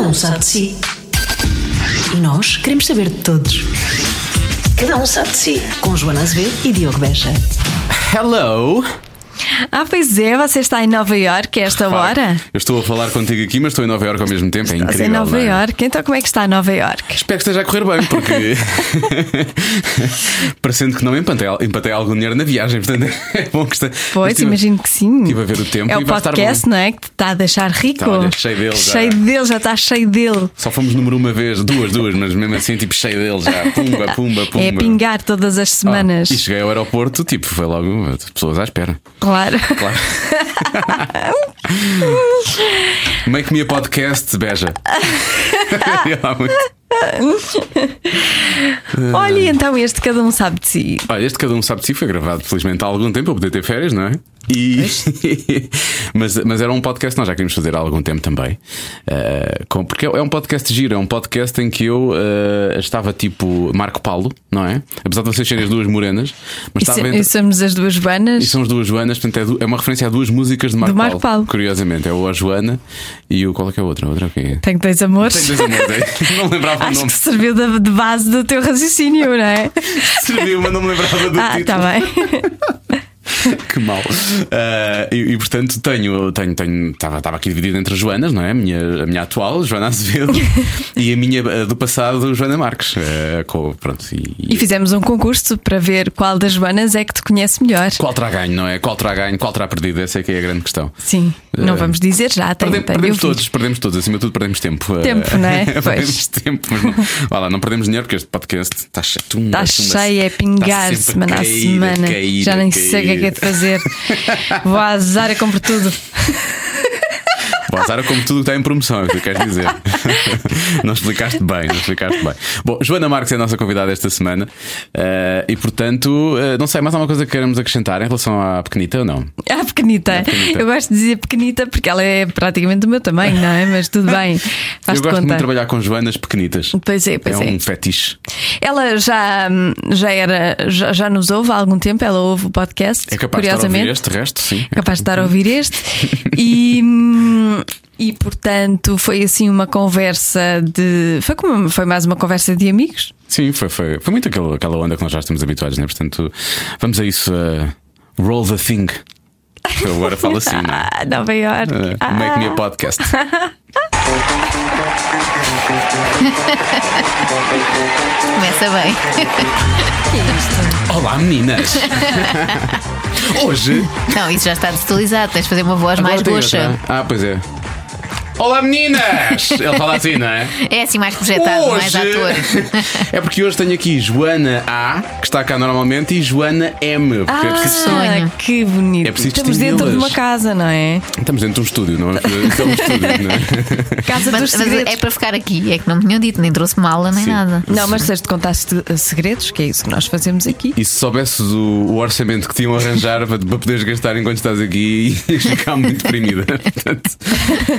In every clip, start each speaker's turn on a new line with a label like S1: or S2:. S1: um sabe de si. E nós queremos saber de todos. Cada um sabe de si. Com Joana Azevedo e Diogo Beja.
S2: Hello!
S3: Ah, pois é, você está em Nova Iorque a esta
S2: Repara,
S3: hora?
S2: Eu estou a falar contigo aqui, mas estou em Nova Iorque ao mesmo tempo. É
S3: Então Estás
S2: incrível.
S3: em Nova
S2: não é?
S3: Iorque. Então como é que está Nova Iorque?
S2: Espero que esteja a correr bem, porque parecendo que não empatei, empatei algum dinheiro na viagem, portanto é bom que está.
S3: Pois,
S2: estive-
S3: imagino que sim.
S2: estive a ver o tempo
S3: é
S2: e
S3: o
S2: vai estar
S3: podcast,
S2: bom.
S3: não é? Que te está a deixar rico.
S2: Tá, olha, cheio dele já.
S3: Cheio dele, já está cheio dele.
S2: Só fomos número uma vez, duas, duas, mas mesmo assim, tipo, cheio dele já. Pumba, pumba, pumba.
S3: É pingar todas as
S2: Ah,
S3: semanas.
S2: e cheguei ao aeroporto, tipo, foi logo eh, pessoas à espera.
S3: Claro.
S2: Claro. Make me a podcast, beija.
S3: Olha, e então este cada um sabe de si.
S2: Olha, este Cada Um Sabe de Si foi gravado, felizmente, há algum tempo, eu poder ter férias, não é? E... mas, mas era um podcast que nós já queríamos fazer há algum tempo também. Eh, com- Porque é um podcast giro, é um podcast em que eu eh, estava tipo Marco Paulo, não é? Apesar de vocês serem as duas morenas, mas
S3: E,
S2: estava
S3: se-
S2: entre-
S3: e somos as duas
S2: e
S3: banas.
S2: são as duas Joanas, portanto é du- é, uma referência a duas músicas de Marco,
S3: Do Marco Paulo.
S2: Curiosamente, é o A Joana e o. Qual é que é a outra? A outra é o quê?
S3: Tenho dois amores.
S2: Tem dois amores, é? Não lembrava o
S3: Acho
S2: nome.
S3: que serviu de, de base do teu raciocínio, não é?
S2: Serviu, mas não me lembrava do
S3: ah,
S2: título.
S3: está bem.
S2: Que mal. Ah, e, e, portanto tenho, tenho, tenho, estava estava aqui dividido entre as Joanas, não é? A minha, a minha atual, Joana Azevedo, e a minha ah, do passado, Joana Marques. Ah, com- pronto, e,
S3: E fizemos um concurso para ver qual das Joanas é que te conhece melhor.
S2: qual terá ganho, não é? Qual terá ganho, qual terá perdido? Essa é que é a grande questão.
S3: Sim, não
S2: Eh,
S3: vamos dizer já. Tem,
S2: Perde-
S3: tem,
S2: perdemos
S3: eu vi.
S2: todos, perdemos todos, acima de tudo perdemos tempo. Eh,
S3: Tempo, não é? Pois.
S2: perdemos tempo, mas não, vá lá, não perdemos dinheiro porque este podcast está cheio. tumba,
S3: Está
S2: tumba,
S3: cheio, é
S2: está
S3: pingar
S2: tá sempre
S3: semana a
S2: cair,
S3: semana.
S2: cair,
S3: já nem
S2: cair.
S3: sei o que é que é de fazer. Vou à Zara, compro tudo.
S2: Bom, Zara, como tudo que está em promoção, é o que tu queres dizer. não explicaste bem, não explicaste bem. Bom, Joana Marques é a nossa convidada esta semana eh, e, portanto, eh, não sei, mais alguma coisa que queremos acrescentar em relação à pequenita ou não?
S3: À Ah, pequenita.
S2: É pequenita.
S3: Eu gosto de dizer pequenita porque ela é praticamente do meu tamanho, não é? Mas tudo bem. Faz
S2: Eu gosto muito
S3: conta.
S2: de trabalhar com Joanas pequenitas.
S3: Pois é, pois
S2: é
S3: é.
S2: um fetiche.
S3: Ela já, hum, já era, já, já nos ouve há algum tempo, ela ouve o podcast,
S2: É capaz de estar a
S3: curiosamente.
S2: ouvir este resto, sim.
S3: capaz de estar a ouvir este. E, hum, e portanto foi assim uma conversa de. Foi, como, foi mais uma conversa de amigos.
S2: Sim, foi, foi, foi muito aquela, aquela onda que nós já estamos habituados, né? Portanto, vamos a isso. eh, roll the thing. Eu agora falo assim, não é?
S3: Ah, Nova York.
S2: Eh,
S3: Ah,
S2: make me a podcast.
S4: Começa bem.
S2: Olá, meninas! Hoje.
S4: Não, isso já está desatualizado. Tens de fazer uma voz mais
S2: Agora tem
S4: goxa.
S2: outra. Ah, pois é. Olá, meninas! Ele fala assim, não é?
S4: É assim mais projetado, mais ator.
S2: é porque hoje tenho aqui Joana A, que está cá normalmente, e Joana M. Porque é preciso-
S4: sonho.
S3: ah, que bonito.
S2: É preciso
S3: Estamos dentro
S2: distingui-las.
S3: de uma casa, não é?
S2: Estamos dentro de um estúdio, não é? Isto é um estúdio, não é?
S3: Casa
S4: Mas,
S3: dos
S4: mas
S3: segredos.
S4: é para ficar aqui. É que não me tinham dito, nem trouxe mala, nem
S2: Sim.
S4: nada.
S3: Não, mas tens de contar se- segredos, que é isso que nós fazemos aqui.
S2: E se soubesses o, o orçamento que tinham a arranjar para, para poderes gastar enquanto estás aqui, ias ficar muito deprimida. Portanto,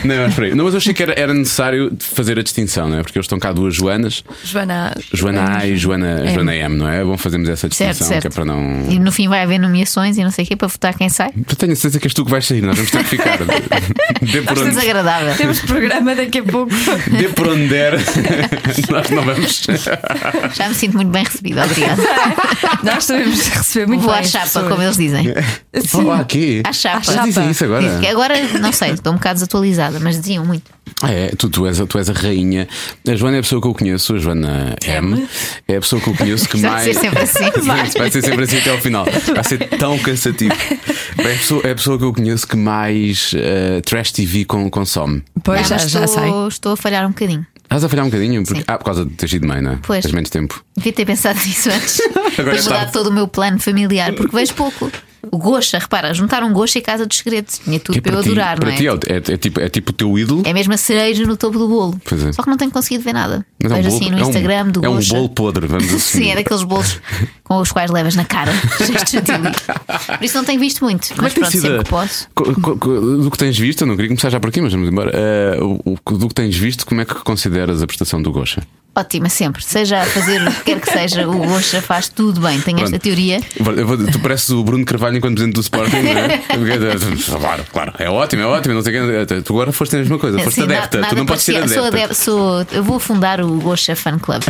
S2: não, mas por aí. Não, mas eu achei que era, era necessário fazer a distinção, não é? Porque hoje estão cá duas Joanas.
S3: Joana.
S2: Joana A e Joana,
S3: M.
S2: Joana M, não é? É bom fazermos essa distinção,
S4: É Certo, certo.
S2: que é para não.
S4: E no fim vai haver nomeações e não sei o quê para votar quem sai.
S2: Eu tenho a certeza que és tu que vais sair, nós vamos ter que ficar. Dê por
S4: Isto é
S2: onde,
S4: desagradável.
S3: Temos programa daqui a pouco.
S2: dê por onde der, nós não vamos.
S4: Já me sinto muito bem recebida. Obrigada.
S3: nós sabemos receber muito
S4: Vou à
S3: bem as
S4: chapa,
S3: pessoas.
S4: como eles dizem.
S2: Vou lá aqui.
S4: À chapa.
S2: Já dizem isso agora.
S4: Diz que é Agora, não sei, estou um bocado desatualizada, mas diziam muito.
S2: Ah, é, tu, tu, és, a- tu és a rainha. A Joana é a pessoa que eu conheço, a Joana M. É a pessoa que eu conheço que
S4: Vai
S2: mais.
S4: ser sempre assim.
S2: Vai. Vai ser sempre assim até ao final. Vai ser tão cansativo. É a pessoa, é a pessoa que eu conheço que mais eh, trash TV con- consome.
S3: Pois
S4: Ah,
S3: já,
S4: mas
S3: já
S4: estou,
S3: sei.
S4: estou a falhar um bocadinho.
S2: Estás a falhar um bocadinho? Porque,
S4: Sim.
S2: ah, por causa de teres sido mãe, não é?
S4: Pois.
S2: Tens menos tempo.
S4: Devia ter pensado nisso antes.
S2: Agora
S4: para
S2: é
S4: mudar
S2: tarde.
S4: todo o meu plano familiar, porque vejo pouco. O Goxa, repara, juntaram Goxa e Casa dos Segredos. Tinha tudo
S2: Que
S4: para eu
S2: ti,
S4: adorar,
S2: para
S4: não é?
S2: ti é, o- é- é tipo, é tipo o teu ídolo,
S4: É mesmo a cereja no topo do bolo.
S2: Pois é.
S4: Só que não tenho conseguido ver nada.
S2: mas é um
S4: vejo
S2: bolo.
S4: assim no
S2: é um,
S4: Instagram do
S2: é um
S4: Goxa.
S2: bolo podre, vamos assim.
S4: Sim, é daqueles bolos com os quais levas na cara. Cheios de chantilly. Por isso não tenho visto muito.
S2: Como é
S4: mas
S2: que tem
S4: pronto,
S2: sido
S4: sempre
S2: a-
S4: que posso.
S2: co- co- co- do que tens visto? Eu não queria começar já por aqui, mas vamos embora. Eh, o- o- do que tens visto, como é que consideras a prestação do Gocha?
S4: Ótima, sempre. Seja a fazer o que quer que seja, o Gosha faz tudo bem. Tenho esta
S2: Pronto.
S4: teoria.
S2: Eu vou- tu pareces o Bruno Carvalho enquanto presidente do Sporting, não é? Porque, Claro, claro, é ótimo, é ótimo. Não sei o quê. Tu agora foste a mesma coisa, foste
S4: Sim, na-
S2: adepta,
S4: nada
S2: tu não podes ser
S4: parecia-
S2: adepta.
S4: Sou adep- sou- eu vou fundar o Gosha Fan Club.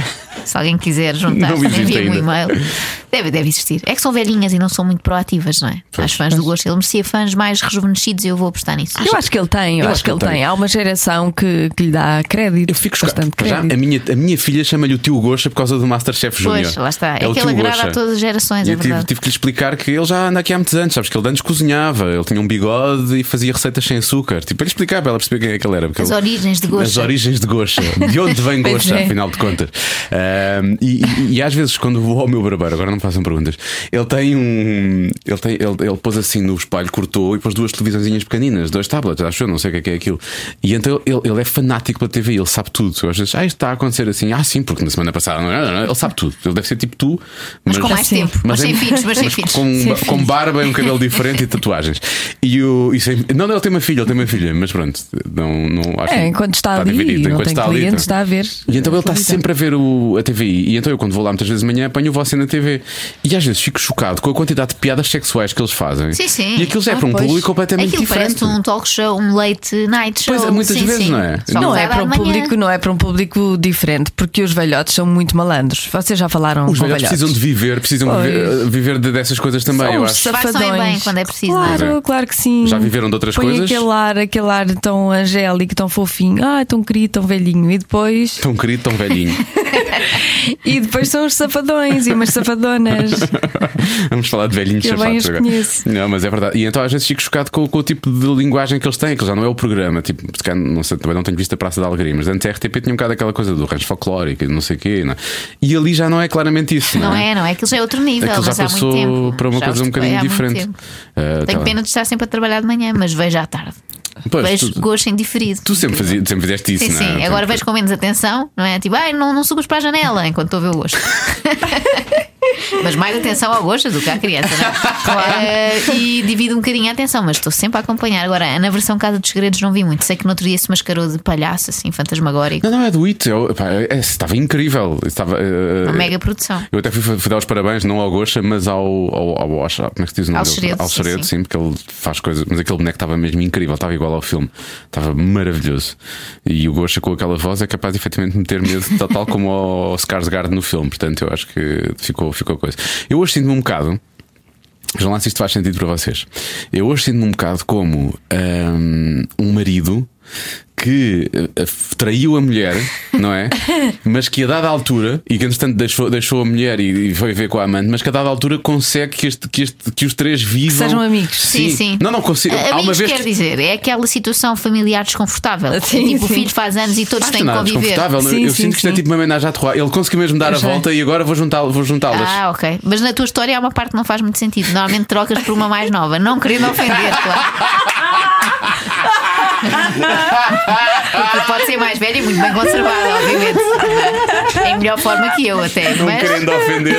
S4: Se alguém quiser juntar,
S2: Não existe
S4: envia um
S2: ainda.
S4: e-mail. Deve, deve existir. É que são velhinhas e não são muito proativas, não é? As fãs do Gosha. Ele merecia fãs mais rejuvenescidos e eu vou apostar nisso.
S3: Eu acho que ele tem, eu, acho que ele tem. Há uma geração que, que lhe dá crédito.
S2: Eu fico chocado.
S3: bastante
S2: Já, a,
S3: crédito.
S2: minha, a minha filha chama-lhe o tio Gosha por causa do Masterchef Júnior.
S4: Pois, lá está. É,
S2: o
S4: que
S2: tio
S4: ele agrada
S2: Gosha.
S4: a todas as gerações,
S2: E
S4: é
S2: eu tive,
S4: verdade.
S2: tive que lhe explicar que ele já anda aqui há muitos anos, sabes? Que ele antes cozinhava, ele tinha um bigode e fazia receitas sem açúcar. Tipo, para lhe explicar, para ela perceber quem é que ele era. porque
S4: As
S2: ele-
S4: origens de Gosha.
S2: As origens de Gosha. De onde vem
S3: Pois
S2: Gosha,
S3: é.
S2: afinal de contas. Ahm, e, e- e às vezes, quando vou ao meu barbeiro, agora não me façam perguntas, ele tem um. Ele, tem, ele, ele pôs assim no espelho, cortou e pôs duas televisãozinhas pequeninas, dois tablets, acho eu, não sei o que é, que é aquilo. E então ele, ele é fanático pela TV, ele sabe tudo. Eu às vezes, ah, isto está a acontecer assim, ah, sim, porque na semana passada, não, não, não, ele sabe tudo. Ele deve ser tipo tu,
S4: Mas com mais tempo. Mas sem
S2: em-
S4: filhos, mas sem filhos.
S2: é- com, ba- com barba e um cabelo diferente e tatuagens. E o. E sem- não, não, ele tem uma filha, ele tem uma filha, mas pronto, não, não acho
S3: É, enquanto está, ali,
S2: dividido,
S3: não
S2: enquanto
S3: tem
S2: está ali,
S3: clientes,
S2: tá.
S3: está a ver.
S2: E então ele está
S3: televisão.
S2: sempre a ver o, a TVI. E então eu, quando vou lá muitas vezes de manhã, apanho o você na TV. E às vezes fico chocado com a quantidade de piadas sexuais que eles fazem.
S4: Sim, sim.
S2: E aquilo já é
S3: Ah,
S2: para um
S3: pois.
S2: público completamente
S4: Aquilo
S2: diferente.
S4: parece um talk show, um late night show.
S2: Pois é, muitas
S4: Sim,
S2: vezes,
S4: sim.
S2: não é?
S4: Só
S3: Não
S4: vai
S3: é,
S4: dar
S3: para um
S4: amanhã.
S3: público, não é para um público diferente, porque os velhotes são muito malandros. Vocês já falaram
S2: Os
S3: com
S2: velhos precisam de viver, precisam
S3: Pois.
S2: viver, viver de- dessas coisas também,
S3: São
S2: eu
S3: uns
S2: acho.
S4: Disfarçam bem
S3: safadões.
S4: quando é preciso, não é?
S3: Claro,
S2: Pois é.
S3: claro que sim.
S2: Já viveram de outras
S3: Põe
S2: coisas?
S3: Aquele ar, aquele ar tão angélico, tão fofinho, ah, tão querido, tão velhinho. E depois,
S2: Tão querido, tão velhinho.
S3: e depois são os safadões e umas safadonas.
S2: Vamos falar de velhinhos
S3: Que eu bem
S2: chafados
S3: os
S2: agora.
S3: conheço.
S2: Não, mas é verdade. E então às vezes fico chocado com, com o tipo de linguagem que eles têm, que já não é o programa. Tipo, se calhar, não sei, também não tenho visto a Praça da Alegria, mas antes a RTP tinha um bocado aquela coisa do rancho folclórico e não sei o quê. não é? E ali já não é claramente isso. Não,
S4: Não é, não é? Aquilo já é outro nível,
S2: Aquilo já
S4: mas há muito
S2: passou
S4: tempo.
S2: para uma
S4: Já
S2: coisa
S4: os
S2: um bocadinho
S4: há muito
S2: diferente.
S4: tempo.
S2: Ah, tá
S4: Tenho
S2: bem.
S4: pena de estar sempre a trabalhar de manhã, mas vejo à tarde.
S2: Pois,
S4: vejo
S2: tu-
S4: gosto em diferido.
S2: Tu sempre, fazias, sempre fizeste isso,
S4: Sim,
S2: não é?
S4: sim. Agora
S2: Sempre-
S4: vejo com menos atenção, não é? Tipo, ai, não, não subas para a janela enquanto estou a ver o gosto. mas mais atenção ao gosto do que à criança, não é? Eh, e divido um bocadinho a atenção, mas estou sempre a acompanhar. Agora, na versão Casa dos Segredos não vi muito. Sei que no outro dia se mascarou de palhaço, assim, fantasmagórico.
S2: Não, não, é do It. Eu- pá, é- estava incrível. Estava, eh,
S4: Uma mega produção.
S2: Eu até fui, fui dar os parabéns, não ao Gosha, mas ao, ao, ao, ao- como é que se diz o nome
S4: Ao
S2: dele?
S4: Xeredo,
S2: Ao
S4: sim,
S2: Xeredo,
S4: sim.
S2: sim, porque ele faz coisas. Mas aquele boneco estava mesmo incrível, estava igual ao filme, estava maravilhoso. E o Gosha com aquela voz é capaz de efetivamente de meter medo, tal, tal como ao Skarsgård no filme. Portanto, eu acho que ficou, ficou coisa. Eu hoje sinto-me um bocado. Vejam lá se isto faz sentido para vocês. Eu hoje sinto-me um bocado como hum, um marido que eh, traiu a mulher, não é? Mas que a dada altura, e que entretanto deixou, deixou a mulher e, e foi ver com a amante, mas que a dada altura consegue que, este, que, este, que os três vivam.
S3: sejam amigos.
S4: Sim, sim.
S2: Não, não consigo.
S4: A-
S2: Há uma
S4: Amigos
S2: vez.
S4: quer dizer, é aquela situação familiar desconfortável.
S3: Sim,
S4: tipo, o
S3: sim.
S4: filho faz anos e todos
S2: Acho
S4: têm que
S2: nada
S4: conviver.
S2: desconfortável.
S3: Sim,
S2: eu
S3: sim,
S2: sinto que isto é
S3: sim.
S2: tipo uma homenagem à Troá. Ele conseguiu mesmo dar
S3: Eu
S2: a
S3: sei.
S2: volta e agora vou juntá-lo- vou juntá-las.
S4: Ah, ok. Mas na tua história há uma parte que não faz muito sentido. Normalmente trocas por uma mais nova, não querendo ofender, claro. Porque pode ser mais velha e muito bem conservada, obviamente. Em melhor forma que eu, até.
S2: não
S4: mas
S2: querendo ofender.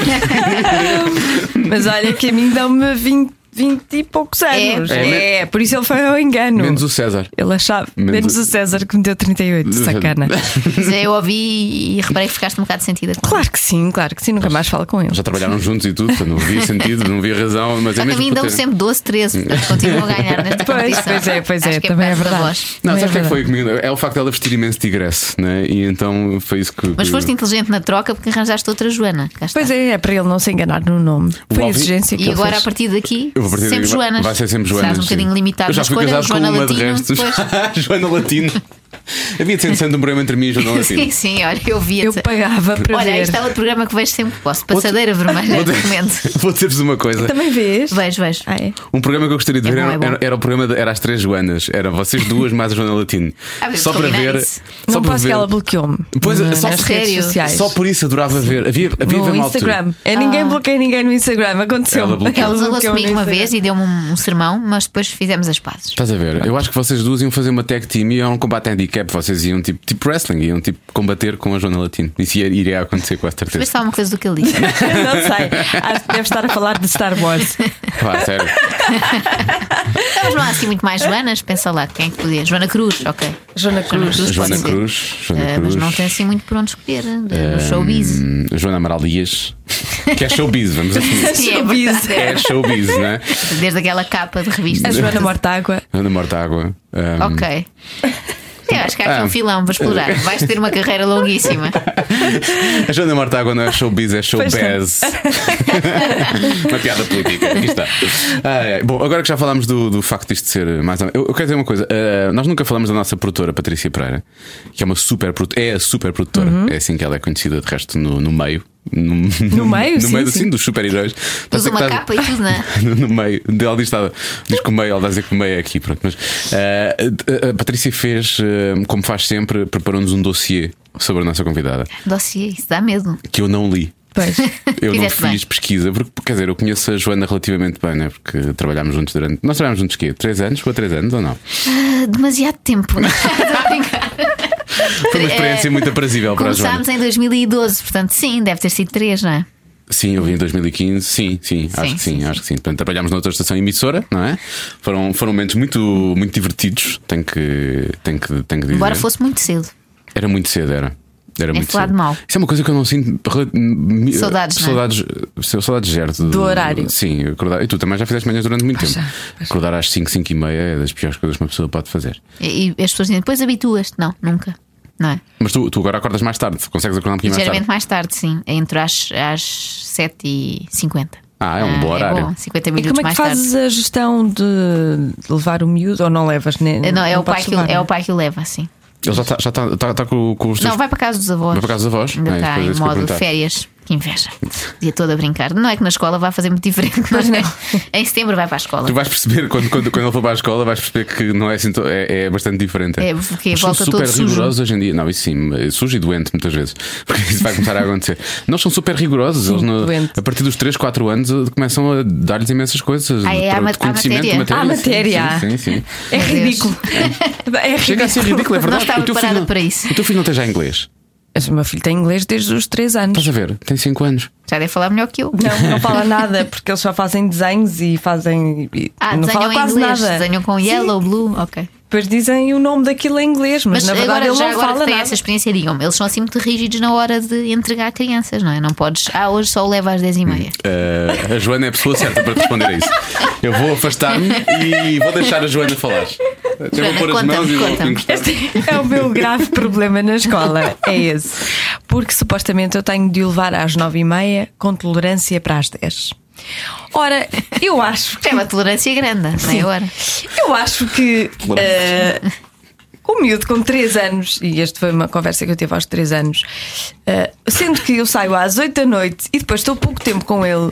S3: Mas olha que a mim dão-me 20, 20 e poucos anos.
S2: É, men-
S3: É, por isso ele foi ao engano.
S2: Menos o César.
S3: Ele achava.
S2: Menos
S3: Menos,
S2: o-
S3: o César que me deu 38, sacana.
S4: mas eu ouvi e reparei que ficaste um bocado sentida.
S3: claro que sim, claro que sim, nunca mais falo com ele.
S2: Já trabalharam juntos e tudo, não via sentido, não via razão, mas é
S4: Só que a
S2: mesmo.
S4: mim
S2: por
S4: dão
S2: ter- Hum.
S4: sempre 12, 13, portanto continuam a ganhar nesta
S3: Pois,
S4: competição.
S3: pois é, pois
S4: Acho
S3: é,
S4: que
S3: também é
S4: por causa da
S3: verdade.
S4: voz.
S2: Não, sabes o
S3: Também
S2: que é que
S3: verdade.
S2: foi comigo? É o facto dela vestir imenso tigresse, né? E então foi isso que.
S4: Mas
S2: que-
S4: foste inteligente na troca porque arranjaste outra Joana. Cá está.
S3: Pois é, é para ele não se enganar no nome.
S2: O
S3: Foi a
S2: Alvin-
S3: exigência que
S4: E
S3: ele
S4: agora
S3: fez.
S4: a partir daqui,
S2: Eu vou partir
S4: sempre
S2: daqui, vai-
S4: Joanas.
S2: Vai ser sempre Joana.
S4: Estás um bocadinho limitado
S2: Eu já
S4: na
S2: fui
S4: escolha,
S2: casado
S4: Joana
S2: com uma de
S4: Latino,
S2: resto.
S4: depois-
S2: Joana Latino. Havia de ser interessante um programa entre mim e Joana Latino.
S4: Sim, sim, olha, eu via
S3: Eu pagava para
S4: Olha,
S3: ver.
S4: este é outro programa que vejo sempre que posso. Passadeira vermelha,
S2: Vou dizer-
S4: recomendo.
S2: Vou dizer-vos uma coisa.
S3: Também vês?
S4: Vejo, vejo.
S3: Ah, é?
S2: Um programa que eu gostaria de
S4: É
S2: ver
S4: bom, é
S2: era,
S4: bom.
S2: era- era o programa de, era as três Joanas. Era vocês duas mais a Joana Latino.
S4: Ah,
S2: só para
S4: combinar
S2: ver.
S4: isso.
S2: Só
S3: não
S2: para
S3: posso que
S2: ver.
S3: ela bloqueou-me.
S2: Pois,
S3: na-
S2: só
S3: nas
S4: por- é sério?
S3: redes sociais.
S2: Só por isso adorava ver. Havia, havia
S3: no
S2: havia uma altura-
S3: Instagram. É, ninguém bloqueia ninguém no Instagram. Aconteceu.
S2: Ela bloqueou.
S4: Ah. Ela zangou-se
S3: bloqueou-me
S4: comigo
S3: no
S4: uma
S3: Instagram.
S4: vez e deu-me um, um sermão, mas depois fizemos as pazes.
S2: Tá. Estás a ver? Eu acho que vocês duas iam fazer uma tag team e iam combater handicap, vocês iam tipo, tipo wrestling, iam tipo combater com a Joana Latino. Isso ia, iria acontecer com a
S4: Vê
S2: certeza.
S4: se há uma coisa do que ele disse.
S3: Não sei. Acho que deve estar a falar de Star Wars.
S2: Pá, sério.
S4: Então, Mas não há assim muito mais Joanas? Pensa lá, quem é que podia? Joana Cruz, ok.
S3: Joana Cruz.
S4: Cruz.
S2: Joana
S4: Pode ser.
S2: Cruz, Joana
S4: Eh,
S2: Cruz.
S4: mas não tem assim muito por onde escolher eh, no showbiz.
S2: Hum, Joana Amaral Dias, que é showbiz, vamos assumir.
S4: Sim, é
S3: Showbiz.
S4: verdade.
S2: É showbiz, né?
S4: Desde aquela capa de revista.
S3: A Joana Mortágua.
S2: Ana Mortágua. hum,
S4: Ok. Eu acho que há aqui
S2: Ah.
S4: um filão para explorar. Vais ter uma carreira longuíssima.
S2: A Joana Mortágua não é showbiz, é showbaz.
S3: Pois
S2: uma piada política. Aqui está. Ah, é. Bom, agora que já falámos do, do facto disto ser mais. Eu, eu quero dizer uma coisa. Ah, nós nunca falamos da nossa produtora, Patrícia Pereira, que é uma super produ- é a super produtora.
S3: Uhum.
S2: É assim que ela é conhecida, de resto, no, no meio. No, no
S3: meio,
S2: no
S3: sim,
S2: meio
S3: sim.
S2: assim, dos super-heróis.
S4: Usa
S2: Parece que
S4: uma
S2: estás-
S4: capa e tudo, né?
S2: no, no meio. Ela diz, tá, diz que o meio, ela vai dizer que o meio é aqui, pronto. Mas eh, a, a Patrícia fez, eh, como faz sempre, preparou-nos um dossiê sobre a nossa convidada,
S4: Dossiê, isso dá medo.
S2: que eu não li.
S3: Pois.
S2: Eu não
S4: Fizeste
S2: fiz
S4: bem.
S2: pesquisa, porque quer dizer, eu conheço a Joana relativamente bem, né? Porque trabalhámos juntos durante. Nós trabalhámos juntos quê? Três anos? Foi três anos ou não?
S4: Ah, Demasiado tempo. Estou a brincar.
S2: Foi uma experiência muito aprazível para a Joana.
S4: É, Começámos em 2012, portanto, sim, deve ter sido três, não é?
S2: Sim, eu vi em 2015. Sim, sim, acho
S4: Sim,
S2: que sim,
S4: sim,
S2: acho que sim. Portanto, trabalhámos noutra estação emissora, não é? Foram, foram momentos muito, muito divertidos, tenho que, tenho que, tenho que dizer.
S4: Embora fosse muito cedo.
S2: Era muito cedo, era. Era muito
S4: falar
S2: cedo.
S4: de mal.
S2: Isso é uma coisa que eu não sinto. rela- mi-
S4: Saudades, não é?
S2: Saudades, eh, saudades gerto do,
S3: horário.
S2: Sim, acordar. E tu também já fizeste manhãs durante
S4: Ah,
S2: muito tempo.
S3: já,
S2: Acordar às 5, 5 e meia é das piores coisas que uma pessoa pode fazer.
S4: E, e as pessoas dizem, depois habituas-te. Não, nunca. Não é?
S2: Mas tu, tu agora acordas mais tarde, consegues acordar um pouquinho mais tarde.
S4: Ligeiramente mais tarde, sim. Entre às, às 7h50.
S2: Ah, é um bom horário.
S4: bom, 50
S3: E
S4: minutos
S3: como é que
S4: mais tarde.
S3: fazes a gestão de levar o miúdo ou não levas? Nem,
S4: Não, é, o pai
S3: podes
S4: que,
S3: levar,
S4: é
S3: não
S4: o pai que o leva, assim.
S2: Ele já está já tá, tá, tá com, com os teus.
S4: Não, vai para casa dos avós.
S2: Vai para casa dos avós?
S4: Ainda
S2: É,
S4: está
S2: depois
S4: em
S2: isso que eu ia
S4: modo
S2: perguntar.
S4: férias. Que inveja. Dia todo a brincar. Não é que na escola vai fazer muito diferente, mas não. em setembro vai para a escola.
S2: Tu vais perceber, quando, quando, quando ele for para a escola, vais perceber que não é assim, tão- é, é bastante diferente.
S4: É, porque
S2: Mas
S4: volta
S2: são super
S4: todo sujo.
S2: rigorosos hoje em dia. Não, isso sim, é sujo e doente muitas vezes. Porque isso vai começar a acontecer. Não são super rigorosos. Eles no-
S3: doente.
S2: a partir dos 3, 4 anos eh, começam a dar-lhes imensas coisas.
S4: Ah, é,
S2: de-
S4: há ma-
S2: de
S4: há
S2: conhecimento, de
S4: matéria.
S3: Há matéria.
S2: Sim, sim, sim.
S3: É
S4: Meu Deus.
S3: ridículo. É
S2: Chega a ser ridículo, é
S4: Não
S2: verdade.
S4: estava
S2: o, teu filho
S4: preparada
S2: não,
S4: para isso.
S2: o teu filho não tem já inglês.
S3: Mas O meu filho tem inglês desde os 3 anos.
S2: Estás a ver? Tem 5 anos.
S4: Já deve falar melhor que eu.
S3: Não, não fala nada, porque eles só fazem desenhos e fazem. e
S4: Ah,
S3: não
S4: desenham
S3: fala
S4: em
S3: quase
S4: inglês.
S3: nada.
S4: Desenham com
S3: Sim,
S4: yellow, blue. Ok.
S3: Depois dizem o nome daquilo em inglês, mas,
S4: Mas
S3: na verdade
S4: agora,
S3: ele
S4: já
S3: não
S4: agora que
S3: fala
S4: tem
S3: nada.
S4: essa experiência, digam-me, eles são assim muito rígidos na hora de entregar crianças, não é? Não podes, ah, hoje só o leva às 10h30.
S2: Eh, a Joana é a pessoa certa para te responder a isso. Eu vou afastar-me e vou deixar a Joana falar. Eu vou
S4: Joana,
S2: pôr as
S4: conta-me,
S2: mãos e vou
S4: conta-me.
S2: encostar.
S3: É o meu grave problema na escola, é esse. Porque supostamente eu tenho de o levar às nove e meia com tolerância para as 10. Ora, eu acho que
S4: É uma tolerância grande, não é agora?
S3: Eu acho que eh, o miúdo com 3 anos, e esta foi uma conversa que eu tive aos 3 anos, eh, sendo que eu saio às 8 da noite e depois estou pouco tempo com ele.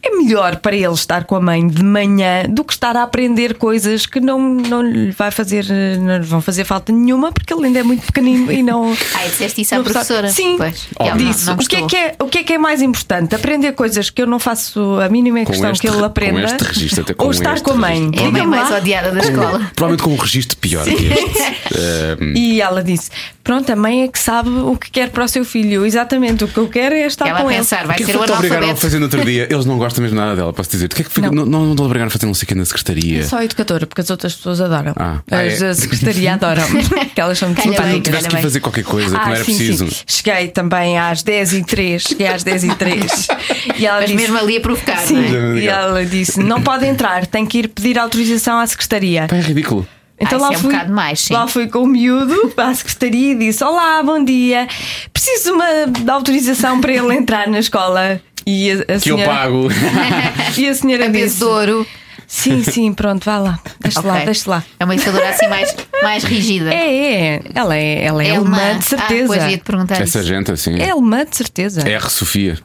S3: É melhor para ele estar com a mãe de manhã do que estar a aprender coisas que não, não lhe vai fazer, eh, não lhe vão fazer falta nenhuma, porque ele ainda é muito pequenino e não.
S4: Ah, e disseste isso à
S3: não precisa-
S4: professora?
S3: Sim,
S4: Pois.
S2: Óbvio.
S4: Ela não-
S3: disse.
S4: não
S3: o, que é
S4: gostou.
S3: que é, o que é que é mais importante? Aprender coisas que eu não faço a mínima questão
S2: este
S3: que ele
S2: re-
S3: aprenda.
S2: com este registro, até com
S3: ou estar
S2: este
S3: com a mãe.
S2: registro.
S4: É a mãe
S3: Diga-me
S4: mais
S3: lá.
S4: odiada da escola.
S2: Provavelmente com um registro pior que este. Eh,
S3: E ela disse: Pronto, a mãe é que sabe o que quer para o seu filho. Eu, Exatamente, o que eu quero é estar
S4: Ela a
S3: com ele.
S4: pensar, vai
S2: que é que
S4: ser o
S2: foi que te obrigaram a
S4: analfabeto.
S2: fazer no outro dia? Eles não gostam mesmo nada dela, posso dizer. O que é que foi? que- Não,
S3: Não. É
S2: não, não te obrigaram a fazer não sei o que na secretaria.
S3: Só a educadora, porque as outras pessoas adoram.
S2: Ah. Ah,
S3: as
S2: é?
S3: da secretaria adoram. que elas são muito
S4: Calha bem,
S2: Não
S3: simpáticas.
S2: tiveste que
S4: calha
S2: ir
S4: bem.
S2: fazer qualquer coisa que
S3: Ah,
S2: não era
S3: sim,
S2: preciso.
S3: sim. Cheguei também às 10 e 3 Cheguei às 10 e 3 E ela
S4: Mas
S3: disse,
S4: mesmo ali a provocar,
S3: Sim,
S4: não é?
S2: não é?
S3: e ela disse: Não pode entrar, tem que ir pedir autorização à secretaria.
S2: Pá, é ridículo.
S4: Ah, isso é um bocado mais, sim.
S3: Então lá fui com o miúdo à secretaria e disse: Olá, bom dia. Preciso de uma de autorização para ele entrar na escola. E a, a
S2: Que eu
S3: senhora,
S2: pago. Ah,
S3: E a senhora disse:
S4: Abesouro.
S3: Sim, sim, pronto, vá lá. Deixa lá,
S4: Ok.
S3: deixa lá.
S4: É uma educadora assim mais, mais rígida.
S3: É, é, ela é, ela é, alemã, de certeza.
S4: Ah, pois ia-te perguntar.
S2: Essa
S4: isso.
S2: gente assim.
S3: é alemã, de certeza.
S2: R. Sofia.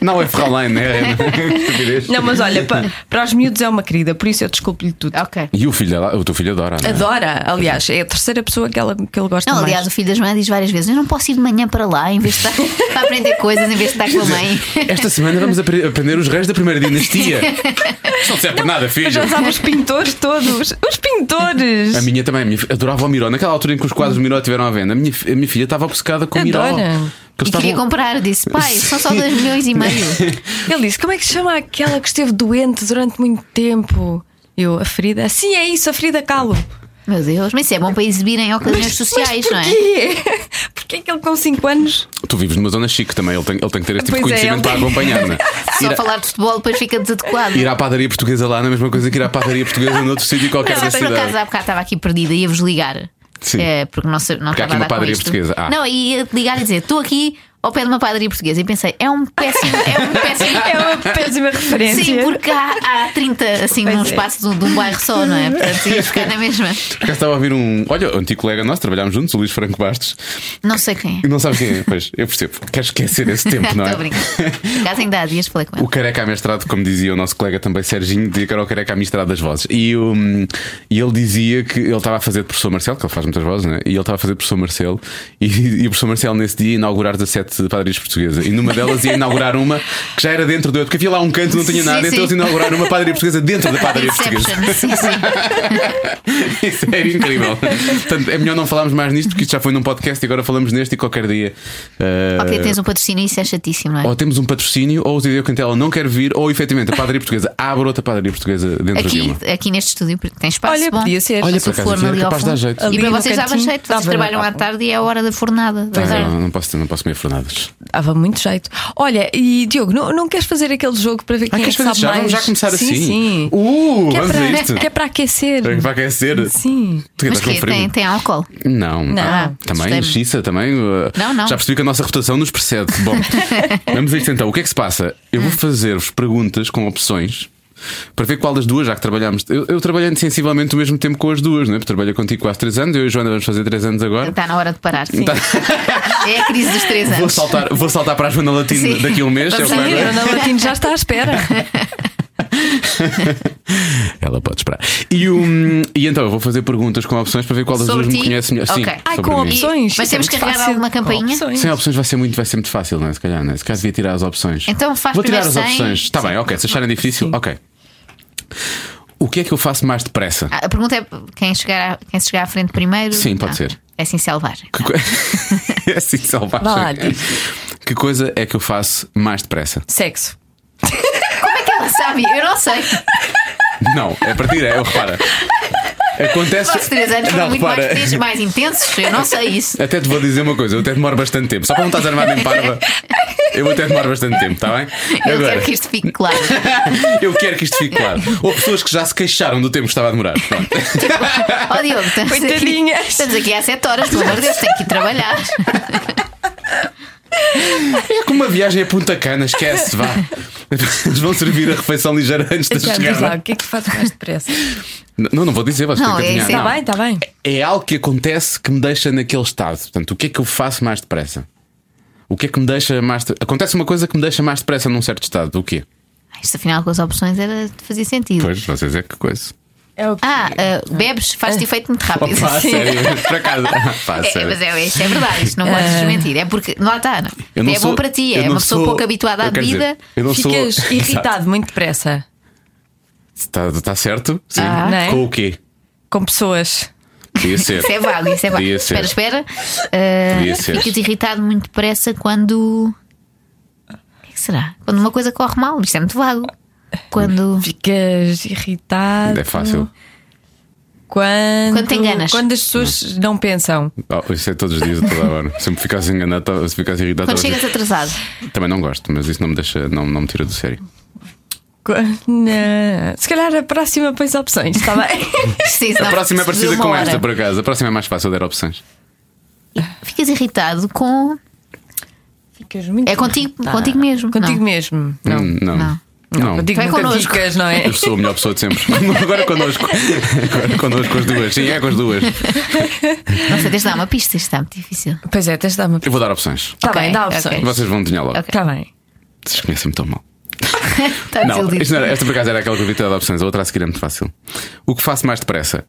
S2: não é Fraulein, é. Que estupidez.
S3: Não, mas olha, pa- para, os miúdos é uma querida, por isso eu desculpo-lhe tudo.
S4: Ok.
S2: E o filho dela, o teu filho adora. não é?
S3: Adora, aliás, é a terceira pessoa que, ela, que ele gosta
S4: Não,
S3: mais.
S4: aliás, o filho da Joana diz várias vezes: Eu não posso ir de manhã para lá em vez de estar para aprender coisas, em vez de estar com a mãe.
S2: Esta semana vamos apre- aprender os reis da primeira dinastia. Não serve para nada, filho.
S3: Mas já sabe os pintores todos. Os pintores!
S2: A minha também, a minha fi- adorava o Miró. Naquela altura em que os quadros do Miró tiveram à venda, a minha, fi- a minha filha estava obcecada com o Miró.
S3: Adora.
S2: Que eles
S4: E queria
S2: estavam-
S4: comprar, disse, pai, são só
S2: Sim.
S4: 2 milhões e meio.
S3: Ele disse: Como é que se chama aquela que esteve doente durante muito tempo? Eu, a Frida. Sim, é isso, a Frida Kahlo.
S4: Meu Deus, mas isso é bom para exibirem ocasiões sociais, não é?
S3: porquê? Porquê é que ele com 5 anos.
S2: Tu vives numa zona chique também, ele tem, ele tem que ter este tipo de
S3: Pois é,
S2: conhecimento
S3: ele
S2: para
S3: tem.
S2: acompanhar, não é?
S4: Ah, Só
S2: Ir, a-
S4: falar de futebol depois fica desadequado.
S2: ir à padaria portuguesa lá não é a mesma coisa que ir à padaria portuguesa noutro sítio qualquer
S4: Não,
S2: da
S4: mas por acaso
S2: cidade.
S4: há bocado estava aqui perdida, ia-vos ligar.
S2: Sim.
S4: É, porque não, sei- não
S2: Porque há
S4: estava
S2: aqui uma
S4: a dar com
S2: padaria
S4: isto.
S2: portuguesa. Ah.
S4: Não, ia ligar e dizer, estou aqui ao pé de uma padaria portuguesa. E pensei, é um péssimo, é um péssimo.
S3: É uma péssima referência.
S4: Sim, porque há, há 30 assim
S3: Pois
S4: num
S3: é.
S4: espaço de um, de um bairro só, não é? Portanto, ia ficar na mesma.
S2: Por acaso estava a ouvir um. Olha, um antigo colega nosso, trabalhámos juntos, o Luís Franco Bastos.
S4: Não sei quem é.
S2: E não sabes quem é? Pois, eu percebo. Queres esquecer esse tempo, não
S4: Estou
S2: é?
S4: a brincar. Por acaso ainda há dias falei com
S2: O
S4: ela.
S2: careca amestrado, como dizia o nosso colega também Serginho, dizia que era o careca amestrado das vozes. E, hum, e ele dizia que ele estava a fazer de professor Marcelo, que ele faz muitas vozes, né? E ele estava a fazer de professor Marcelo. E, e o professor Marcelo, nesse dia, ia inaugurar 17 padarias portuguesas. E numa delas ia inaugurar uma que já era dentro do outro, porque havia lá um canto, não tinha
S4: Sim,
S2: nada,
S4: sim.
S2: então eles inauguraram uma padaria portuguesa dentro da padaria portuguesa.
S4: Inception, sim,
S2: É.
S4: sim.
S2: Isso era incrível. Portanto, é melhor não falarmos mais nisto, porque isto já foi num podcast e agora falamos neste e qualquer dia. eh,
S4: Qualquer tens um patrocínio, isso é chatíssimo, não é?
S2: Ou temos um patrocínio, ou o Tadeu Cantela não quer vir, ou efetivamente a padaria portuguesa abre outra padaria portuguesa dentro de uma.
S4: Aqui, aqui neste estúdio porque tem espaço
S3: Olha,
S4: bom.
S3: podia ser.
S2: Olha,
S4: Faço
S2: por
S4: o
S2: acaso,
S4: forno
S2: era
S4: ali ao
S2: capaz de
S4: fundo.
S2: dar jeito.
S4: E
S3: Ali
S4: para
S3: no
S4: vocês dava
S3: cantinho, um
S4: jeito, vocês
S3: dava
S4: trabalham à
S3: dava.
S4: tarde e é a hora da fornada. é. da
S2: Ah,
S3: é.
S4: tarde.
S2: não, não posso, não posso comer fornadas.
S3: Dava muito jeito. Olha, e Diogo, não, não queres fazer aquele jogo para ver quem é que
S2: Ah, queres fazer
S3: sabe
S2: já?
S3: mais?
S2: Vamos já começar
S3: sim,
S2: assim?
S3: Sim,
S2: Uh,
S3: que, é
S2: vamos
S3: para,
S2: a isto.
S3: que é para aquecer.
S2: Vai aquecer?
S3: Sim.
S2: Tu que
S4: Mas
S2: estás com
S4: que
S2: frio?
S4: tem, tem álcool.
S2: Não,
S3: Não.
S2: Ah, também,
S4: Assustei-me.
S2: Xissa, também. uh,
S4: Não, não.
S2: Já percebi que a nossa reputação nos precede. Bom, vamos a isto então. O que é que se passa? Eu vou fazer-vos perguntas com opções. Para ver qual das duas, já que trabalhámos. Eu, eu trabalhei sensivelmente o mesmo tempo com as duas, não é? Porque trabalhei contigo quase 3 anos, eu e a Joana vamos fazer 3 anos agora.
S4: Está na hora de parar.
S2: Tá.
S4: É a crise dos três
S2: Vou
S4: anos.
S2: saltar, vou saltar para a Joana Latina
S4: Sim.
S2: daqui a um mês.
S4: Vamos
S2: é o que vai
S4: sair.
S2: dar.
S3: Ana Latino já está à espera.
S2: Ela pode esperar. E, um, e então eu vou fazer perguntas com opções para ver qual das
S4: Sobre
S2: duas me
S4: ti?
S2: conhece melhor. Sim,
S4: Ok.
S3: Ai,
S2: sobre
S3: com
S2: mim.
S4: opções.
S3: opções.
S4: Mas
S3: Isso é
S4: temos que
S3: muito
S4: carregar
S3: fácil.
S4: alguma campainha?
S3: Com opções.
S2: Sem opções vai ser muito, vai ser muito fácil, não é? Se calhar, não é? Se calhar devia tirar as opções.
S4: Então faz
S2: Vou tirar
S4: primeiro
S2: as
S4: sem.
S2: opções. Está bem, ok. Se acharem difícil, ok. O que é que eu faço mais depressa?
S4: Ah, A pergunta é quem chegar, à- quem se chegar à frente primeiro.
S2: Sim, pode
S4: Ah,
S2: ser.
S4: É assim selvagem.
S2: Que co... é assim selvagem.
S3: Vá lá, diz.
S2: que coisa é que eu faço mais depressa?
S3: Sexo.
S4: é Ela sabe, eu não sei.
S2: Não, é para tirar, eu repara. Acontece.
S4: Os três anos foram
S2: não,
S4: muito mais
S2: repara.
S4: felizes, mais intensos. Eu não sei isso.
S2: Até te vou dizer uma coisa, eu até demoro bastante tempo. Só para não estás armado em parva, eu até demoro bastante tempo, está bem?
S4: Eu quero que isto fique claro.
S2: eu quero que isto fique claro. Ou pessoas que já se queixaram do tempo que estava a demorar. Pronto.
S4: Ó Diogo, estamos aqui,
S3: Coitadinhas.
S4: estamos aqui às 7 horas, pelo amor de Deus, tenho que ir trabalhar.
S2: É como uma viagem a Punta Cana, esquece, vá. Eles vão servir a refeição ligeira antes da
S3: Então, diz lá, o
S2: chegada.
S3: que é que faz mais depressa?
S2: Não, não vou dizer, vais
S4: Não,
S2: ter que
S4: é
S2: adivinhar.
S4: isso,
S2: Não. assim,
S3: Está bem, está bem.
S2: É algo que acontece que me deixa naquele estado. Portanto, o que é que eu faço mais depressa? O que é que me deixa mais. de- Acontece uma coisa que me deixa mais depressa num certo estado. O quê?
S4: Ah, Isto afinal com as opções era, fazia sentido.
S2: Pois, vocês é que coisa.
S3: É o que...
S4: Ah, ah, bebes, faz-te efeito muito rápido.
S2: Opa, a
S4: Sim.
S2: sério, por acaso. Opa, a
S4: É,
S2: sério. Ah.
S4: mas é, isto é verdade, isto não podes desmentir. É porque lá está, não.
S2: Eu não
S4: é
S2: sou-
S4: bom para ti,
S2: eu
S4: é
S2: não
S4: uma pessoa
S2: sou-
S4: pouco habituada à
S2: eu quero
S4: vida.
S2: dizer, eu não
S3: Ficas
S2: sou.
S3: irritado muito depressa
S2: Está tá certo? Sim.
S4: Ah.
S3: Não é?
S2: Com o quê?
S3: com pessoas.
S2: Podia ser.
S4: Isso é válido, isso é válido.
S2: Podia ser.
S4: Espera, espera. Ah,
S2: Podia ser.
S4: Ficas irritado muito depressa quando. O que é que será? Quando uma coisa corre mal, isto é muito vago. Quando.
S3: Ficas irritado.
S2: É fácil.
S3: Quando,
S4: Quando te enganas.
S3: Quando as pessoas não pensam.
S2: Oh, isso é todos os dias, a toda a hora. Se me ficasse enganado, tava- se ficasse irritado,
S4: Quando
S2: tava-
S4: chegas atrasado.
S2: também não gosto, mas isso não me deixa, não, não me tira do sério.
S3: Quando- Não. Se calhar a próxima pões opções, está bem?
S4: Sim,
S2: A
S4: senão
S2: próxima é parecida
S4: demora.
S2: com esta, por acaso. A próxima é mais fácil dar opções.
S4: Ficas irritado com.
S3: Ficas muito
S4: É contigo,
S3: irritada.
S4: contigo mesmo.
S3: Contigo
S4: não.
S3: mesmo. Não.
S2: Hum, Não.
S4: Não.
S2: Não.
S3: Contigo
S4: Vai
S3: nunca
S4: connosco.
S3: ficas, não é?
S2: Eu sou a melhor pessoa de sempre. Agora connosco. Agora connosco com as duas. Sim, é com as duas.
S4: Não sei, tens de dar uma pista, isto está muito difícil.
S3: Pois é, tens de dar uma.
S2: Eu vou dar opções.
S3: Está
S4: Ok,
S3: bem, dá
S4: ok.
S3: opções.
S2: Vocês vão adivinhar logo.
S4: Ok.
S3: Está bem.
S2: Vocês conhecem-me tão mal.
S4: Está
S2: Não, isto
S4: desiludido.
S2: não é- era- esta por acaso era aquela que eu vi ter de opções, a outra a seguir é muito fácil. O que faço mais depressa?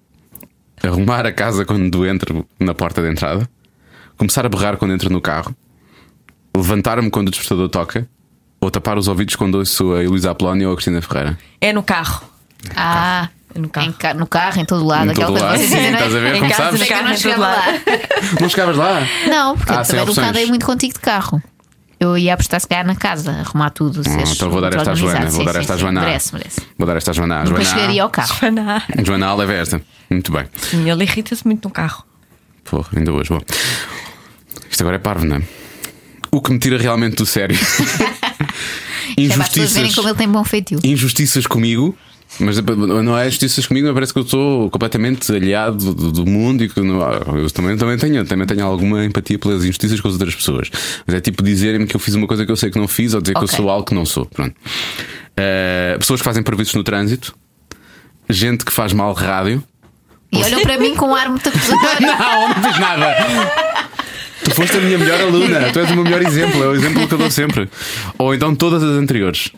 S2: Arrumar a casa quando entro na porta de entrada, começar a berrar quando entro no carro, levantar-me quando o despertador toca, ou tapar os ouvidos quando ouço a Luísa Apolónia ou a Cristina Ferreira?
S3: É no carro.
S4: Ah,
S3: No carro.
S4: Em ca- no carro, em todo lado.
S2: Em
S4: aquela
S2: todo
S4: coisa
S2: lado,
S4: que vocês
S2: sim,
S4: dizem, não é?
S2: estás a ver,
S4: Em
S2: como
S4: casa,
S2: sabes?
S4: sei que eu não é
S3: Em casa, em
S4: chegava
S3: todo
S4: lá.
S3: lado.
S2: Não chegavas lá?
S4: Não, porque
S2: Ah,
S4: eu
S2: sem
S4: também nunca
S2: opções.
S4: andei muito contigo de carro. Eu ia apostar se calhar na casa, arrumar tudo.
S2: Hum,
S4: seres
S2: então vou dar
S4: muito
S2: esta à
S4: organizado.
S2: Joana. Vou
S4: Sim,
S2: dar
S4: sim,
S2: esta à
S4: sim.
S2: Joana. A.
S4: Merece, merece.
S2: Vou dar esta à Joana. A.
S4: Depois
S2: Joana,
S4: chegaria
S2: A.
S4: ao carro.
S3: Paná.
S2: Joana A leva esta. Muito bem.
S3: Sim, ele irrita-se muito no carro.
S2: Porra, ainda hoje. Bom. Isto agora é parvo, não é? O que me tira realmente do sério.
S4: É para as pessoas verem como ele tem bom feitio.
S2: injustiças comigo. Mas não é justiças comigo, mas parece que eu estou completamente alheado do, do mundo e que não- eu também, também, tenho, também tenho alguma empatia pelas injustiças com as outras pessoas. Mas é tipo dizerem-me que eu fiz uma coisa que eu sei que não fiz ou dizer que eu
S4: Ok.
S2: sou algo que não sou. Pronto. Eh, pessoas que fazem previstos no trânsito, gente que faz mal rádio.
S4: E olham para mim com um ar muito acusador.
S2: Não, não fiz nada. Tu foste a minha melhor aluna, tu és o meu melhor exemplo, é o exemplo que eu dou sempre. Ou então todas as anteriores.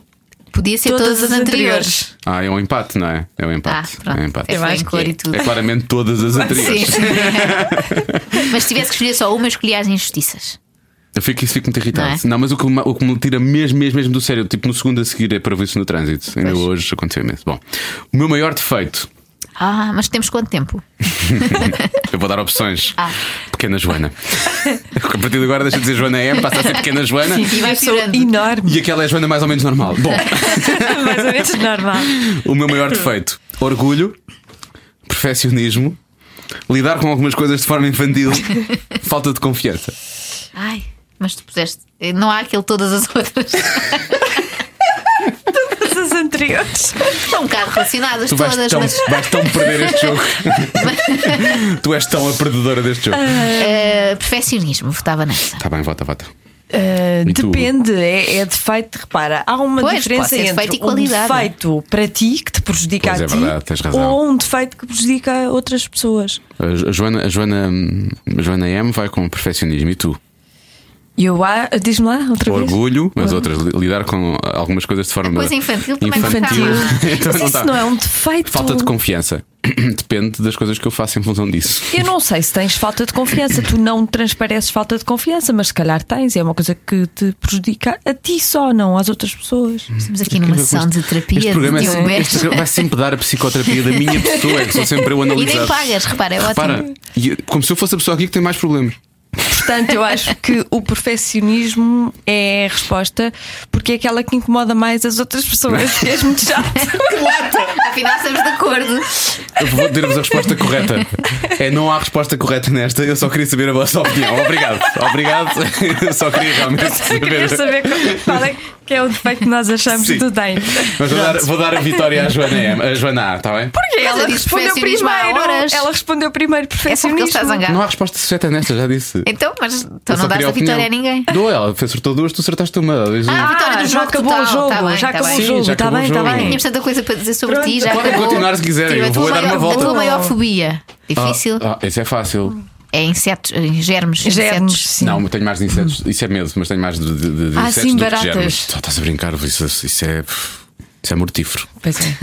S4: Podia ser todas, as anteriores.
S2: Ah, é um empate, não é? É um empate.
S4: Ah, pronto.
S2: É um empate.
S4: Eu
S3: acho
S4: acho
S3: que é.
S4: e tudo.
S2: É claramente todas as
S4: Sim.
S2: anteriores.
S4: Mas se tivesse que escolher só uma, eu escolhia as injustiças.
S2: Eu fico, isso fico muito irritado.
S4: Não
S2: Não,
S4: é?
S2: mas o que, me- o que me tira mesmo, mesmo, mesmo do sério, tipo no segundo a seguir é previsto no trânsito. Ainda
S4: Pois.
S2: hoje aconteceu mesmo. Bom, o meu maior defeito,
S4: Ah, mas temos quanto tempo?
S2: eu vou dar opções.
S4: Ah.
S2: Pequena Joana. a partir de agora deixa de dizer Joana M, passa a ser Pequena Joana.
S4: E vai
S3: Sou
S4: tirando.
S3: enorme,
S2: E aquela é a Joana mais ou menos normal. Bom,
S3: mais ou menos normal.
S2: o meu maior defeito: orgulho, perfeccionismo, lidar com algumas coisas de forma infantil, falta de confiança.
S4: Ai, mas tu puseste. eh, Não há aquele todas as outras.
S3: Todas as anteriores.
S4: Estão um bocado relacionadas
S2: Tu vais
S4: todas,
S2: tão,
S4: mas.
S2: vais tão perder este jogo. tu és tão a perdedora deste jogo.
S4: eh, perfeccionismo, votava nessa.
S2: Está bem, vota, vota.
S3: Uh,
S2: E tu?
S3: depende, é, é defeito, repara, há uma
S4: Pois,
S3: diferença
S4: pode ser defeito
S3: entre
S4: e qualidade.
S3: um defeito para ti que te prejudica
S2: Pois
S3: a
S2: é
S3: ti
S2: verdade, tens razão.
S3: ou um defeito que prejudica a outras pessoas.
S2: A Joana, a Joana, a Joana M vai com o perfeccionismo e tu?
S3: E eu há, diz-me lá outra vez.
S2: Orgulho, mas outras, li- lidar com algumas coisas de forma.
S4: Coisa infantil também não
S2: infantil.
S4: está
S2: Então não
S3: Mas isso
S2: está.
S3: não é um defeito.
S2: Falta de confiança. Depende das coisas que eu faço em função disso.
S3: Eu não sei se tens falta de confiança, tu não transpareces falta de confiança, mas se calhar tens, e é uma coisa que te prejudica a ti só, não às outras pessoas.
S4: Estamos aqui numa sessão de terapia
S2: Este
S4: de um
S2: programa é
S4: Diogo
S2: sempre-
S4: Beja.
S2: este programa vai sempre dar a psicoterapia da minha pessoa, é que sou sempre eu a
S4: E
S2: analisar.
S4: nem pagas, repara, é
S2: Repara,
S4: ótimo.
S2: e- como se eu fosse a pessoa aqui que tem mais problemas.
S3: Portanto, eu acho que o perfeccionismo é a resposta, porque é aquela que incomoda mais as outras pessoas, que és muito chato.
S4: Afinal, estamos de acordo.
S2: Eu vou dizer-vos a resposta correta. É não há resposta correta nesta. Eu só queria saber a vossa opinião. Obrigado. Obrigado. Eu só queria realmente
S3: Eu queria
S2: saber.
S3: saber qual é que é o defeito que nós achamos
S2: Sim.
S3: que tu tens.
S2: Mas vou dar, vou dar a vitória à Joana, M, a Joana A, está bem?
S3: Porque
S4: Ela
S3: ela
S4: diz
S3: respondeu
S4: perfeccionismo há
S3: primeiro.
S4: horas.
S3: Ela respondeu primeiro
S4: É só porque ele
S3: perfeccionismo.
S4: está zangado.
S2: Não há resposta certa nesta, já disse.
S4: Então, mas então
S2: Eu só
S4: não dás
S2: queria
S4: a vitória a
S2: opinião.
S4: ninguém.
S2: Dou ela, fez acertou duas, tu acertaste uma. Dois,
S4: Ah,
S2: um.
S4: vitória
S3: Ah,
S4: do
S3: já
S4: jogo
S3: acabou
S4: total.
S3: o jogo,
S4: Tá
S3: já
S4: bem, tá
S3: acabou
S4: bem.
S3: o
S2: Sim,
S3: jogo,
S2: já
S3: está
S2: acabou
S3: bem,
S2: o
S3: está
S2: jogo.
S3: bem.
S4: Tínhamos tanta coisa para dizer sobre ti. Já
S2: Podem
S4: acabou.
S2: continuar se quiserem,
S4: Sim,
S2: eu
S4: a
S2: vou
S4: tua
S2: dar uma
S4: maior-
S2: volta.
S4: A tua maior fobia. Difícil.
S2: Ah, esse é fácil.
S4: É insetos, eh, germes.
S3: Germes,
S4: insetos.
S3: sim.
S2: Não, tenho mais de insetos. Isso é medo, mas tenho mais de, de, de de
S3: Ah,
S2: insetos
S3: sim,
S2: do
S3: baratas.
S2: que germes. Só Estás a brincar, isso, isso é. Isso é mortífero.
S3: Pois é.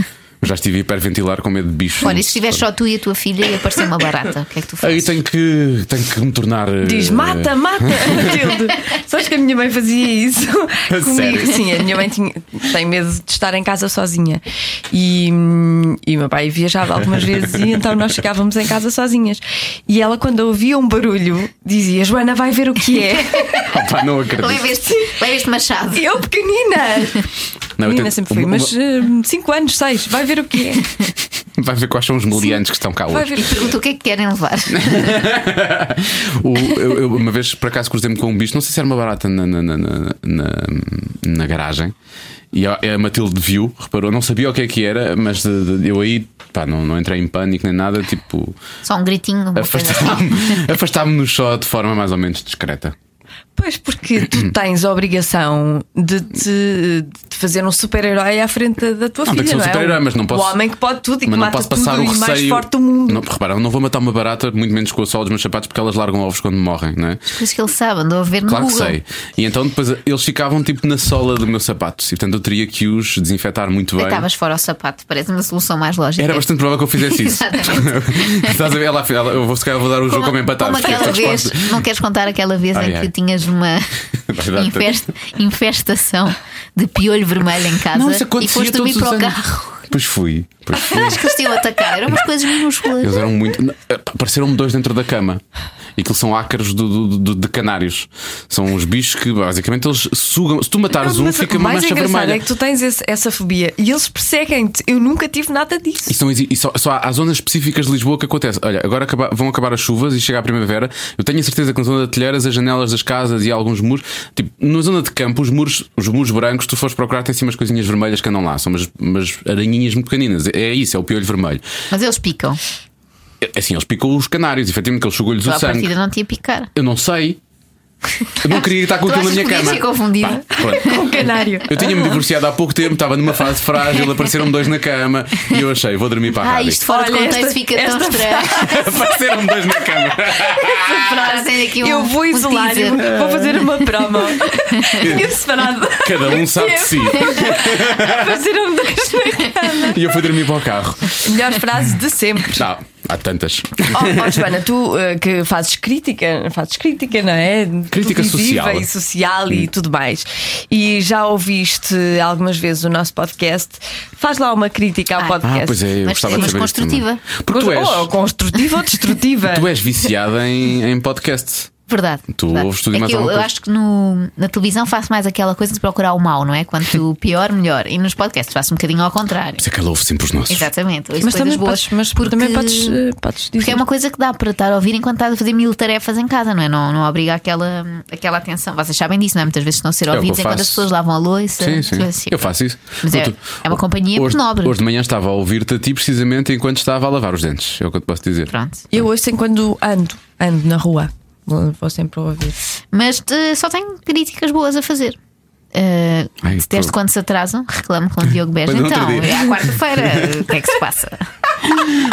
S2: Eu já estive a hiperventilar com medo de bichos.
S4: Olha, e se estiver só tu e a tua filha e aparecer uma barata, o que é que tu
S2: Aí
S4: fazes?
S2: tenho que, tenho que me tornar. eh,
S3: Diz mata, mata, Matilde. Sabes que a minha mãe fazia isso
S2: A
S3: comigo?
S2: sério?
S3: Sim, a minha mãe tinha, tem medo de estar em casa sozinha. E, hum, e o meu pai viajava algumas vezes e então nós ficávamos em casa sozinhas. E ela, quando ouvia um barulho, dizia: Joana, vai ver o que é.
S2: Opa, Ah, não acredito.
S4: Levas-te levas-te machado.
S3: Eu, pequenina.
S2: Não, eu
S3: Menina
S2: tento-
S3: sempre fui,
S2: uma-
S3: mas 5 anos, 6, vai ver o que é.
S2: uma- Vai ver quais são os meliantes que estão cá
S3: Vai
S2: hoje.
S3: ver
S4: E
S3: o que é.
S4: pergunta o que é que querem levar.
S2: O- eu, eu uma vez por acaso cruzei-me com um bicho, não sei se era uma barata na, na, na, na, na- na garagem. E a, a Matilde viu, reparou, não sabia o que é que era, mas de- de- eu aí pá, não, não entrei em pânico nem nada, tipo,
S4: Só um gritinho. uma coisa assim.
S2: afastar-me afastar-me-nos só de forma mais ou menos discreta.
S3: Pois, porque tu tens a obrigação de te de fazer um super-herói à frente da- da tua
S2: Não, tem
S3: filha.
S2: que ser um
S3: não é?
S2: super-herói, mas não posso-
S3: O homem que pode tudo e que
S2: Mas não
S3: mata
S2: posso passar
S3: tudo
S2: o
S3: e
S2: receio.
S3: mais forte do mundo.
S2: Não, repara, eu não vou matar uma barata, muito menos com a sola dos meus sapatos, porque elas largam ovos quando morrem, não é?
S4: Por isso que ele sabe, andou a ver no
S2: Claro que
S4: Google.
S2: sei. E então depois eles ficavam tipo na sola do meu sapato. E portanto eu teria que os desinfetar muito bem.
S4: Deitavas fora o sapato, parece uma solução mais lógica.
S2: Era bastante provável que eu fizesse isso. Estás a ver? Ela, ela, eu vou, se calhar vou dar o jogo como empatado.
S4: Como
S2: porque
S4: aquela
S2: esta
S4: vez,
S2: é resposta-
S4: não queres contar aquela vez
S2: Ai,
S4: em
S2: ai.
S4: que tinhas uma
S2: Vai dar
S4: infest- infestação de piolho vermelho em casa
S2: Não, isso
S4: e
S2: acontecia
S4: foste dormir
S2: todos os
S4: para o
S2: anos.
S4: carro.
S2: Pois fui, pois fui.
S4: Acho que eles tinham a atacar, eram umas coisas minúsculas.
S2: Eles eram muito. Não, eh, pá, Apareceram-me dois dentro da cama. E aquilo são ácaros do, do- do- de canários. São uns bichos que basicamente eles sugam. Se tu matares um,
S3: mas
S2: fica
S3: o
S2: uma
S3: mais
S2: mancha
S3: engraçado
S2: vermelha.
S3: é que tu tens esse- essa fobia e eles perseguem-te. Eu nunca tive nada disso.
S2: E, são, exi- e só, só há há zonas específicas de Lisboa que acontece. Olha, agora acaba- vão acabar as chuvas e chega a primavera. Eu tenho a certeza que na zona de telheiras, as janelas das casas e alguns muros, tipo, na zona de campo, os muros, os muros brancos, tu fores procurar, tem assim umas coisinhas vermelhas que andam lá. São umas, umas aranhinhas muito pequeninas. É isso, é o piolho vermelho.
S4: Mas eles picam.
S2: É- Assim, eles picam os canários, efetivamente, que eles sugam-lhes
S4: Tu
S2: o
S4: à
S2: sangue.
S4: partida não tinha picar.
S2: Eu não sei. Eu não queria estar com
S4: Tu
S2: aquilo na minha
S4: achas que podias
S2: cama.
S4: ser confundido?
S2: Pá, pronto.
S3: Um canário.
S2: Eu tinha-me divorciado há pouco tempo, estava numa fase frágil, apareceram-me dois na cama e eu achei, vou dormir para a
S4: Ah,
S2: rádio.
S4: isto fora de
S3: Olha,
S4: contexto
S3: esta-
S4: fica tão
S3: esta
S4: estranho.
S2: apareceram-me dois na cama.
S4: Para ser aqui um-
S3: eu vou
S4: um
S3: isolar-me,
S4: teaser.
S3: vou fazer uma promo. Eu separado.
S2: Cada um sabe de si.
S3: fazer um dois na cama.
S2: E eu fui dormir para o carro.
S3: Melhor frase de sempre.
S2: Tá, há tantas.
S3: Oh, oh, Joana, tu eh, que fazes crítica, fazes crítica, não é?
S2: Crítica
S3: Televisiva
S2: social. Hum.
S3: E social e tudo mais. E já ouviste algumas vezes o nosso podcast. Faz lá uma crítica ao
S4: Ah,
S2: Ah,
S3: podcast.
S2: pois é, eu
S4: Mas-
S2: gostava de
S4: mas
S2: saber. isso
S4: construtiva.
S2: também. Porque tu és,
S3: Ou construtiva ou destrutiva.
S2: tu és viciada em, em podcast.
S4: Verdade.
S2: Tu
S4: verdade.
S2: ouves tudo e
S4: É
S2: mais
S4: que eu,
S2: alguma
S4: eu
S2: coisa.
S4: acho que no- na televisão faço mais aquela coisa de procurar o mal, não é? Quanto pior, melhor. E nos podcasts faço um bocadinho ao contrário.
S2: Isso é que ela ouve sempre os nossos.
S4: Exatamente. ouço
S3: Mas
S4: coisas
S3: também,
S4: boas,
S3: podes, mas também podes, eh, podes dizer.
S4: Porque é uma coisa que dá para estar a ouvir enquanto estás a fazer mil tarefas em casa, não é? Não, não obriga aquela, aquela atenção. Vocês sabem disso, não é? Muitas vezes estão a ser
S2: o que
S4: ouvidos
S2: eu
S4: enquanto
S2: faço.
S4: as pessoas lavam a louça.
S2: Sim, sim.
S4: tudo assim.
S2: Eu faço isso.
S4: Mas é-
S2: Outro-
S4: é uma companhia
S2: hoje,
S4: nobre.
S2: Hoje de manhã estava a ouvir-te a ti precisamente enquanto estava a lavar os dentes. É o que eu te posso dizer.
S4: Pronto.
S3: Eu ouço enquanto ando, ando na rua. Vou vou sempre ouvir.
S4: Mas eh, só tenho críticas boas a fazer. Eh,
S2: Ai,
S4: se teste
S2: pronto.
S4: quando se atrasam, reclamo com o Diogo Beja.
S2: Mas não
S4: Então,
S2: outro dia.
S4: é à quarta-feira, o que é que se passa?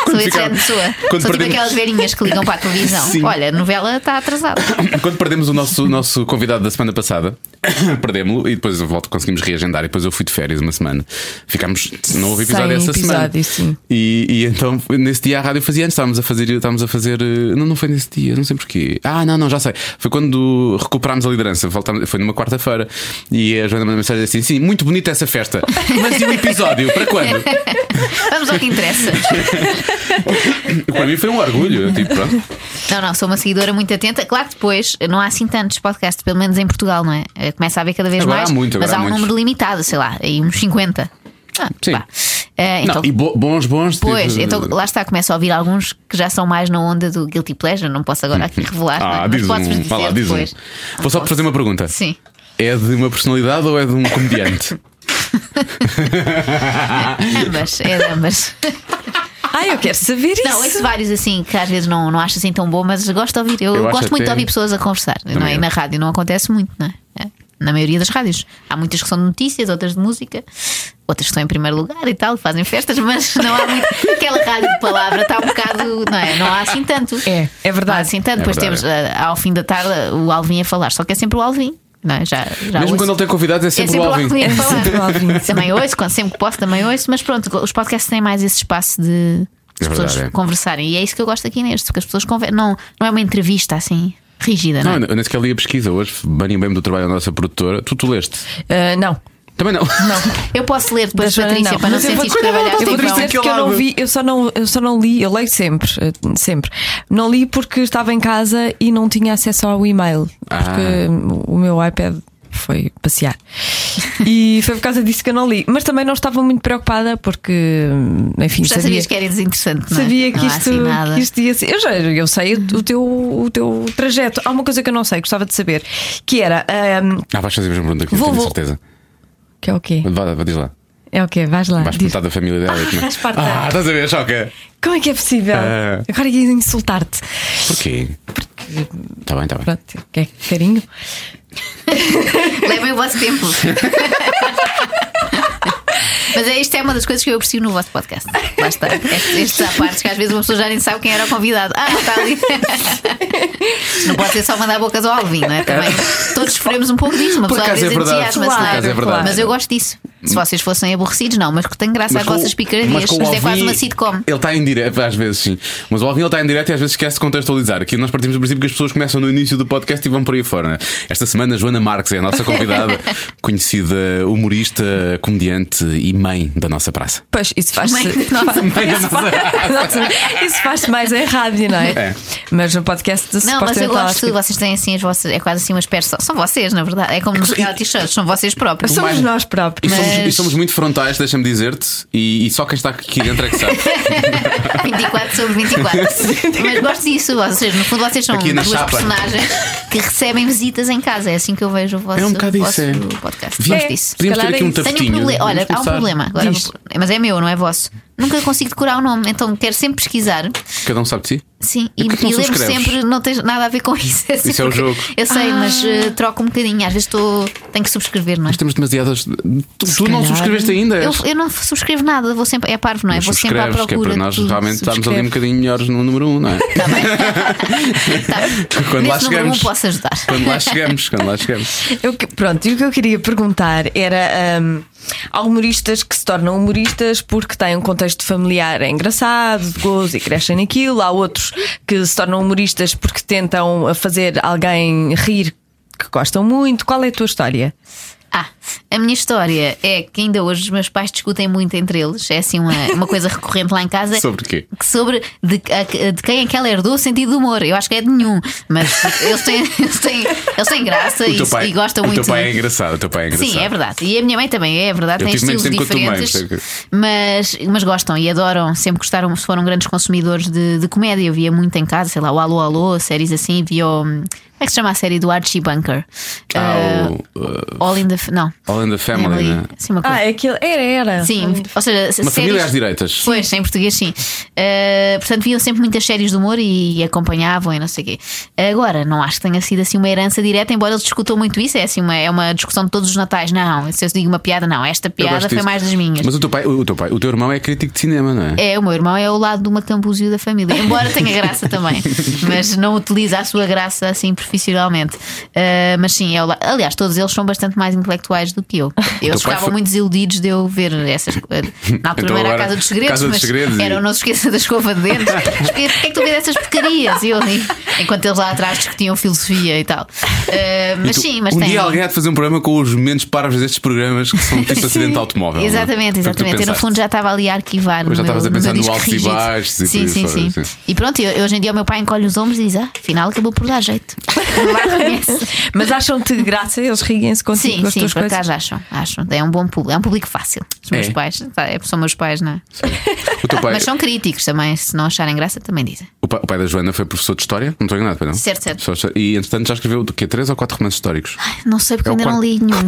S4: Sou esse
S2: fica-
S4: género de pessoa.
S2: quando
S4: Sou tipo
S2: perdemos-
S4: aquelas velhinhas que ligam para a televisão.
S2: Sim.
S4: Olha, a novela está atrasada.
S2: Quando perdemos o nosso, o nosso convidado da semana passada, perdemos-lo e depois eu volto, conseguimos reagendar. E depois eu fui de férias uma semana. Ficámos. Não houve episódio
S3: Sem
S2: essa
S3: episódio,
S2: semana.
S3: sim.
S2: E, e então, nesse dia a rádio fazia antes, estávamos a fazer. Estávamos a fazer eh, não, não foi nesse dia, não sei porquê. Ah, não, não, já sei. Foi quando recuperámos a liderança. Voltámos, foi numa quarta-feira. E a Joana mandou mensagem assim: sim, muito bonita essa festa. Mas e o episódio? Para quando?
S4: Vamos ao que interessa.
S2: Para mim foi um orgulho. eu, Tipo, pronto.
S4: Então, Não, não, sou uma seguidora muito atenta. Claro que depois não há assim tantos podcasts, pelo menos em Portugal, não é? Eh, Começa a haver cada vez
S2: Agora
S4: mais.
S2: há muito,
S4: mas
S2: agora
S4: há
S2: há
S4: um
S2: muitos.
S4: número limitado, sei lá, aí uns 50. Ah,
S2: Sim.
S4: vá. Eh, então,
S2: não, e bo- bons, bons.
S4: Pois,
S2: tipo,
S4: então lá está, começo a ouvir alguns que já são mais na onda do Guilty Pleasure, não posso agora aqui revelar. não é?
S2: Ah,
S4: mas
S2: diz um.
S4: posso-vos dizer
S2: vá lá, diz um.
S4: depois. Ah,
S2: Vou só te fazer uma pergunta.
S4: Sim.
S2: É de uma personalidade ou é de um comediante?
S4: Ambas, é de ambas.
S3: Ah, eu quero saber isso.
S4: Não, ouço vários assim que às vezes não, não acho assim tão bom, mas gosto de ouvir. Eu,
S2: Eu acho
S4: gosto muito de
S2: até-
S4: ouvir pessoas a conversar. Não é?
S2: eu.
S4: E na rádio não acontece muito, não é? É. Na maioria das rádios. Há muitas que são de notícias, outras de música, outras que estão em primeiro lugar e tal, fazem festas, mas não há muito. Aquela rádio de palavra está um bocado. Não é? Não há assim tanto.
S3: É, é verdade.
S4: Não há assim tanto.
S2: É
S4: Depois
S2: verdade.
S4: temos ah, ao fim da tarde o Alvin a falar, só que é sempre o Alvin. Não é? já, já
S2: Mesmo
S4: ouço.
S2: quando ele tem convidados, é
S4: É
S2: sempre,
S4: sempre
S2: o
S4: lá
S2: Alvin.
S4: que ia falar.
S3: sempre o Alvin.
S4: Também ouço, quando sempre que posso, também ouço, mas pronto, os podcasts têm mais esse espaço de
S2: É
S4: as pessoas
S2: verdade, é.
S4: conversarem. E é isso que eu gosto aqui neste, porque as pessoas conversam. Não, não é uma entrevista assim rígida, não,
S2: Não,
S4: é?
S2: eu nem sequer li a pesquisa hoje. Bani bem do trabalho da nossa produtora. Tu, tu leste?
S3: Ah, não.
S2: Também não.
S4: Eu posso ler
S3: Da
S4: depois,
S3: Joana,
S4: Patrícia, para não
S3: Mas eu vou-
S4: sentir que trabalhaste
S3: Eu vou
S4: em vão.
S3: dizer que eu não vi, eu só não, eu só não li, eu leio sempre, eh, sempre. Não li porque estava em casa e não tinha acesso ao e-mail,
S2: Ah.
S3: porque hum, o meu iPad foi passear. E foi por causa disso que eu não li, mas também não estava muito preocupada porque, hum, enfim,
S4: Já
S3: sabia,
S4: sabias que era desinteressante, não é?
S3: sabia que
S4: Não há
S3: isto,
S4: assim nada.
S3: que isto ia ser. Eu já eu sei o teu, o teu trajeto. Há uma coisa que eu não sei, gostava de saber, que era hum,
S2: Ah, vais fazer a mesma pergunta que eu
S3: Vou,
S2: tenho
S3: vou.
S2: certeza.
S3: que é o quê?
S2: Vá, vá, diz lá.
S3: É o quê? Vais lá.
S2: Vais
S3: diz.
S2: perguntar da família dela. e como é-
S3: vais partar.
S2: ah, estás a ver, choca.
S3: Como é que é possível?
S2: Ah.
S3: Agora ia insultar-te.
S2: Porquê? Está bem, está bem.
S3: Pronto, que é carinho.
S4: Levem o vosso tempo. Mas é, isto é uma das coisas que eu aprecio no vosso podcast. Lá está. Estes, estes à parte, que às vezes uma pessoa já nem sabe quem era o convidado. Ah, está ali. Não pode ser só mandar bocas ao Alvin, não é? Também. Todos sofremos um pouco disso. Uma
S2: Por
S4: pessoa às
S2: acaso é
S4: vezes
S2: verdade.
S4: entusiasma-se,
S2: Por
S4: não é?
S2: acaso é verdade.
S4: Mas eu gosto disso. Se vocês fossem aborrecidos, não, mas que tem graça às
S2: com o-
S4: vossas
S2: mas
S4: picardias.
S2: com o
S4: Isto é quase
S2: Alvin,
S4: uma sitcom.
S2: Ele está em direto, às vezes sim. Mas o Alvin ele está em direto e às vezes esquece de contextualizar. Aqui nós partimos do princípio que as pessoas começam no início do podcast e vão por aí fora. né? Esta semana, a Joana Marques é a nossa convidada, conhecida humorista, comediante e mãe da nossa praça.
S3: Pois, isso faz
S4: Mãe, nossa,
S3: Isso faz-se mais em rádio, não é?
S2: É.
S3: Mas no podcast de
S4: Não, mas eu gosto, vocês têm assim as vossas. É quase assim umas pessoas. São vocês, na verdade. É como nos reality shows, são vocês próprios.
S3: Somos
S2: mais-
S3: nós
S2: E,
S3: próprios.
S2: somos,
S4: Mas-
S2: e somos muito frontais, deixa-me dizer-te, e, e só quem está aqui dentro é que sabe.
S4: 24 sobre 24. Mas gosto disso. Vocês, no fundo, vocês são
S2: Aqui na
S4: duas
S2: chapa.
S4: personagens que recebem visitas em casa. É assim que eu vejo o vosso,
S2: É um bocado
S4: o
S2: isso,
S4: vosso
S2: é.
S4: podcast.
S2: Devíamos-
S4: Gosto disso.
S2: Podíamos ter
S3: calhar
S2: aqui
S3: é
S2: um
S3: isso.
S2: tapetinho.
S4: Tenho um problema. Olha,
S2: Vamos
S4: há um
S2: começar.
S4: problema. Agora,
S3: Diz.
S4: mas é meu, não é vosso. Nunca consigo decorar o nome, então quero sempre pesquisar.
S2: Cada um sabe de si.
S4: Sim,
S2: E
S4: e,
S2: porquê que
S4: e
S2: não
S4: lembro
S2: subscreves?
S4: sempre, não tens nada a ver com isso. assim
S2: Isso é o
S4: porque-
S2: jogo.
S4: Eu sei, mas
S3: Ah.
S4: eh, troco um bocadinho. Às vezes estou. Tenho que subscrever, não é?
S2: Nós temos demasiadas. Tu, tu não
S3: calhar.
S2: subscreveste ainda?
S4: Eu, eu não subscrevo nada, vou sempre. É parvo, não
S2: é
S4: é?
S2: Mas
S4: vou sempre à
S2: subscreves, que é
S4: procura.
S2: para
S4: de
S2: nós
S4: tudo.
S2: realmente estarmos ali um
S3: Subscreve.
S2: bocadinho melhores no número 1, um, não é?
S4: Tá.
S2: Quando
S4: Nesse
S2: lá
S4: número
S2: chegamos.
S4: um posso ajudar.
S2: Quando lá chegamos, quando lá chegamos.
S3: Eu que- pronto, e o que eu queria perguntar era: hum, há humoristas que se tornam humoristas porque têm um contexto familiar engraçado, de gozo e crescem naquilo, há outros que se tornam humoristas porque tentam fazer alguém rir que gostam muito. Qual é a tua história?
S4: Ah, a minha história é que ainda hoje os meus pais discutem muito entre eles. É assim uma, uma coisa recorrente lá em casa.
S2: Sobre quê?
S4: Que sobre de, a- de quem é que ela herdou o sentido de humor. Eu acho que é de nenhum, mas eles têm, eles têm, eles têm graça
S2: O
S4: e,
S2: teu pai,
S4: e gostam
S2: o
S4: muito.
S2: teu pai é
S4: de-
S2: engraçado, o teu pai é engraçado.
S4: Sim, é verdade. E a minha mãe também, é verdade,
S2: Eu
S4: tem
S2: tive menos
S4: estilos
S2: tempo com a tua mãe,
S4: diferentes.
S2: sei
S4: mas, mas gostam e adoram, sempre gostaram, foram grandes consumidores de, de comédia. Eu via muito em casa, sei lá, o Alô Alô, séries assim, via o. Como é que se chama a série do Archie Bunker?
S2: Ah, o,
S4: Ah, All in the. F- Não.
S2: All in the Family,
S4: é, Emily,
S2: né?
S4: Assim, uma coisa.
S3: Ah, aquilo. Era, era.
S4: Sim, ou seja,
S2: Uma
S4: séries.
S2: família às direitas.
S4: Pois, em português, sim. Uh, portanto, viam sempre muitas séries de humor e, acompanhavam e não sei o quê. Agora, não acho que tenha sido assim uma herança direta, embora eles discutam muito isso. É assim, uma, é uma discussão de todos os natais. Não, se eu digo uma piada, não. Esta
S2: Eu
S4: piada
S2: gosto
S4: foi
S2: disso.
S4: mais das minhas.
S2: Mas o teu pai, o teu pai, o teu irmão é crítico de cinema, não é?
S4: É, o meu irmão é o lado do macambúzio da família, embora tenha graça também, mas não utiliza a sua graça assim profissionalmente. Uh, mas sim, é o la... aliás, todos eles são bastante mais intelectuais do que eu. Eles
S2: pai
S4: ficavam
S2: foi-
S4: muito desiludidos de eu ver essas coisas. Na altura
S2: Então
S4: era a
S2: agora,
S4: Casa dos Segredos,
S2: Casa dos
S4: mas
S2: Segredos e-
S4: era o Não Se Esqueça da Escova de Dentes. Esque- Porquê é que tu vês essas porcarias? E eu ali, enquanto eles lá atrás discutiam filosofia e tal. Uh,
S2: E
S4: mas
S2: tu-
S4: sim, mas
S2: um
S4: tem.
S2: dia alguém há de fazer um programa com os momentos parvos destes programas que são tipo acidente de automóvel. não é?
S4: Exatamente,
S2: Foi o que tu
S4: exatamente. Eu no
S2: pensaste.
S4: fundo já estava ali a arquivar. no
S2: já
S4: meu-
S2: estavas a
S4: no meu
S2: pensar no
S4: disco
S2: altos e
S4: rígido.
S2: baixos e por
S4: Sim,
S2: aí
S4: sim,
S2: fora,
S4: sim,
S2: sim.
S4: E pronto, eu- hoje em dia o meu pai encolhe os ombros e diz: Ah, afinal acabou por dar jeito. Não lá reconhece.
S3: Mas acham-te graça, eles riguem-se contigo
S4: Sim,
S3: com as
S4: sim,
S3: tuas
S4: por
S3: coisas.
S4: acaso acham, acham. É um bom público, é um público fácil. Os meus
S2: É.
S4: pais, tá, é- são meus pais, não é?
S2: O teu pai,
S4: Mas são críticos também, se não acharem graça, também dizem.
S2: o pai, o pai da Joana foi professor de história, não estou enganado, pois não?
S4: Certo, certo.
S2: Professor de História. E entretanto já escreveu do quê? Três ou quatro romances históricos?
S4: Não sei porque
S2: É o
S4: ainda não
S2: quarto-
S4: li nenhum.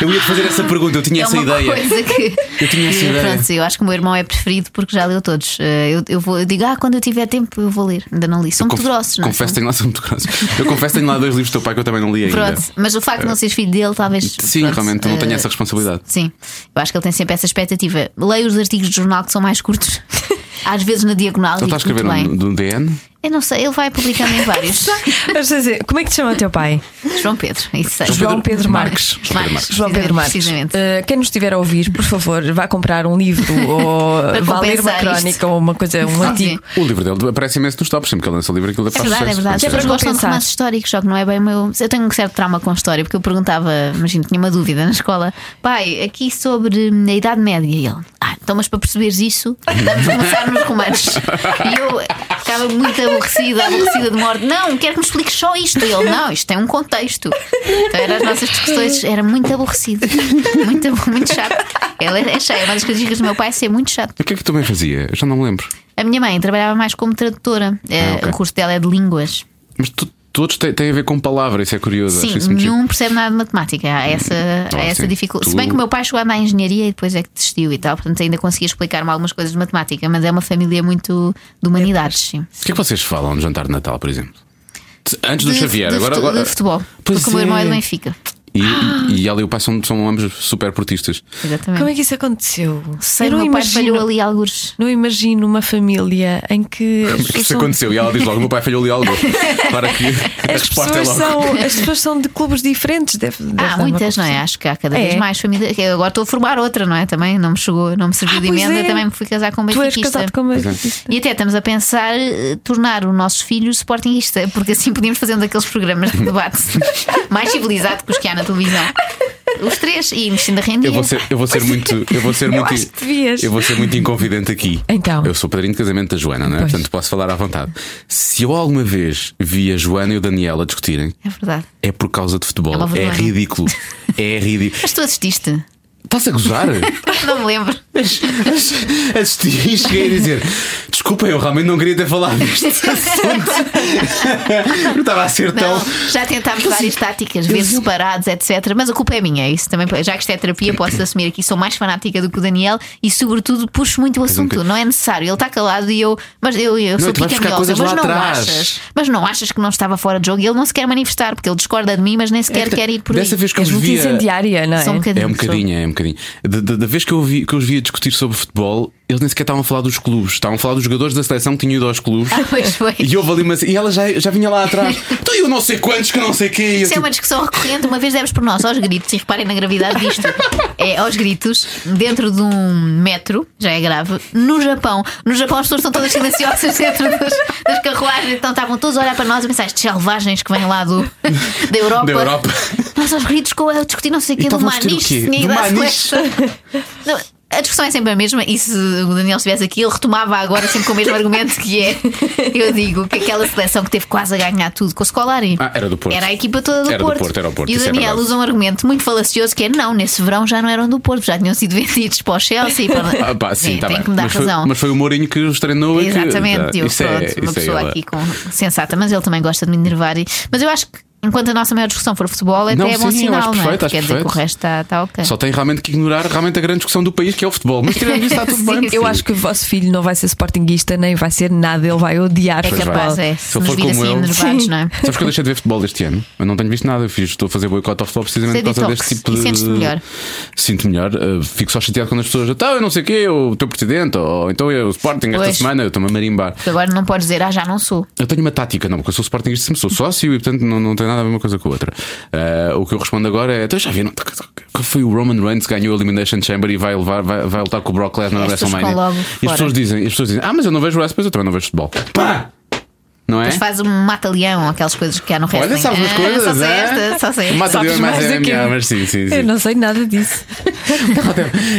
S2: Eu ia fazer essa pergunta, eu tinha
S4: é
S2: essa
S4: uma
S2: ideia.
S4: coisa que.
S2: Eu tinha essa
S4: E,
S2: ideia.
S4: Pronto, eu acho que o meu irmão é preferido porque já leu todos. Eh, Eu, eu, vou, eu digo, ah, quando eu tiver tempo eu vou ler. Ainda não li. São muito
S2: Conf-
S4: grossos, não é?
S2: Confesso, tenho lá, são muito grossos. Eu confesso, tenho lá dois livros do teu pai que eu também não li ainda.
S4: Pronto, mas o facto de não seres filho dele, talvez.
S2: é. Sim,
S4: pronto,
S2: realmente, eu não tenho
S4: eh,
S2: essa responsabilidade.
S4: Sim, eu acho que ele tem sempre essa expectativa. Leio os artigos de jornal que são mais curtos, às vezes na diagonal.
S2: Ele está
S4: digo,
S2: a escrever
S4: muito bem.
S2: um, do DN?
S4: Eu não sei, ele vai publicando em vários.
S3: Mas, quer dizer, como é que te chama o teu pai?
S4: João Pedro, isso é. sei.
S3: João Pedro Marques.
S2: João Pedro Marques.
S3: João Pedro Marques.
S4: Precisamente.
S3: Uh, quem nos estiver a ouvir, por favor, vá comprar um livro ou vá ler uma
S4: compensar
S3: crónica
S4: isto.
S3: ou uma coisa, um
S4: Sim,
S3: artigo.
S2: O livro dele aparece imenso nos tops, sempre que ele lança o livro, aquilo
S4: É
S2: aparece.
S4: verdade, é verdade. As
S3: para
S4: pessoas gostam de
S3: compensar.
S4: romances históricos, só que não é bem o meu. Eu tenho um certo trauma com história, porque eu perguntava, imagino, tinha uma dúvida na escola, pai, aqui sobre hum, a Idade Média. E ele, ah, então, mas para perceberes isso, vamos começar nos romances. E eu ficava muito aborrecida, aborrecida de morte. Não, quero que me expliques só isto. E ele, não, isto tem um contexto. Então, eram as nossas discussões, era muito aborrecido, muito, abo- muito chato. Ela é cheia, uma das críticas do meu pai é ser muito chato.
S2: O que é que tu bem fazia? Eu já não me lembro.
S4: A minha mãe trabalhava mais como tradutora, Eh,
S2: ok.
S4: o curso dela é de línguas.
S2: Mas tu- todos têm, têm a ver com palavra, isso é curioso.
S4: Sim,
S2: acho isso muito giro.
S4: nenhum percebe nada de matemática. Há essa, há
S2: Ah,
S4: essa
S2: sim.
S4: dificuldade. Se
S2: Tu-
S4: bem que o meu pai chegou a andar em engenharia e depois é que desistiu e tal, portanto ainda conseguia explicar-me algumas coisas de matemática, mas é uma família muito de humanidades, sim.
S2: O que é que vocês falam no jantar de Natal, por exemplo? Antes do
S4: De-
S2: Xavier,
S4: de
S2: agora.
S4: fute-
S2: agora...
S4: de futebol. Ah!
S2: Pois
S4: porque o meu irmão é do
S2: é.
S4: Benfica.
S2: E, e ela e o pai são, são ambos super portistas.
S4: Exatamente.
S3: Como é que isso aconteceu?
S4: Sei,
S3: Eu
S4: o
S3: não
S4: meu pai falhou
S3: imagino,
S4: ali alguns.
S3: não imagino uma família em que as pessoas
S2: é Isso
S3: são-
S2: aconteceu e ela diz logo: o meu pai falhou ali algo. Para que a
S3: As
S2: resposta é
S3: pessoas,
S2: logo.
S3: são, as pessoas são de clubes diferentes. Deve, deve dar
S4: Há
S3: uma
S4: muitas, não é?
S3: confusão.
S4: Acho que há cada
S3: É.
S4: vez mais família. Eu agora estou a formar outra, não é? Também não me chegou, não me serviu
S3: Ah,
S4: de
S3: pois
S4: emenda,
S3: é.
S4: também me fui casar com um
S3: Tu és
S4: benfiquista.
S3: casado com uma.
S2: é.
S4: E até estamos a pensar eh, tornar o nosso filho sportinguista, porque assim podíamos fazer um daqueles programas de debate mais civilizado que os que há na televisão. Os três, e é. mexendo a render.
S2: Eu vou ser, eu vou ser muito. Eu vou ser muito.
S3: acho que devias.
S2: eu vou ser muito inconfidente aqui.
S3: Então.
S2: Eu sou padrinho de casamento da Joana, não é?
S3: Pois.
S2: Portanto, posso falar à vontade. Se eu alguma vez vi a Joana e o Daniel a discutirem,
S4: É verdade.
S2: é por causa de futebol.
S4: É uma
S2: É,
S4: vergonha.
S2: ridículo. É ridículo.
S4: Mas tu assististe?
S2: Estás a gozar?
S4: Não me lembro.
S2: Assisti e cheguei a dizer: Desculpa, eu realmente não queria ter falado disto. Eu Estava a ser tão.
S4: Não, já
S2: então,
S4: tentámos várias táticas, ver separados, etc. Mas a culpa é minha, é isso também. Já que isto é terapia, posso assumir aqui. Sou mais fanática do que o Daniel e, sobretudo, puxo muito o assunto.
S2: um bocadinho.
S4: Não é necessário. Ele está calado e eu. Mas eu, eu sou
S2: tu vais buscar
S4: picanhosa.
S2: coisas
S4: Mas
S2: lá
S4: não
S2: atrás.
S4: achas. Mas não achas que não estava fora de jogo e ele não se quer manifestar porque ele discorda de mim, mas nem sequer quer ir por
S2: Então, Dessa
S4: aí.
S2: vez que eu
S3: És
S2: os
S3: muito
S2: vi. a-
S3: incendiária, não é?
S4: Só um bocadinho.
S2: É um bocadinho, é um bocadinho. Da, da- da vez que eu, vi, que eu os vi a discutir sobre futebol, eles nem sequer estavam a falar dos clubes, estavam a falar dos jogadores da seleção que tinham ido aos clubes.
S4: Ah, pois foi.
S2: E houve ali uma. E ela já, já vinha lá atrás. Então eu não sei quantos que não sei quem. E eu tipo,
S4: Isso é uma discussão recorrente, uma vez demos por nós aos gritos, e reparem na gravidade disto. É, aos gritos, dentro de um metro, já é grave, no Japão. No Japão as pessoas estão todas silenciosas dentro das, das carruagens, então estavam todos a olhar para nós e pensar, estes selvagens que vêm lá do, da Europa.
S2: Da Europa.
S4: Nós aos gritos com a discutir não sei o
S2: E
S4: quê do
S2: estavam a discutir o quê?
S4: Maniche, tinha ido
S2: Do
S4: à
S2: Maniche.
S4: seleção. Não, A discussão é sempre a mesma, e se o Daniel estivesse aqui, ele retomava agora sempre com o mesmo argumento que é. Eu digo que aquela seleção que teve quase a ganhar tudo com o Scolari.
S2: Ah, era do Porto.
S4: Era a equipa toda do
S2: Era do
S4: Porto.
S2: Porto, era o Porto,
S4: E o
S2: isso é
S4: Daniel
S2: verdade.
S4: usa um argumento muito falacioso que é: não, nesse verão já não eram do Porto, já tinham sido vendidos para o Chelsea. e Para...
S2: Ah, pá, sim,
S4: É,
S2: tá
S4: tem
S2: bem.
S4: que me dar
S2: mas,
S4: razão.
S2: Foi, mas foi o Mourinho que os treinou e que-
S4: Exatamente, eu
S2: isso é-
S4: pronto, uma
S2: isso é
S4: pessoa
S2: ele.
S4: aqui com sensata, mas ele também gosta de me enervar. E... Mas eu acho que enquanto a nossa maior discussão for futebol, até
S2: Não,
S4: é bom
S2: sim, eu
S4: sinal,
S2: acho
S4: não é?
S2: perfeito,
S4: Porque
S2: acho
S4: Quer dizer que o
S2: perfeito.
S4: resto está está ok.
S2: Só tem realmente que ignorar realmente a grande discussão do país que é o futebol. Mas tirando isso, está tudo
S4: Sim,
S2: bem.
S3: Eu acho que o vosso filho não vai ser sportinguista, nem vai ser nada, ele vai odiar
S4: É
S2: Pois
S4: capaz,
S2: vai.
S4: é.
S2: Se
S4: Se,
S2: eu
S4: nos
S2: for
S4: vir
S2: como
S4: assim
S2: eu-
S4: enervados, não é?
S2: Sabes que eu deixei de ver futebol este ano? Eu não tenho visto nada. Eu fiz, estou a fazer boicote ao futebol precisamente por
S4: Fazer
S2: causa
S4: detox.
S2: deste tipo
S4: E
S2: de.
S4: sentes-te melhor?
S2: Sinto melhor. Uh, fico só chateado quando as pessoas. Tá, eu não sei o quê, o teu presidente, ou então eu, o Sporting, esta
S4: Pois.
S2: semana, eu estou-me a marimbar.
S4: Porque agora não podes dizer, ah, já não sou.
S2: Eu tenho uma tática, não, porque eu sou Sportingista, sempre sou sócio e portanto não, não tem nada a ver uma coisa com a outra. Ah, o que eu respondo agora é: então já viram que foi o Roman Reigns que ganhou a Elimination Chamber e vai, levar, vai, vai lutar com o Brock Lesnar na
S4: As pessoas
S2: WrestleMania.
S4: ficam logo
S2: E as
S4: fora.
S2: pessoas, dizem, e as pessoas dizem: ah, mas eu não vejo wrestling, mas eu também não vejo futebol. Pá! Não é?
S4: Mas faz um mata-leão, aquelas coisas que há no resto. Ah,
S2: Olha, sabes umas coisas.
S4: Só sei
S2: é?
S4: esta, só sei esta.
S2: Mas sabes
S3: Sabes
S2: mais
S3: mais
S2: é
S3: do que eu.
S2: melhor, mas sim, sim, sim.
S3: Eu não sei nada disso.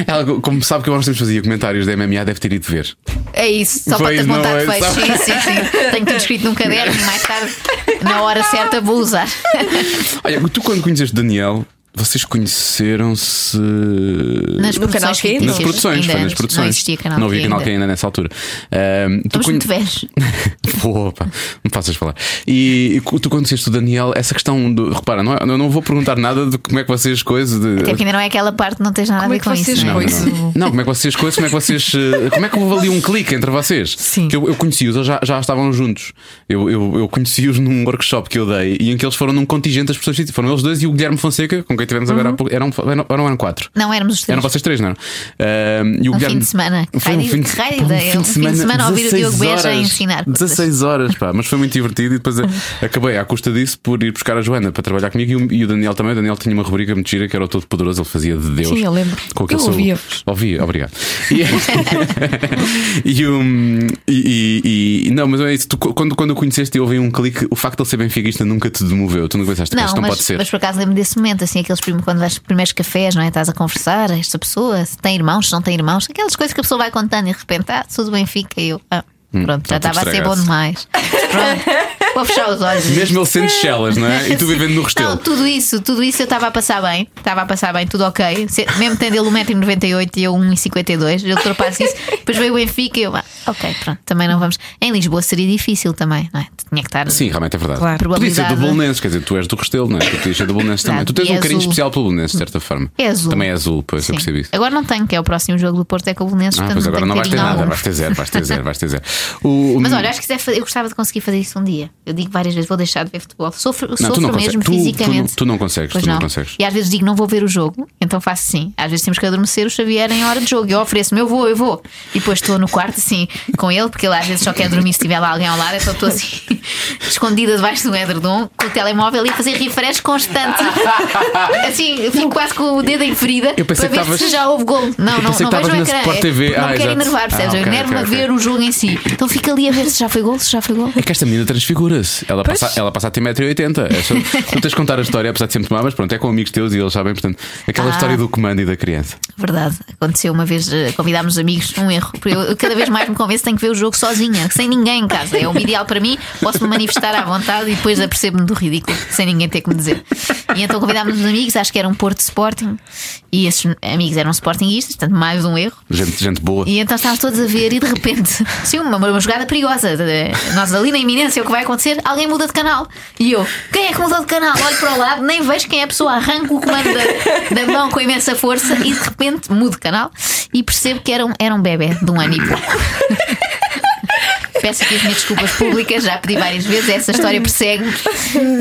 S2: Ela, como sabe que eu há uns tempos fazia comentários da MMA, deve ter ido ver.
S4: É isso, só
S2: Pois
S4: para te
S2: não
S4: apontar
S2: é,
S4: de fecho.
S2: sabe?
S4: Sim, sim, sim. Tenho tudo escrito num caderno e mais tarde, na hora certa, vou usar.
S2: Olha, tu quando conheceste Daniel, vocês conheceram-se.
S4: Nas
S3: No canal
S4: produções
S3: quê?
S4: fictícias.
S2: Nas produções,
S4: Ainda
S2: foi nas
S4: antes.
S2: produções.
S4: Não existia canal
S2: Não havia
S4: Q
S2: canal que
S4: ainda.
S2: ainda nessa altura. Ahm, tu
S4: Estamos
S2: conhe-
S4: muito velhos.
S2: Opa, me faças falar. E, e cu- tu conheceste o Daniel, essa questão do. Repara, não, é- eu não vou perguntar nada de como é que vocês coisas. De...
S4: Até que ainda não é aquela parte, não tens nada
S3: Como
S4: a
S3: é
S4: ver
S3: que
S4: com
S3: vocês
S4: isso.
S2: Não,
S4: não é?
S2: não,
S3: Pois.
S2: não. Não, como é que vocês coisas, como é que vocês. eh, Como é que houve ali um clique entre vocês?
S3: Sim.
S2: Que eu, eu conheci-os, eles já, já estavam juntos. Eu, eu, eu conheci-os num workshop que eu dei e em que eles foram num contingente das pessoas. Foram eles dois e o Guilherme Fonseca, com quem tivemos
S3: Uhum.
S2: agora há pouco. Eram, eram, eram, eram quatro.
S4: Não éramos os três.
S2: Eram vocês três, não eram? Ahm, e o
S4: Um
S2: Guilherme-
S4: fim de semana. Que
S2: Foi um
S4: raio-
S2: fim de,
S4: que
S2: pá,
S4: raio
S2: um
S4: ideia.
S2: fim de semana,
S4: a ouvir o
S2: 16
S4: Diogo Beja a
S2: horas.
S4: ensinar coisas.
S2: 16 horas, pá, mas foi muito divertido e depois a- acabei à custa disso por ir buscar a Joana para trabalhar comigo e o, e o Daniel também. O Daniel tinha uma rubrica muito gira que era o Todo Poderoso, ele fazia de Deus.
S3: Sim, eu lembro.
S2: Com aquele
S3: Eu
S2: seu-
S3: ouvia-vos.
S2: Ouvia, obrigado. E, e, um, e- e- e- não, mas é isso. Tu, quando, quando o conheceste e houve um clique, o facto de ele ser benfiquista nunca te demoveu. Tu nunca pensaste,
S4: Não,
S2: isto não
S4: mas,
S2: pode ser.
S4: mas por acaso lembro desse momento, assim, aqueles primeiros, quando vais aos primeiros cafés, não é? Estás a conversar, esta pessoa, se tem irmãos, se não tem irmãos, aquelas coisas que a pessoa vai contando e de repente, ah, sou do Benfica e eu, ah, pronto, já
S2: então
S4: estava a ser
S2: estragaste.
S4: bom demais. Pronto, vou fechar os olhos.
S2: Mesmo ele sendo chelas, não é? E tu vivendo no restelo.
S4: Não, tudo isso, tudo isso eu estava a passar bem, estava a passar bem, tudo ok. Se- Mesmo tendo ele 1,98m e eu 1,52m, eu ultrapasso isso. Depois veio o Benfica e eu, ah, ok, pronto, também não vamos. Em Lisboa seria difícil também, não é? Tinha que estar.
S2: Sim, realmente é verdade. Podia
S3: Claro.
S2: ser do
S4: Probabilidade.
S2: Bolonenses, quer dizer, tu és do Restelo, não é? Tu podias ser do Bolonenses também.
S4: Verdade.
S2: Tu tens
S4: E
S2: um
S4: é
S2: carinho
S4: azul.
S2: especial pelo Bolonenses, de certa forma.
S4: É azul.
S2: Também é azul, pois eu
S4: Sim.
S2: percebi isso.
S4: Agora não tenho, que é o próximo jogo do Porto é com o Belenenses,
S2: Ah,
S4: portanto
S2: pois
S4: não
S2: agora
S4: tenho
S2: não vais ter
S4: carinho
S2: nada,
S4: algum.
S2: vais ter zero, vais ter zero, vais ter zero. O-
S4: é, Mas olha, acho que quiser fazer- eu gostava de conseguir fazer isso um dia. Eu digo várias vezes, vou deixar de ver futebol. Sofro,
S2: Não, tu
S4: sofro
S2: não consegues.
S4: mesmo
S2: Tu- tu não-
S4: fisicamente.
S2: tu não consegues,
S4: Pois
S2: tu não consegues.
S4: E é às vezes digo, não vou ver o jogo, então faço assim. Às vezes temos que adormecer o Xavier em hora de jogo. Eu ofereço-me, eu vou, eu vou. E depois estou no quarto assim com ele, porque ele às vezes só quer dormir se tiver lá alguém ao lado. Então estou assim, escondida debaixo do edredom, com o telemóvel e a fazer refresh constante. assim, eu fico quase com o dedo em ferida
S2: Eu pensei
S4: para
S2: que
S4: ver
S2: estavas-
S4: se já houve gol. Não, não,
S2: pensei
S4: não
S2: que
S4: vejo
S2: estavas
S4: o
S2: na
S4: ecrã.
S2: Sport
S4: É,
S2: TV.
S4: Não
S2: Ah,
S4: quero
S2: exato.
S4: enervar, percebes?
S2: Ah, ok,
S4: eu enervo-me
S2: ok,
S4: a ver
S2: ok.
S4: o jogo em si. Então fica ali a ver se já foi gol, se já foi gol.
S2: É que esta menina transfigura-se. Ela passa, ela passa a ter 1,80m. É só- tu tens de contar a história, apesar de sempre tomar, mas pronto, é com amigos teus e eles sabem, portanto, aquela
S4: Ah.
S2: história do comando e da criança.
S4: Verdade, aconteceu uma vez, eh, convidámos os amigos, um erro. Eu, eu cada vez mais me convenço que tenho que ver o jogo sozinha, sem ninguém em casa. É o ideal para mim, posso me manifestar à vontade e depois apercebo-me do ridículo, sem ninguém ter que me dizer. E então convidámos os amigos, acho que era um Porto Sporting, e esses amigos eram sportinguistas, portanto, mais um erro.
S2: Gente, gente boa.
S4: E então estávamos todos a ver e de repente, sim, uma, uma jogada perigosa. Eh, Nós ali na iminência, o que vai acontecer? Alguém muda de canal. E eu, quem é que mudou de canal? Olho para o lado, nem vejo quem é a pessoa, arranco o comando da, da mão com imensa força e de repente mudo de canal e percebo que era um, era um bebê de um ano e pouco. Peço aqui as minhas desculpas públicas, já pedi várias vezes, essa história persegue-me.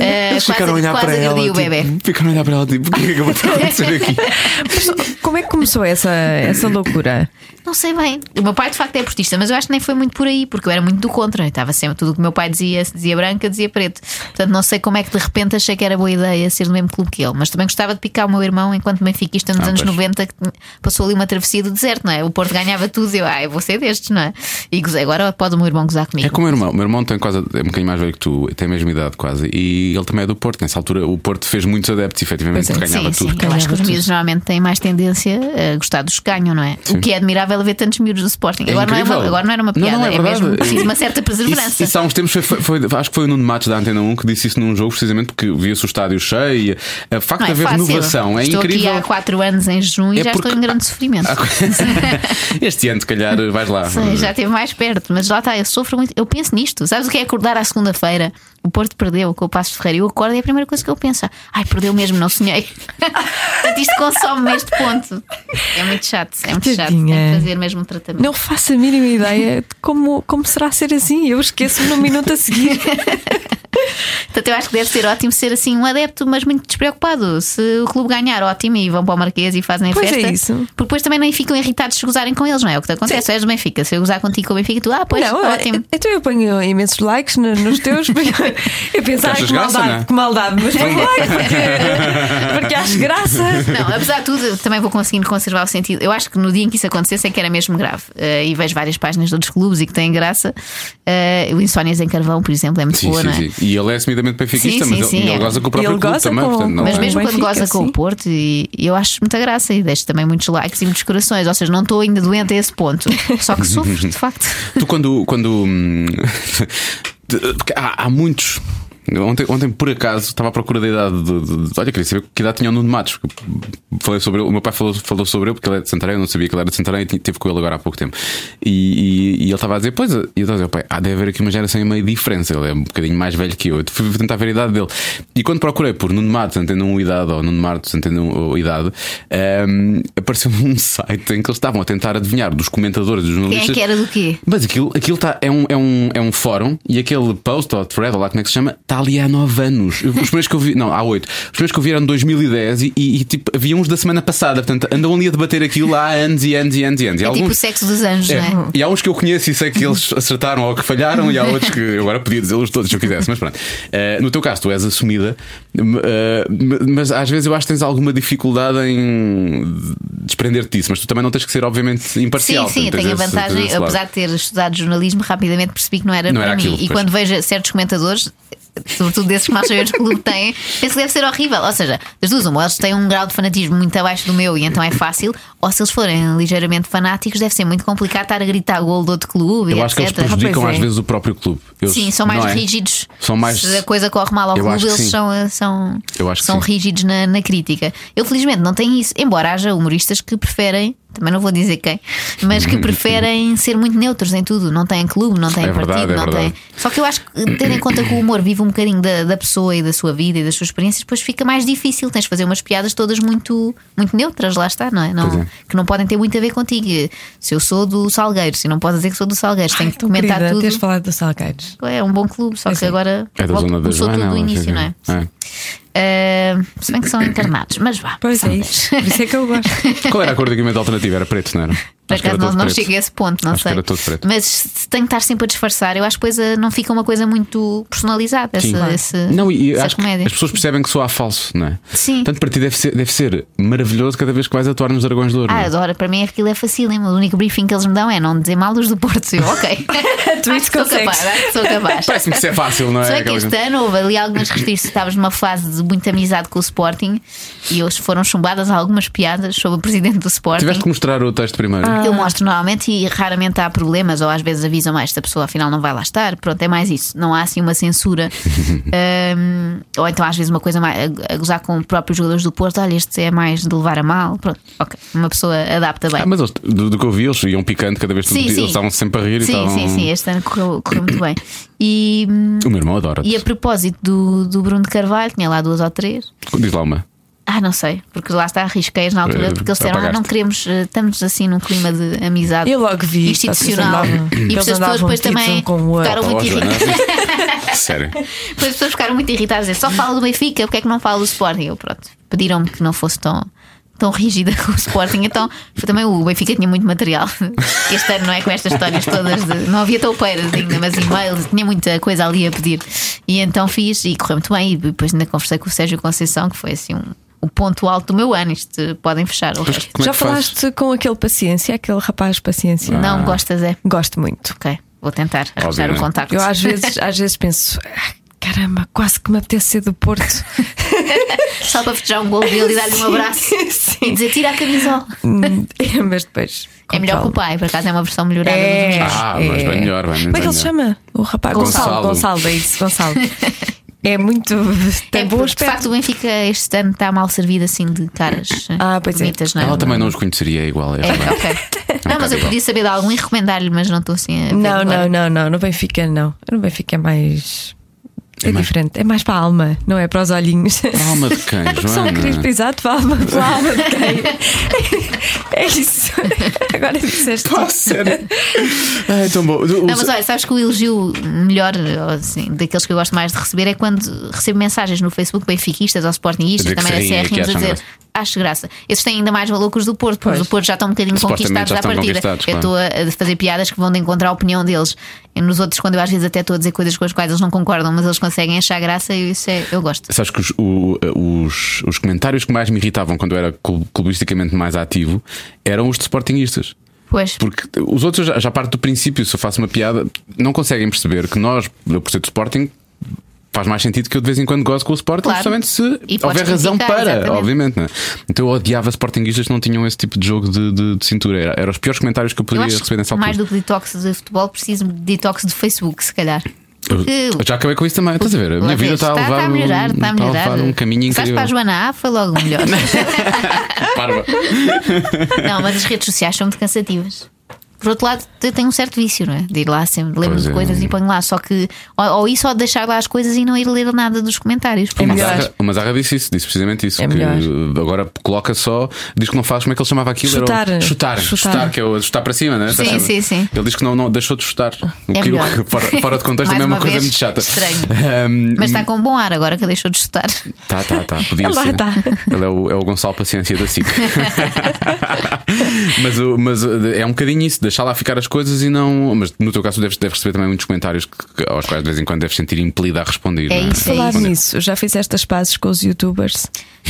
S4: Eh,
S2: Eles
S4: quase
S2: ficaram a olhar
S4: quase
S2: para ela.
S4: agredi o bebê.
S2: Tipo, ficaram a olhar para ela, tipo, o que é que acabou de acontecer aqui?
S3: Como é que começou essa, essa loucura?
S4: Não sei bem. O meu pai de facto é portista, mas eu acho que nem foi muito por aí, porque eu era muito do contra. Eu estava sempre tudo o que o meu pai dizia, se dizia branco, eu dizia preto. Portanto, não sei como é que de repente achei que era boa ideia ser do mesmo clube que ele. Mas também gostava de picar o meu irmão enquanto benfiquista nos
S2: Ah,
S4: anos
S2: pois.
S4: 90, que passou ali uma travessia do deserto, não é? O Porto ganhava tudo e eu, ah, eu vou ser destes, não é? E gozei. agora pode o meu irmão gozar comigo.
S2: É como o meu irmão. O meu irmão tem quase, é um bocadinho mais velho que tu, tem a mesma idade quase. E ele também é do Porto. Nessa altura, o Porto fez muitos adeptos, efetivamente,
S3: Pois é,
S2: ganhava
S4: sim,
S2: tudo.
S4: Sim. Eu acho que os
S3: Ganhava
S4: miúdos normalmente têm mais tendência a gostar dos que ganham, não é? O que é admirável é ver tantos miúdos do Sporting.
S2: É
S4: agora, não é uma,
S2: incrível.
S4: agora não era uma
S2: Não, não,
S4: piada,
S2: é
S4: é,
S2: verdade.
S4: mesmo preciso uma certa
S2: Isso,
S4: perseverança.
S2: isso há uns tempos, foi, foi- foi- acho que foi o Nuno Matos da Antena 1 que disse isso num jogo, precisamente porque via-se o estádio cheio. E, a facto
S4: Não
S2: de
S4: é
S2: haver
S4: fácil.
S2: renovação é
S4: estou
S2: incrível.
S4: aqui há 4 anos em junho e
S2: É
S4: já
S2: porque- Ah,
S4: estou em grande sofrimento.
S2: este ano, se calhar, vais lá.
S4: Sei, já esteve mais perto, mas lá está, eu sofro muito. Eu penso nisto. Sabes o que é acordar à segunda-feira? O Porto perdeu com o Passo de Ferreira. Eu acordo e é a primeira coisa que eu penso: ai, perdeu mesmo, não sonhei. Portanto, isto consome-me neste ponto. É muito chato, é muito chato. Tem
S3: Tadinha.
S4: que fazer mesmo um tratamento.
S3: Não faço a mínima ideia de como, como será ser assim. Eu esqueço-me no minuto a seguir.
S4: Portanto, eu acho que deve ser ótimo ser assim um adepto, mas muito despreocupado. Se o clube ganhar, ótimo, e vão para o Marquês e fazem a
S3: Pois é
S4: festa.
S3: isso.
S4: Porque depois também nem ficam irritados se gozarem com eles, não é? O que te acontece?
S3: Sim.
S4: És do Benfica. Se eu gozar contigo com o Benfica, tu, ah, pois,
S3: não,
S4: ótimo.
S3: eu- Então eu ponho imensos likes no- nos teus. porque Eu penso, ai,
S2: achas
S3: que
S2: graça,
S3: maldade,
S2: não é?
S3: que maldade. Mas ponho like porque, porque acho graça.
S4: Não, apesar de tudo, eu também vou conseguindo conservar o sentido. Eu acho que no dia em que isso acontecesse é que era mesmo grave. Eh, e vejo várias páginas de outros clubes e que têm graça. Eh, o Insónias em Carvão, por exemplo, é muito
S2: Sim,
S4: boa, não é?
S2: sim, sim. E ele é assumidamente benfiquista,
S4: Sim,
S2: mas
S4: sim,
S2: ele,
S4: sim,
S2: ele
S4: é.
S2: goza com o próprio
S3: Ele
S2: clube
S3: goza
S2: também.
S3: com-
S2: portanto, não
S4: Mas
S2: é-
S4: mesmo
S3: Bem
S4: quando
S3: fica
S4: goza com
S3: assim.
S4: o Porto, e e eu acho muita graça e deixo também muitos likes e muitos corações. Ou seja, não estou ainda doente a esse ponto. Só que sofro, de facto.
S2: Tu quando. quando hum, porque há, há muitos. Ontem, ontem, por acaso, estava à procura da idade. De, de- de- olha, queria saber que idade tinha o Nuno Matos. porque Falei sobre ele, o meu pai falou, falou sobre ele porque ele é de Santarém, eu não sabia que ele era de Santarém e teve com ele agora há pouco tempo. E, e- e ele estava a dizer: Pois, e eu estava a dizer, pai, há de haver aqui uma geração e meio de diferença. Ele é um bocadinho mais velho que eu. Eu fui tentar ver a idade dele. E quando procurei por Nuno Matos, entendo um idade, ou Nuno Matos, entendo um idade, hum, apareceu um site em que eles estavam a tentar adivinhar dos comentadores, dos
S4: Quem é que era do quê?
S2: mas aquilo, aquilo tá, é, um, é, um, é um fórum e aquele post ou thread, ou lá como é que se chama, está ali há 9 anos. Os primeiros que eu vi, não, há 8. Os primeiros que eu vi eram de 2010 e, e, e, tipo, havia uns da semana passada. Portanto, andam ali a debater aquilo há anos e anos e anos e anos. E
S4: É tipo o
S2: alguns-
S4: sexo dos anjos,
S2: é.
S4: não é?
S2: E há uns que eu conheço e sei que eles acertaram ou que falharam, e há outros que eu agora podia dizê-los todos se eu quisesse, mas pronto. Eh, no teu caso, tu és assumida, m- eh, m- mas às vezes eu acho que tens alguma dificuldade em desprender-te disso, mas tu também não tens que ser, obviamente, imparcial.
S4: Sim, sim, eu
S2: portanto,
S4: tenho a
S2: tens esse-
S4: vantagem,
S2: tens esse lado.
S4: apesar de ter estudado jornalismo, rapidamente percebi que não era
S2: Não
S4: para
S2: era
S4: mim.
S2: aquilo,
S4: e
S2: pois.
S4: quando vejo certos comentadores, sobretudo desses que nós sabemos que o clube tem, penso que deve ser horrível. Ou seja, das duas, uma, eles têm um grau de fanatismo muito abaixo do meu e então é fácil, ou se eles forem ligeiramente fanáticos, deve ser muito complicado estar a gritar gol do outro clube,
S2: Eu
S4: e
S2: acho que eles
S4: etc.
S2: prejudicam
S3: Pois é.
S2: às vezes o próprio clube. Eu-
S4: Sim, são mais
S2: não é?
S4: rígidos.
S2: São mais-
S4: Se a coisa corre mal ao
S2: Eu acho
S4: clube,
S2: que
S4: eles
S2: sim.
S4: são, eh, são,
S2: Eu acho que
S4: são
S2: sim.
S4: rígidos na, na crítica. Eu, felizmente, não tenho isso. Embora haja humoristas que preferem também não vou dizer quem, mas que preferem ser muito neutros em tudo, não têm clube, não têm
S2: É verdade,
S4: partido,
S2: é
S4: não
S2: verdade.
S4: têm. Só que eu acho que tendo em conta que o humor vive um bocadinho da, da pessoa e da sua vida e das suas experiências, depois fica mais difícil. Tens de fazer umas piadas todas muito, muito neutras, lá está, não é? Não-
S2: Pois é.
S4: Que não podem ter muito a ver contigo. Se eu sou do Salgueiros, se não podes dizer que sou do Salgueiros, tenho que
S3: Tão
S4: comentar
S3: querida,
S4: tudo.
S3: Tens falado dos salgueiros.
S4: É um bom clube, só que
S3: Sim.
S4: agora
S2: É da
S4: logo
S2: zona da
S4: começou
S2: Joana.
S4: tudo do
S2: ela,
S4: início, não é? Ah, se bem que são encarnados, mas vá.
S3: Pois é
S4: São-
S3: isso. Por isso é que eu gosto.
S2: É. Qual era a cor do equipamento alternativo? Era preto, não era?
S4: Por
S2: Acho que era
S4: acaso não,
S2: todo
S4: não
S2: preto.
S4: cheguei a esse ponto, não
S2: Acho que
S4: sei.
S2: era todo preto.
S4: Mas se tenho que estar sempre a disfarçar, eu acho que coisa, não fica uma coisa muito personalizada. Essa,
S2: Sim.
S4: esse-
S2: Não, e e
S4: essa
S2: acho que
S4: comédia.
S2: as pessoas percebem que soa a falso, não é?
S4: Sim.
S2: Portanto, para ti deve ser, deve ser maravilhoso cada vez que vais atuar nos Dragões de Ouro.
S4: Ah,
S2: não é?
S4: adoro, para mim aquilo é fácil, hein? o único briefing que eles me dão é não dizer mal os do Porto. Eu, ok.
S3: Tu
S4: acho
S3: isso
S4: que sou
S3: consegues.
S4: capaz, acho que sou capaz.
S2: Parece-me que isso é fácil, não é?
S4: Se bem que
S2: Aquela
S4: este
S2: coisa.
S4: ano houve ali algumas restrições. Estavas numa fase de muita amizade com o Sporting e hoje foram chumbadas algumas piadas sobre o presidente do Sporting.
S2: Tiveste que mostrar o texto primeiro.
S4: que Eu mostro normalmente e raramente há problemas, ou às vezes avisam mais esta pessoa afinal não vai lá estar. Pronto, é mais isso. Não há assim uma censura. Ahm, ou então às vezes uma coisa mais a, a gozar com os próprios jogadores do Porto. Olha, este é mais de levar a mal. Pronto, ok. Uma pessoa adapta bem.
S2: Ah, mas eles- do, do que eu vi, eles iam picando cada vez que tu-
S4: Sim,
S2: eles
S4: sim.
S2: estavam sempre a rir e
S4: sim,
S2: estavam.
S4: sim, sim. Este ano correu, correu muito bem. E, hum,
S2: O meu irmão adora.
S4: e a propósito do, do Bruno de Carvalho, tinha lá duas ou três.
S2: Diz lá uma.
S4: Ah, não sei, porque lá está, arrisquei na
S2: Eh,
S4: altura, porque eles disseram, ah,
S2: apagaste.
S4: não queremos, eh, estamos assim num clima de amizade.
S3: Eu logo vi.
S4: Institucional.
S3: Eles andavam-
S4: E
S3: eles
S4: depois as pessoas
S3: andavam
S4: depois
S3: metidos
S4: também
S3: um com o outro.
S4: ficaram
S2: Oh,
S4: muito
S2: Joana.
S4: irritadas.
S2: Sério.
S4: Depois as pessoas ficaram muito irritadas, a dizer, só fala do Benfica, porque é que não fala do Sporting? Eu, pronto, pediram-me que não fosse tão, tão rígida com o Sporting, então foi também o Benfica tinha muito material. Este ano não é com estas histórias todas, de- não havia toupeiras ainda, mas e-mails, tinha muita coisa ali a pedir. E então fiz, e correu muito bem, e depois ainda conversei com o Sérgio Conceição, que foi assim um. O ponto alto do meu ano, isto eh, podem fechar. o resto.
S2: Como é
S3: Já
S2: que fazes?
S3: falaste com aquele paciência, aquele rapaz paciência?
S4: Não gostas, é?
S3: Gosto muito.
S4: Ok, vou tentar arranjar o
S2: Obviamente.
S4: contacto.
S3: Eu às vezes, às vezes penso, "Ah, caramba, quase que me apetece ser do Porto.
S4: Só para festejar um gol dele e dar-lhe um abraço e dizer tira a camisola.
S3: Hum, Mas depois.
S4: É melhor que o pai, por acaso é uma versão melhorada
S3: É.
S4: dos meus.
S2: Ah, mas bem melhor, bem
S3: Como é que ele se
S2: melhor.
S3: chama? O rapaz
S2: Gonçalo.
S3: Gonçalo. Gonçalo, é isso, Gonçalo. É muito. Tem
S4: É
S3: bom
S4: porque, de
S3: aspecto.
S4: facto o Benfica este ano está mal servido assim de caras eh,
S3: Ah, pois é.
S4: bonitas, não é?
S2: Ela também um não os conheceria igual. É,
S4: É,
S2: verdade.
S4: ok. Não, mas eu
S2: igual.
S4: podia saber de algum e recomendar-lhe, mas não estou assim a ver
S3: Não, não,
S4: agora.
S3: não, não. No Benfica, não. No Benfica é mais. É,
S2: É mais-
S3: diferente. É mais para a alma, não é para os olhinhos.
S2: Alma de quem,
S3: Porque só
S2: Joana? é?
S3: querias pisar para a alma, para a alma de quem? É isso. Agora disseste.
S2: Pá, sério. Ah, é tão bom. O- o-
S4: Não, mas olha, sabes que o elogio melhor, ou assim, daqueles que eu gosto mais de receber, é quando recebo mensagens no Facebook benfiquistas ou sportingistas,
S2: A dizer que
S4: também da
S2: se riem e que é.
S4: CR,
S2: acham
S4: a dizer.
S2: graça.
S4: Acho graça. Esses têm ainda mais valor que os do Porto, porque os do Porto já estão um bocadinho
S2: Supostamente
S4: conquistados
S2: já
S4: à
S2: estão
S4: partida.
S2: conquistados,
S4: Eu
S2: claro.
S4: estou a a fazer piadas que vão de encontrar a opinião deles. E nos outros, quando eu às vezes até estou a dizer coisas com as quais eles não concordam, mas eles conseguem achar graça, e isso é, eu gosto.
S2: Sabes que os, o- os, os comentários que mais me irritavam quando eu era clu- clubisticamente mais ativo eram os de sportinguistas.
S4: Pois.
S2: Porque os outros já, já parte do princípio, se eu faço uma piada, não conseguem perceber que nós, eu por ser do Sporting, faz mais sentido que eu de vez em quando gosto com o Sporting,
S4: Claro.
S2: justamente se
S4: E podes
S2: houver razão
S4: criticar,
S2: para,
S4: exatamente.
S2: obviamente. Né? Então eu odiava sportinguistas que não tinham esse tipo de jogo de, de- de cintura. Era, era os piores comentários que eu
S4: Eu
S2: podia
S4: acho
S2: receber
S4: que
S2: nessa
S4: mais
S2: altura.
S4: do que detox de futebol, preciso de detox do Facebook, se calhar.
S2: Eu- eu já acabei com isso também, estás a ver? A minha
S4: Lá
S2: vida
S4: vês, Tá,
S2: está a levar,
S4: a
S2: um-
S4: melhorar, está a
S2: está a
S4: melhorar.
S2: levar um caminho
S4: Sabes
S2: incrível.
S4: para a Joana A foi logo melhor.
S2: Parva.
S4: não, mas as redes sociais são muito cansativas. Por outro lado, eu tenho um certo vício, não é? De ir lá sempre, lembro
S2: Pois
S4: de
S2: é.
S4: coisas e ponho lá. Só que, ou, ou isso, ou deixar lá as coisas e não ir ler nada dos comentários. porque-
S2: Uma
S3: melhor.
S2: zarra- Uma zarra disse isso, disse precisamente isso.
S3: É
S2: que
S3: melhor.
S2: uh, agora coloca só, diz que não faz, como é que ele chamava aquilo? Era o-
S3: Chutar.
S2: chutar, chutar,
S3: Chutar.
S2: que é o chutar para cima, né?
S4: Sim, sim, sim.
S2: Ele diz que não, não deixou de chutar. O
S4: É
S2: que-
S4: melhor.
S2: o que- fora, fora de contexto também
S4: Mais
S2: é uma
S4: uma
S2: coisa
S4: vez,
S2: muito chata.
S4: estranho.
S2: Um,
S4: Mas tá. está com bom ar agora que deixou de chutar.
S2: Tá, tá, tá. Podia
S3: Lá
S2: ser.
S3: está.
S2: Ele é o, é o Gonçalo Paciência da SIC. mas, o- mas é um bocadinho isso, deixar lá ficar as coisas e não. Mas no teu caso, deves, deves receber também muitos comentários que- que- aos quais de vez em quando deves sentir impelida a responder.
S4: É
S2: não
S4: isso, é
S3: Falar
S4: isso.
S3: nisso, já fizeste as pazes com os youtubers?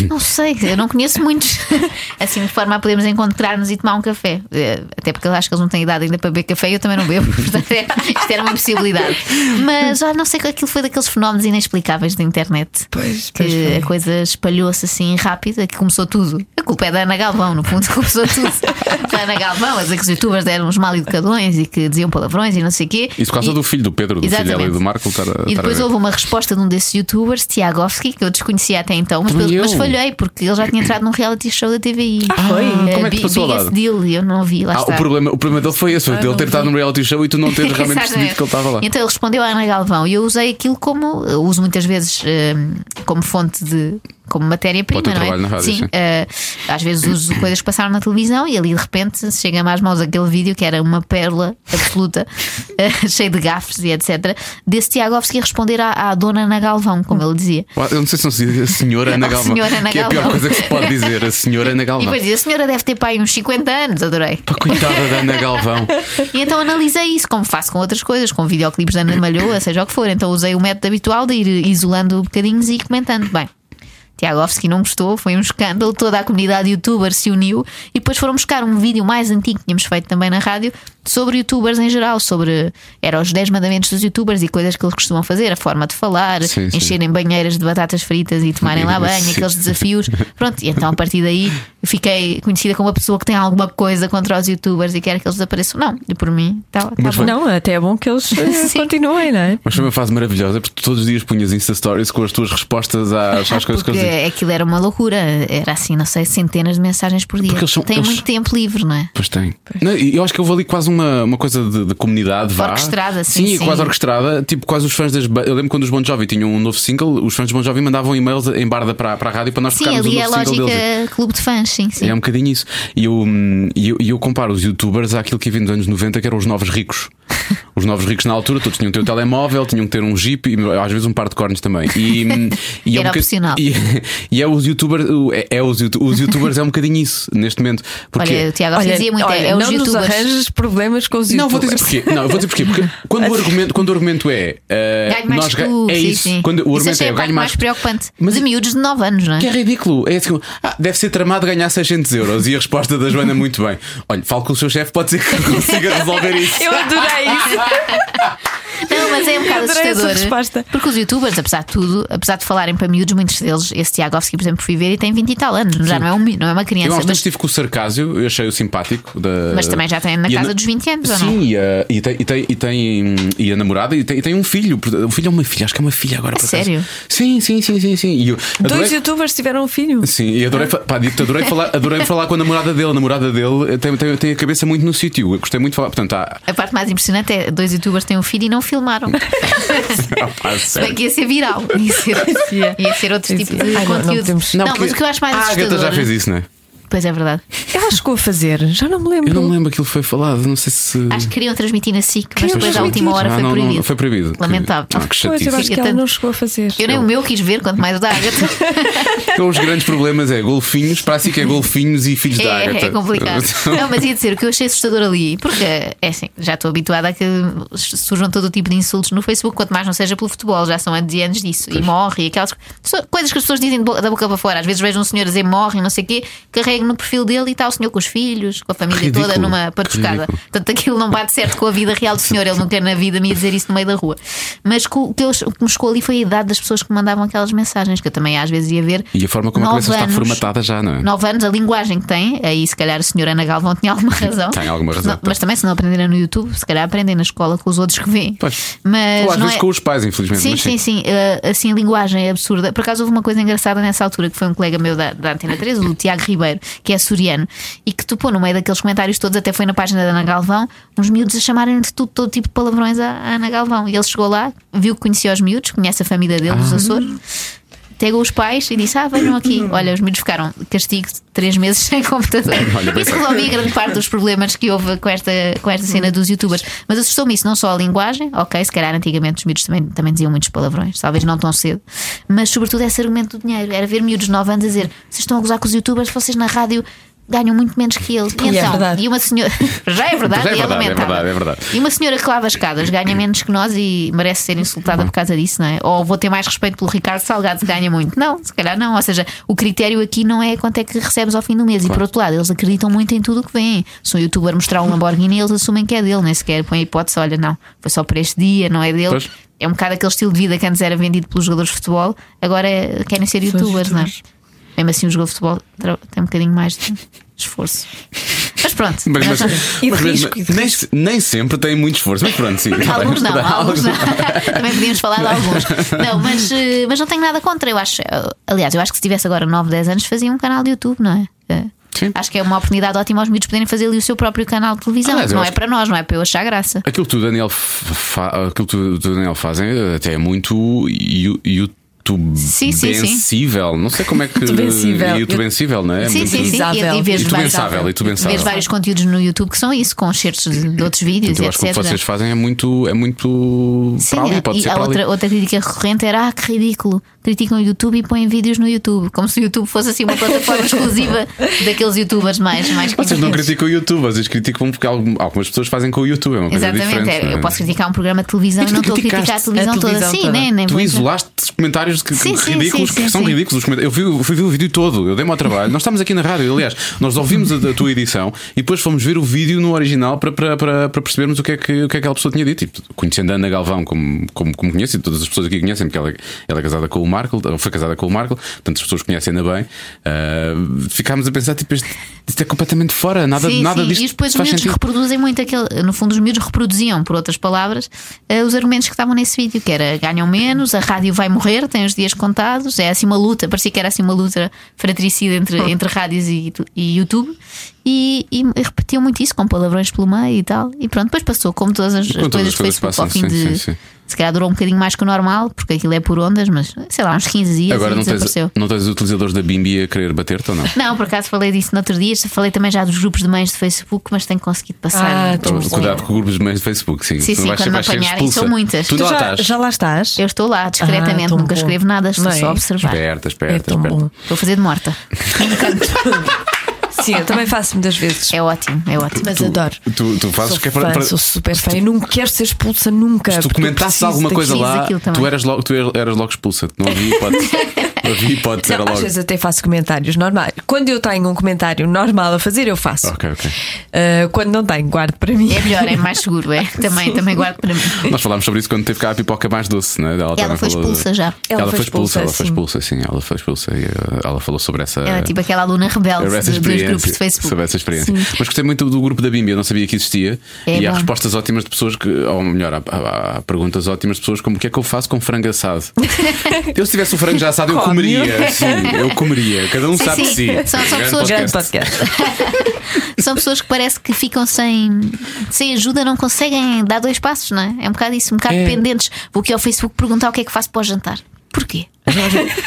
S4: Não sei, eu não conheço muitos. Assim, de forma a podermos encontrar-nos e tomar um café. Eh, Até porque eu acho que eles não têm idade ainda para beber café e eu também não bebo. Portanto, é, isto era uma possibilidade. Mas já não sei, aquilo foi daqueles fenómenos inexplicáveis da internet.
S3: Pois,
S4: que é a coisa espalhou-se assim rápida que começou tudo. A culpa é da Ana Galvão, no fundo, começou tudo. Ana Galvão, a dizer que os youtubers eram uns mal educadões e que diziam palavrões e não sei o quê.
S2: Isso por causa
S4: E-
S2: do filho do Pedro, do filho dela e
S4: Exatamente.
S2: do Marco. estar a-
S4: E
S2: estar a
S4: depois
S2: ver.
S4: houve uma resposta de um desses youtubers, Tiagovski, que eu desconhecia até então, mas,
S2: Também
S4: pelo- mas
S2: eu.
S4: falhei, porque ele já tinha entrado num reality show da TVI.
S2: Ah, foi?
S4: Eh,
S2: Como é que
S4: Bi-
S2: te passou ao
S4: Biggest
S2: lado?
S4: Deal, e eu não vi, lá
S2: Ah,
S4: está. Ah,
S2: o problema, o problema dele foi esse, foi dele ter estado no reality show e tu não teres realmente percebido
S4: Exatamente.
S2: que ele estava lá.
S4: Então ele respondeu à Ana Galvão e eu usei aquilo como, eu uso muitas vezes hum, como fonte de. como matéria-prima,
S2: Para o teu
S4: não é?
S2: trabalho na rádio,
S4: sim,
S2: sim.
S4: eh, às vezes uso coisas que passaram na televisão e ali de repente chega mais mãos aquele vídeo que era uma pérola absoluta, eh, cheio de gafes e etc. Desse Tiagovski a responder à, à dona Ana Galvão, como ele dizia.
S2: Eu não sei se não se diz a senhora Ana
S4: Oh,
S2: Galvão.
S4: senhora Ana
S2: que é a pior
S4: Galvão.
S2: coisa que se pode dizer, a senhora Ana
S4: E
S2: Galvão.
S4: depois dizia: a senhora deve ter pai uns 50 anos, adorei.
S2: Pá, coitada da Ana Galvão.
S4: E então analisei isso, como faço com outras coisas, com videoclipes da Ana Malhoa, seja o que for. Então usei o método habitual de ir isolando bocadinhos e comentando. Bem, Tiagovski não gostou, foi um escândalo. Toda a comunidade youtuber se uniu e depois foram buscar um vídeo mais antigo que tínhamos feito também na rádio sobre youtubers em geral, sobre. Era os 10 mandamentos dos youtubers e coisas que eles costumam fazer, a forma de falar,
S2: Sim, sim.
S4: encherem banheiras de batatas fritas e tomarem lá banho,
S2: Sim.
S4: aqueles desafios. Pronto, e então a partir daí eu fiquei conhecida como uma pessoa que tem alguma coisa contra os youtubers e quer que eles apareçam. Não, e por mim, tá, tá
S2: Mas
S4: bom.
S3: Não, até é bom que eles eh,
S4: Sim.
S3: continuem, não é?
S2: Mas foi uma fase maravilhosa porque tu todos os dias punhas Insta Stories com as tuas respostas às, às coisas que
S4: Porque
S2: eles dizem.
S4: É, aquilo era uma loucura, era assim, não sei, centenas de mensagens por dia.
S2: Porque eles são-
S4: Tem
S2: eles-
S4: muito tempo livre, não é?
S2: Pois tem. Não, e eu acho que houve ali quase uma, uma coisa de, de comunidade vá.
S4: Orquestrada, sim,
S2: Sim,
S4: sim.
S2: quase orquestrada. Tipo, quase os fãs das. ba- Eu lembro quando os Bon Jovi tinham um novo single, os fãs dos Bon Jovi mandavam e-mails em barda para, para a rádio para nós
S4: Sim,
S2: tocarmos o
S4: ali
S2: novo
S4: é a
S2: single
S4: lógica
S2: deles.
S4: clube de fãs, sim, sim.
S2: É um bocadinho isso. E eu, hum, e eu, e eu comparo os youtubers àquilo que havia nos anos 90, que eram os novos ricos. Os novos ricos na altura, todos tinham que ter o telemóvel, tinham que ter um jeep e às vezes um par de cornes também. E, hum, e
S4: Era
S2: boca-
S4: opcional.
S2: E, e é os youtubers, o- é, é os, youtu- os youtubers é um bocadinho isso neste momento. Porque,
S4: Olha, o Tiago
S3: Olha,
S4: dizia muito,
S3: olha,
S4: é os
S3: não nos
S4: youtubers.
S3: arranjas problemas com os
S2: Não,
S3: youtubers.
S2: vou dizer porquê. Não, eu vou dizer porquê. Tipo, é Porque quando o argumento, quando o argumento é. eh,
S4: Ganho mais
S2: nós
S4: que
S2: ga-
S4: tu,
S2: é
S4: sim,
S2: isso.
S4: sim.
S2: Quando o
S4: Isso
S2: argumento
S4: achei
S2: é
S4: a
S2: eu
S4: parte
S2: ganho
S4: mais
S2: mais.
S4: preocupante.
S2: Mas-
S4: de miúdos de 9 anos, não é?
S2: Que é ridículo. É assim, ah, deve ser tramado ganhar 600 euros. E a resposta da Joana, é muito bem. Olha, falo com o seu chefe, pode ser que consiga resolver isso.
S3: Eu adorei isso.
S4: Não, mas é um bocado
S3: Adorei essa
S4: assustador.
S3: resposta.
S4: Porque os youtubers, apesar de tudo, apesar de falarem para miúdos, muitos deles, esse Tiagovski, por exemplo, fui ver e tem 20 e tal anos, já não é, um, mi- não é uma
S2: Eu há
S4: criança.
S2: uns tempos
S4: Mas,
S2: estive com o Sarcásio, eu achei-o simpático. da-
S4: mas também já tem na
S2: E a
S4: casa
S2: na-
S4: dos 20 anos, ou não?
S2: Sim, e, a- e tem, e, tem, e, tem, e a namorada e tem, e tem um filho. O filho é uma filha, acho que é uma filha agora. por acaso.
S4: sério?
S2: Sim, sim, sim, sim. sim. E eu adorei-
S3: Dois youtubers tiveram um filho.
S2: Sim, e adorei, fa- pá, digo-te, adorei, falar, adorei falar com a namorada dele. A namorada dele tem, tem, tem a cabeça muito no sítio. Eu gostei muito de falar. Portanto, há.
S4: A parte mais impressionante é dois youtubers têm um filho e não filmaram.
S2: Ah, pá,
S4: Se bem
S2: sério.
S4: que ia ser viral. Ia ser, ia ser outro tipo
S3: Ai,
S4: de
S3: não, não
S4: conteúdo.
S3: podemos.
S4: Não,
S2: porque Ah,
S4: mas o que eu acho mais
S2: a Agatha
S4: assustador.
S2: já fez isso, não é?
S4: Pois é verdade.
S3: Eu acho que vou fazer, já não me lembro.
S2: Eu não me lembro aquilo que foi falado. Não sei se.
S4: Acho que queriam transmitir na SIC, mas
S3: Queriam
S4: depois à
S3: transmitir.
S4: última hora
S2: Ah,
S4: foi
S2: não, não,
S4: proibido.
S2: foi proibido.
S4: Lamentável.
S2: Ah, que
S3: Pois, eu
S2: chatice.
S3: acho que ela não chegou a fazer.
S4: Eu nem o meu quis ver, quanto mais o da Agatha.
S2: Então, os grandes problemas é golfinhos, para si que é golfinhos e filhos da
S4: É,
S2: Agatha.
S4: é complicado. Não, mas ia dizer o que eu achei assustador ali, porque é assim, já estou habituada a que surjam todo o tipo de insultos no Facebook, quanto mais não seja pelo futebol, já são adiantes disso. E morre, e aquelas co- so- coisas que as pessoas dizem de bo- da boca para fora. Às vezes vejo um senhor a dizer morre, não sei o quê, carrego no perfil dele e está o senhor com os filhos, com a família
S2: Ridículo.
S4: toda numa patuscada.
S2: Ridículo.
S4: Portanto, aquilo não bate certo com a vida real do senhor, ele nunca na vida me ia dizer isso no meio da rua. Mas co- o que, eu- o que me chocou ali foi a idade das pessoas que me mandavam aquelas mensagens, que eu também às vezes ia ver.
S2: E a forma como a
S4: Nove
S2: cabeça está
S4: anos.
S2: formatada já, não é?
S4: 9 anos, a linguagem que tem, aí se calhar a senhora Ana Galvão tinha alguma razão.
S2: Tem alguma razão,
S4: Não,
S2: tem.
S4: mas também se não aprenderem no YouTube, se calhar aprendem na escola com os outros que vêm.
S2: Pois.
S4: Mas
S2: Ou às
S4: não
S2: vezes
S4: é-
S2: com os pais, infelizmente.
S4: Sim,
S2: mas
S4: sim, sim. Uh, assim, a linguagem é absurda. Por acaso houve uma coisa engraçada nessa altura que foi um colega meu da, da Antena 3, o Tiago Ribeiro, que é soriano, e que topou no meio daqueles comentários todos, até foi na página da Ana Galvão, uns miúdos a chamarem de tudo, todo tipo de palavrões à, à Ana Galvão. E ele chegou lá, viu que conhecia os miúdos, conhece a família dele,
S2: Ah.
S4: dos Açores. Pegou os pais e disse: Ah, venham aqui. Olha, os miúdos ficaram castigo de três meses sem computador.
S2: Olha, bem
S4: Isso
S2: feito.
S4: resolvia grande parte dos problemas que houve com esta, com esta cena dos youtubers. Mas assustou-me isso, não só a linguagem, ok, se calhar antigamente os miúdos também, também diziam muitos palavrões, talvez não tão cedo, mas sobretudo esse argumento do dinheiro. Era ver miúdos de 9 anos a dizer: Vocês estão a gozar com os youtubers, vocês na rádio. Ganham muito menos que eles. E,
S3: é
S4: então,
S3: verdade.
S4: e uma senhora. Já é verdade,
S2: Já é verdade,
S4: e
S2: é
S4: lamentável.
S2: verdade, é verdade.
S4: E uma senhora que lava as escadas ganha menos que nós e merece ser insultada por causa disso, não é? Ou vou ter mais respeito pelo Ricardo Salgado se ganha muito. Não, se calhar não. Ou seja, o critério aqui não é quanto é que recebes ao fim do mês. E por outro lado, eles acreditam muito em tudo o que vem. Se um youtuber mostrar um Lamborghini, eles assumem que é dele, nem sequer põem a hipótese, olha, não, foi só por este dia, não é dele.
S2: Pois.
S4: É um bocado aquele estilo de vida que antes era vendido pelos jogadores de futebol, agora é- querem ser youtubers, não é?
S3: youtubers.
S4: Mesmo assim, o jogo de futebol tra- tem um bocadinho mais de esforço. Mas pronto.
S2: Mas, mas,
S3: E de
S2: mas- mas-
S3: risco, e de
S2: nem, se- nem sempre tem muito esforço, mas pronto, sim.
S4: Alguns não, alguns não.
S2: não.
S4: Também podíamos falar de alguns. Não, mas, eh, mas não tenho nada contra. Eu acho, eh, aliás, eu acho que se tivesse agora 9, 10 anos, fazia um canal de YouTube, não é? Eh,
S2: Sim.
S4: Acho que é uma oportunidade ótima aos miúdos poderem fazer ali o seu próprio canal de televisão.
S2: Aliás, eu
S4: não
S2: acho
S4: é
S2: que-
S4: para nós, não é para eu achar graça.
S2: Aquilo que o Daniel, fa- fa- aquilo que o Daniel fazem até é muito you-
S4: Sim, sim, sim.
S2: YouTubencível. Não sei como é que.
S3: Youtubencível.
S2: YouTubencível, não é?
S4: sim,
S2: Muito-
S4: sim, sim.
S3: usável.
S4: vejo
S2: E tu
S4: vários-
S2: pensável, e tu pensável.
S4: vês vários conteúdos no YouTube que são isso, com certos de, de outros vídeos
S2: Eu
S4: e
S2: acho que o
S4: etc. né?
S2: que vocês fazem é muito. É muito
S4: Sim, é,
S2: para ali, pode
S4: e
S2: ser
S4: a
S2: para ali.
S4: outra, outra crítica recorrente era ah, que ridículo. Criticam o YouTube e põem vídeos no YouTube, como se o YouTube fosse assim uma plataforma exclusiva daqueles youtubers mais, mais
S2: Vocês não
S4: conhecidos.
S2: criticam o YouTube, vocês criticam porque algum- algumas pessoas fazem com o YouTube. É uma coisa
S4: Exatamente,
S2: diferente,
S4: é,
S2: não
S4: eu
S2: é?
S4: posso criticar um programa de televisão
S2: E
S4: e
S2: tu
S4: não estou a criticar a
S2: criticaste
S4: televisão
S3: a
S4: toda
S3: televisão
S4: assim,
S3: toda.
S4: nem, nem
S2: Tu
S4: vou entrar.
S2: isolaste os comentários que, que-
S4: Sim, sim,
S2: ridículos,
S4: sim, sim,
S2: que são
S4: sim.
S2: ridículos. Os comentários. Eu vi, o- fui ver o vídeo todo, eu dei-me ao trabalho. Nós estamos aqui na rádio, aliás, nós ouvimos a, a tua edição e depois fomos ver o vídeo no original para, para, para, para percebermos o que, é que, o que é que aquela pessoa tinha dito. E, conhecendo a Ana Galvão como, como, como conheço, e todas as pessoas aqui conhecem, porque ela, ela é casada com o Marco, ou foi casada com o Marco, portanto as pessoas conhecem-na bem. Ah, ficámos a pensar, tipo, isto, isto é completamente fora, nada,
S4: Sim,
S2: nada
S4: sim.
S2: disto.
S4: E depois os
S2: faz
S4: miúdos
S2: sentido.
S4: reproduzem muito aquele. No fundo, os miúdos reproduziam, por outras palavras, eh, os argumentos que estavam nesse vídeo, que era ganham menos, a rádio vai morrer, tem os dias contados, é assim uma luta, parecia que era assim uma luta fratricida entre, entre rádios e, e YouTube. E, e repetiam muito isso com palavrões pelo meio e tal. E pronto, depois passou, como todas as, as
S2: todas
S4: coisas
S2: as
S4: do
S2: coisas
S4: Facebook,
S2: passam,
S4: ao fim
S2: sim,
S4: de.
S2: sim, sim.
S4: Se calhar durou um bocadinho mais que o normal, porque aquilo é por ondas, mas sei lá, uns 15 dias
S2: Agora
S4: e
S2: não tens,
S4: desapareceu.
S2: não tens os utilizadores da Bimbi a querer bater-te ou não?
S4: Não, por acaso falei disso no outro dia. Falei também já dos grupos de mães de Facebook, mas tenho conseguido passar.
S3: Ah,
S4: os grupos de
S3: Sim.
S2: Cuidado
S4: mães.
S2: com grupos de mães de Facebook, sim.
S4: um Sim,
S2: Tu
S4: sim,
S2: vais-
S4: quando me
S2: vais ser
S4: apanharem,
S2: expulsa.
S4: são muitas.
S2: Tu
S4: Tu
S2: não
S3: já,
S2: estás.
S3: já lá estás?
S4: Eu estou lá,
S3: Ah,
S4: discretamente,
S3: tão
S4: nunca
S3: bom.
S4: escrevo nada, estou
S3: Não é?
S4: só a observar.
S2: Esperta,
S3: É
S2: esperta,
S3: tão
S2: esperta.
S3: bom.
S4: Estou a fazer de morta.
S3: Sim, eu também faço muitas vezes.
S4: É ótimo, é ótimo.
S3: Mas adoro.
S2: Tu, tu fazes
S3: Sou
S2: que é
S3: fã,
S2: para. para-
S3: sou super fã. Eu não quero ser expulsa nunca.
S2: se tu
S3: É, porque eu
S2: comentasses
S3: preciso
S2: alguma coisa
S4: daquilo.
S2: lá,
S4: Preciso daquilo
S2: tu
S4: também.
S2: eras logo, tu er- eras logo expulsa. Não havia hipótese. não havia hipótese, era
S3: Não, às
S2: logo.
S3: vezes até faço comentários normais. Quando eu tenho um comentário normal a fazer, eu faço.
S2: Ok, ok.
S3: Ah, quando não tenho, guardo para mim.
S4: É melhor, é mais seguro, é. Também, também guardo para mim.
S2: Nós falámos sobre isso quando teve cá a pipoca mais doce, né? Ela, também
S4: foi
S2: falou de-
S4: expulsa já.
S2: Ela,
S3: Ela
S2: foi expulsa,
S3: foi expulsa,
S2: ela foi
S3: sim.
S2: expulsa, sim, ela foi expulsa. E uh, ela falou sobre essa.
S4: Era tipo aquela aluna rebelde
S2: sobre É essa
S4: dos dos grupos de
S2: experiência.
S4: Facebook.
S2: Sobre essa experiência. Mas gostei muito do grupo da Bimbi, eu não sabia que existia.
S4: É
S2: e há
S4: bom.
S2: respostas ótimas de pessoas que, ou melhor, há, há- há perguntas ótimas de pessoas como o que é que eu faço com frango assado? eu se tivesse um frango já assado, eu
S3: Come.
S2: comeria. Sim, eu comeria. Cada um
S4: Sim,
S2: sabe
S4: sim.
S2: de si.
S4: São- são
S2: Grande
S4: pessoas-
S2: podcast.
S3: Grande podcast.
S4: São pessoas que parece que ficam sem, sem ajuda, não conseguem dar dois passos, não é? É um bocado isso, um bocado
S2: É.
S4: dependentes. Vou aqui ao Facebook perguntar o que é que faço para o jantar. Porquê?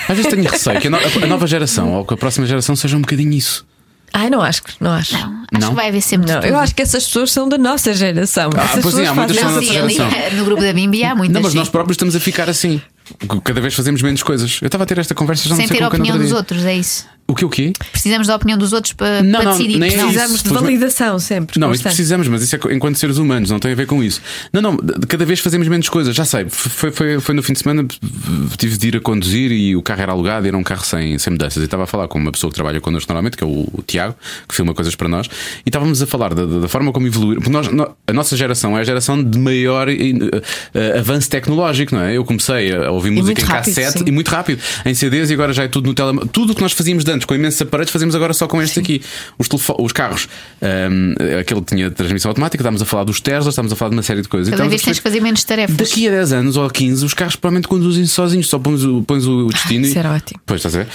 S2: Às vezes tenho receio que a, no- a nova geração ou que a próxima geração seja um bocadinho isso.
S3: Ai, não acho que não acho. Não.
S4: Não, acho
S2: Não?
S4: que vai haver sempre. de tudo.
S3: eu acho que essas pessoas são da nossa geração.
S2: Ah,
S3: essas
S2: pois sim, há muitas que são
S4: Não,
S2: da
S3: fazem-
S4: sim,
S2: nossa
S4: ali
S2: geração.
S4: no grupo da Bimbi há muitas.
S2: Não, mas
S4: sim.
S2: nós próprios estamos a ficar assim. Cada vez fazemos menos coisas. Eu estava a ter esta conversa já não
S4: Sem
S2: sei
S4: ter
S2: com
S4: a
S2: quem no
S4: opinião
S2: outro
S4: dos
S2: dia.
S4: outros, é isso.
S2: O que o quê?
S4: Precisamos da opinião dos outros para,
S2: Não,
S4: para
S2: não,
S4: decidir.
S2: nem é
S4: Não.
S2: isso.
S3: Precisamos de
S2: Pois bem.
S3: validação sempre.
S2: Não, isso
S3: constante.
S2: precisamos, mas isso é co- enquanto seres humanos, não tem a ver com isso. Não, não, de- cada vez fazemos menos coisas, já sei. f- Foi, foi, foi no fim de semana, p- tive de ir a conduzir e o carro era alugado, era um carro sem, sem mudanças. Eu estava a falar com uma pessoa que trabalha connosco normalmente, que é o, o Tiago, que filma coisas para nós, e estávamos a falar da, da- da forma como evoluir. Porque nós, nó- a nossa geração é a geração de maior eh, eh, avanço tecnológico, não é? Eu comecei a ouvir música
S3: muito
S2: em
S3: rápido,
S2: cassete
S3: sim.
S2: e muito rápido. Em CDs e agora já é tudo no telemóvel. Tudo o que nós fazíamos de antes com imensos aparelhos, fazemos agora só com este aqui. Os, telefo- os carros, hum, aquele que tinha transmissão automática, estávamos a falar dos Teslas, estávamos a falar de uma série de coisas.
S4: Cada
S2: Estávamos
S4: vez
S2: a
S4: tens que
S2: perceber-
S4: fazer menos tarefas.
S2: Daqui a 10 anos ou a 15, os carros provavelmente conduzem sozinhos, só pões o, pões o destino.
S3: Ah, isso
S2: e-
S3: era ótimo.
S2: Pois, estás a ver?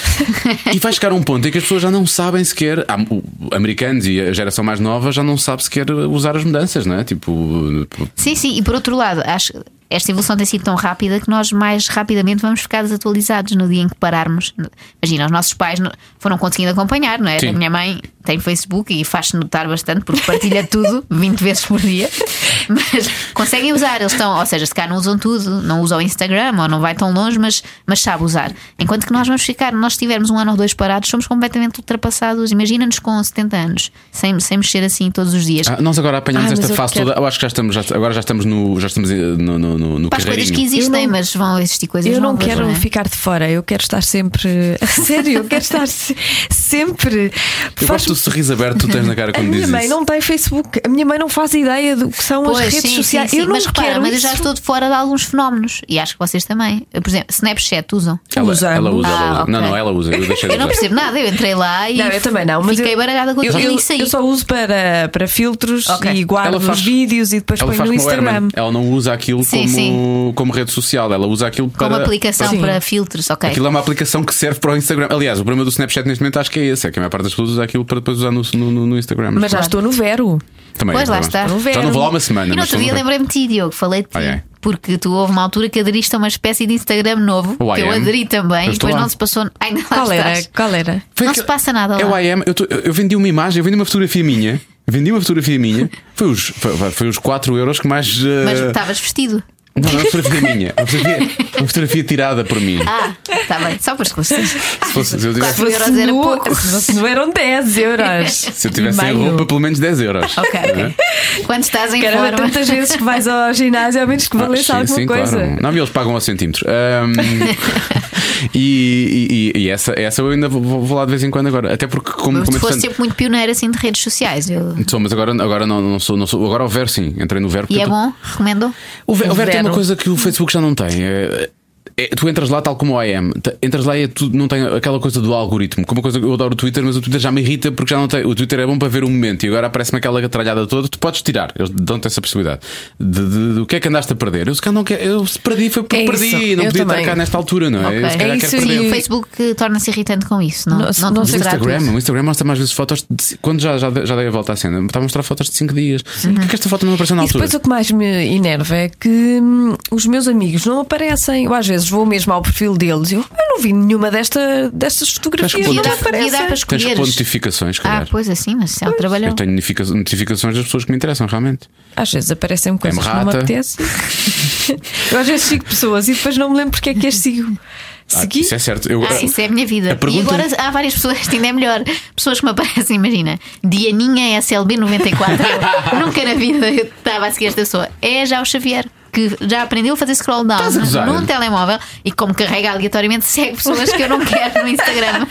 S2: e vai chegar um ponto em que as pessoas já não sabem sequer, há- o- americanos e a geração mais nova já não sabe sequer usar as mudanças, não é? Tipo,
S4: Sim, sim, e por outro lado, acho que esta evolução tem sido tão rápida que nós mais rapidamente vamos ficar desatualizados no dia em que pararmos. Imagina, os nossos pais não- foram conseguindo acompanhar, não é?
S2: Sim.
S4: A minha mãe tem Facebook e faz-se notar bastante porque partilha tudo 20 vezes por dia, mas conseguem usar, eles estão, ou seja, se cá não usam tudo, não usam o Instagram ou não vai tão longe, mas, mas sabe usar. Enquanto que nós vamos ficar, nós tivermos um ano ou dois parados, somos completamente ultrapassados. Imagina-nos com 70 anos, sem, sem mexer assim todos os dias.
S2: Ah, nós agora apanhamos
S3: Ah, mas
S2: esta
S3: eu
S2: fase
S3: quero-
S2: toda. Eu acho que já estamos, já- agora já estamos no. Já estamos eh, no, no- no, no
S4: Para as coisas
S2: carreirinho.
S4: que existem,
S3: Eu não-
S4: mas vão existir coisas
S3: Eu não
S4: novas,
S3: quero um
S4: é?
S3: ficar de fora, eu quero estar sempre. A sério, eu quero estar se- sempre.
S2: Eu
S3: Faz-
S2: gosto do sorriso aberto que tu tens na cara
S3: A
S2: quando
S3: minha
S2: dizes
S3: mãe
S2: isso.
S3: não tem Facebook, a minha mãe não faz ideia do que são as
S4: Pois,
S3: redes
S4: sim, sim,
S3: sociais.
S4: sim,
S3: eu não
S4: mas repara,
S3: quero
S4: mas eu já
S3: isso.
S4: estou de fora de alguns fenómenos e acho que vocês também. Eu, por exemplo, Snapchat usam.
S2: Ela,
S3: Usamos.
S2: ela usa, ela
S4: Ah,
S2: usa.
S4: ok.
S2: Não, não, ela usa. Eu deixei de
S4: Eu
S2: usar.
S4: não percebo nada, eu entrei lá e
S3: Não, eu também não, mas
S4: fiquei
S3: eu,
S4: baralhada com
S3: eu,
S4: aquilo
S3: eu,
S4: e saí.
S3: eu só uso para, para filtros
S4: Ok.
S3: e
S2: Ela
S3: guardo
S2: faz-
S3: os vídeos e depois
S2: Ela
S3: ponho
S2: faz
S3: no
S2: como o Herman.
S3: Instagram.
S2: Ela não usa aquilo
S4: Sim,
S2: como,
S4: sim.
S2: como rede social, ela usa aquilo para.
S4: Como aplicação
S3: Sim.
S4: para filtros, ok.
S2: Aquilo é uma aplicação que serve para o Instagram. Aliás, o problema do Snapchat neste momento acho que é esse: é que a maior parte das pessoas usa aquilo para depois usar no, no, no Instagram.
S3: Mas já
S4: Claro.
S3: estou no Vero.
S2: Também,
S4: Pois
S2: é
S4: lá
S2: verdade.
S4: está.
S3: No
S2: Já não
S3: verão.
S2: vou lá uma semana.
S4: E no
S2: mas
S4: outro dia
S2: estou-
S4: lembrei-me de ti, Diogo, falei de ti.
S2: Ai, ai.
S4: Porque tu houve uma altura que aderiste a uma espécie de Instagram novo,
S2: O
S4: que eu
S2: IM.
S4: aderi também,
S2: Eu
S4: e
S2: estou
S4: depois
S2: lá.
S4: não se passou. Ainda lá
S3: Qual era?
S4: estás.
S3: Qual era?
S2: Foi
S4: Não
S2: aquele-
S4: se passa nada
S2: É o
S4: lá.
S2: IM. Eu, tô- eu- eu vendi uma imagem, eu vendi uma fotografia minha. Vendi uma fotografia minha. Foi os, foi, foi os 4 euros que mais. eh,
S4: Mas estavas vestido.
S2: Não, não é uma fotografia minha. Uma fotografia, uma fotografia tirada por mim.
S4: Ah, está bem, só por esclarecer.
S2: se, fosse, se eu tivesse,
S4: Quatro euros era
S3: nu-
S4: pouco.
S3: se nu eram 10 euros.
S2: se eu tivesse sem
S3: E meio.
S2: roupa, pelo menos 10 euros.
S4: Ok, ok. Quando estás em
S3: Caramba,
S4: forma.
S3: tantas vezes que vais ao ginásio, ao menos que
S2: Ah,
S3: valesse alguma coisa.
S2: Claro. Não, e eles pagam ao centímetro. Ahm, e e- e essa, essa eu ainda vou, vou lá de vez em quando agora. Até porque, como,
S4: Mas
S2: como
S4: tu foste
S2: entretanto-
S4: sempre muito pioneiro assim de redes sociais. eu-
S2: Sou, mas agora, agora não, não sou, não sou. Agora o Ver sim, entrei no Ver.
S4: E
S2: porque
S4: é
S2: tu-
S4: bom? Recomendo?
S2: O Ver, o Ver tem uma
S3: Vero.
S2: coisa que o Facebook já não tem. É, é- tu entras lá tal como o IM. T- Entras lá e é tu não tem aquela coisa do algoritmo. Como uma coisa que eu adoro o Twitter, mas o Twitter já me irrita porque já não tem. O Twitter é bom para ver o momento e agora aparece-me aquela tralhada toda. Tu podes tirar. Eles dão-te essa possibilidade. De, de- do que é que andaste a perder? Eu se calhar não quero. Eu se perdi foi porque
S3: É
S2: perdi
S3: isso,
S2: e não
S3: eu
S2: podia
S3: também.
S2: estar cá nesta altura, não é?
S4: Ok.
S2: Eu se calhar
S3: É
S2: quero
S3: isso
S2: perder.
S4: E
S3: E-
S4: o Facebook eh, torna-se irritante com isso, não?
S3: Não-
S4: Não,
S3: não
S4: te
S2: Mas
S3: sei
S2: o
S4: mostra a
S2: Instagram,
S4: tua-
S2: o Instagram mostra mais vezes fotos de- quando já, já, já dei a volta à cena, está a mostrar fotos de 5 dias. Porquê que esta foto não apareceu na
S3: Uhum. E
S2: altura?
S3: depois o que mais me enerva é que hum, os meus amigos não aparecem. Eu às vezes vou mesmo ao perfil deles e eu, eu não vi nenhuma desta, destas fotografias
S2: Mas
S3: que
S2: que
S3: não
S2: ponto-
S4: E dá para
S3: aparecem.
S2: Tens que
S4: escolher.
S2: pôr notificações, se
S4: Ah,
S2: calhar.
S4: pois assim, mas isso é um trabalhão.
S2: Eu tenho notifica- notificações das pessoas que me interessam, realmente.
S3: Às vezes aparecem coisas
S2: É
S3: que não me
S2: rata.
S3: apetece. eu às vezes sigo pessoas e depois não me lembro porque é que as sigo.
S2: Ah,
S3: Segui?
S2: isso é certo. Eu,
S4: Ah, isso é a minha vida.
S2: A pergunta-
S4: E agora há várias pessoas que ainda é melhor. Pessoas que me aparecem, imagina. Dianinha é SLB94. Eu nunca na vida eu estava a seguir esta pessoa. É já o Xavier. Que já aprendeu a fazer scroll down
S2: Estás a gozar?
S4: num telemóvel e, como carrega aleatoriamente, segue pessoas que eu não quero no Instagram.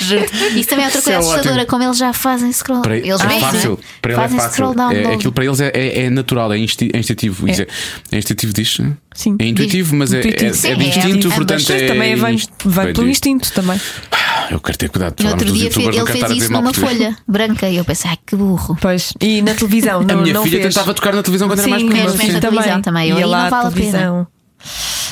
S4: Juro. Isso
S2: Isso
S4: também é outra
S2: é
S4: coisa assustadora,
S2: ótimo.
S4: como eles já fazem scroll
S2: Para,
S4: Eles
S2: é
S4: mesmos,
S2: fácil.
S4: né?
S2: Para ele é
S4: fazem
S2: fácil.
S4: scroll down.
S2: É-
S4: logo.
S2: aquilo para eles é, é- é natural, é, insti- é instintivo. Quer dizer, É. instintivo, diz?
S3: Sim.
S2: É intuitivo, mas é, é,
S3: Intuitivo.
S2: é de
S4: Sim, é
S2: instinto,
S4: ambas.
S2: portanto
S3: Mas
S2: é.
S3: também vem,
S2: inst-
S3: vem
S2: vem
S3: pelo
S2: de-
S3: instinto também.
S2: Ah, Eu quero ter cuidado.
S4: No
S2: falámos
S4: outro
S2: dos
S4: dia fe-
S2: youtubers, não quero
S4: ele fez
S2: estar a dizer
S4: isso
S2: mal
S4: numa
S2: português.
S4: folha branca e eu pensei, ai que burro.
S3: Pois. E na televisão
S2: A
S3: não,
S2: minha
S3: não
S2: filha
S3: fez.
S2: tentava tocar na televisão quando era
S3: Sim,
S2: mais
S4: mesmo,
S2: pequena.
S4: mesmo.
S2: sim.
S4: na televisão também. Eu
S3: Ia
S4: aí
S3: lá
S4: não vale
S3: à
S4: a pena.
S3: televisão.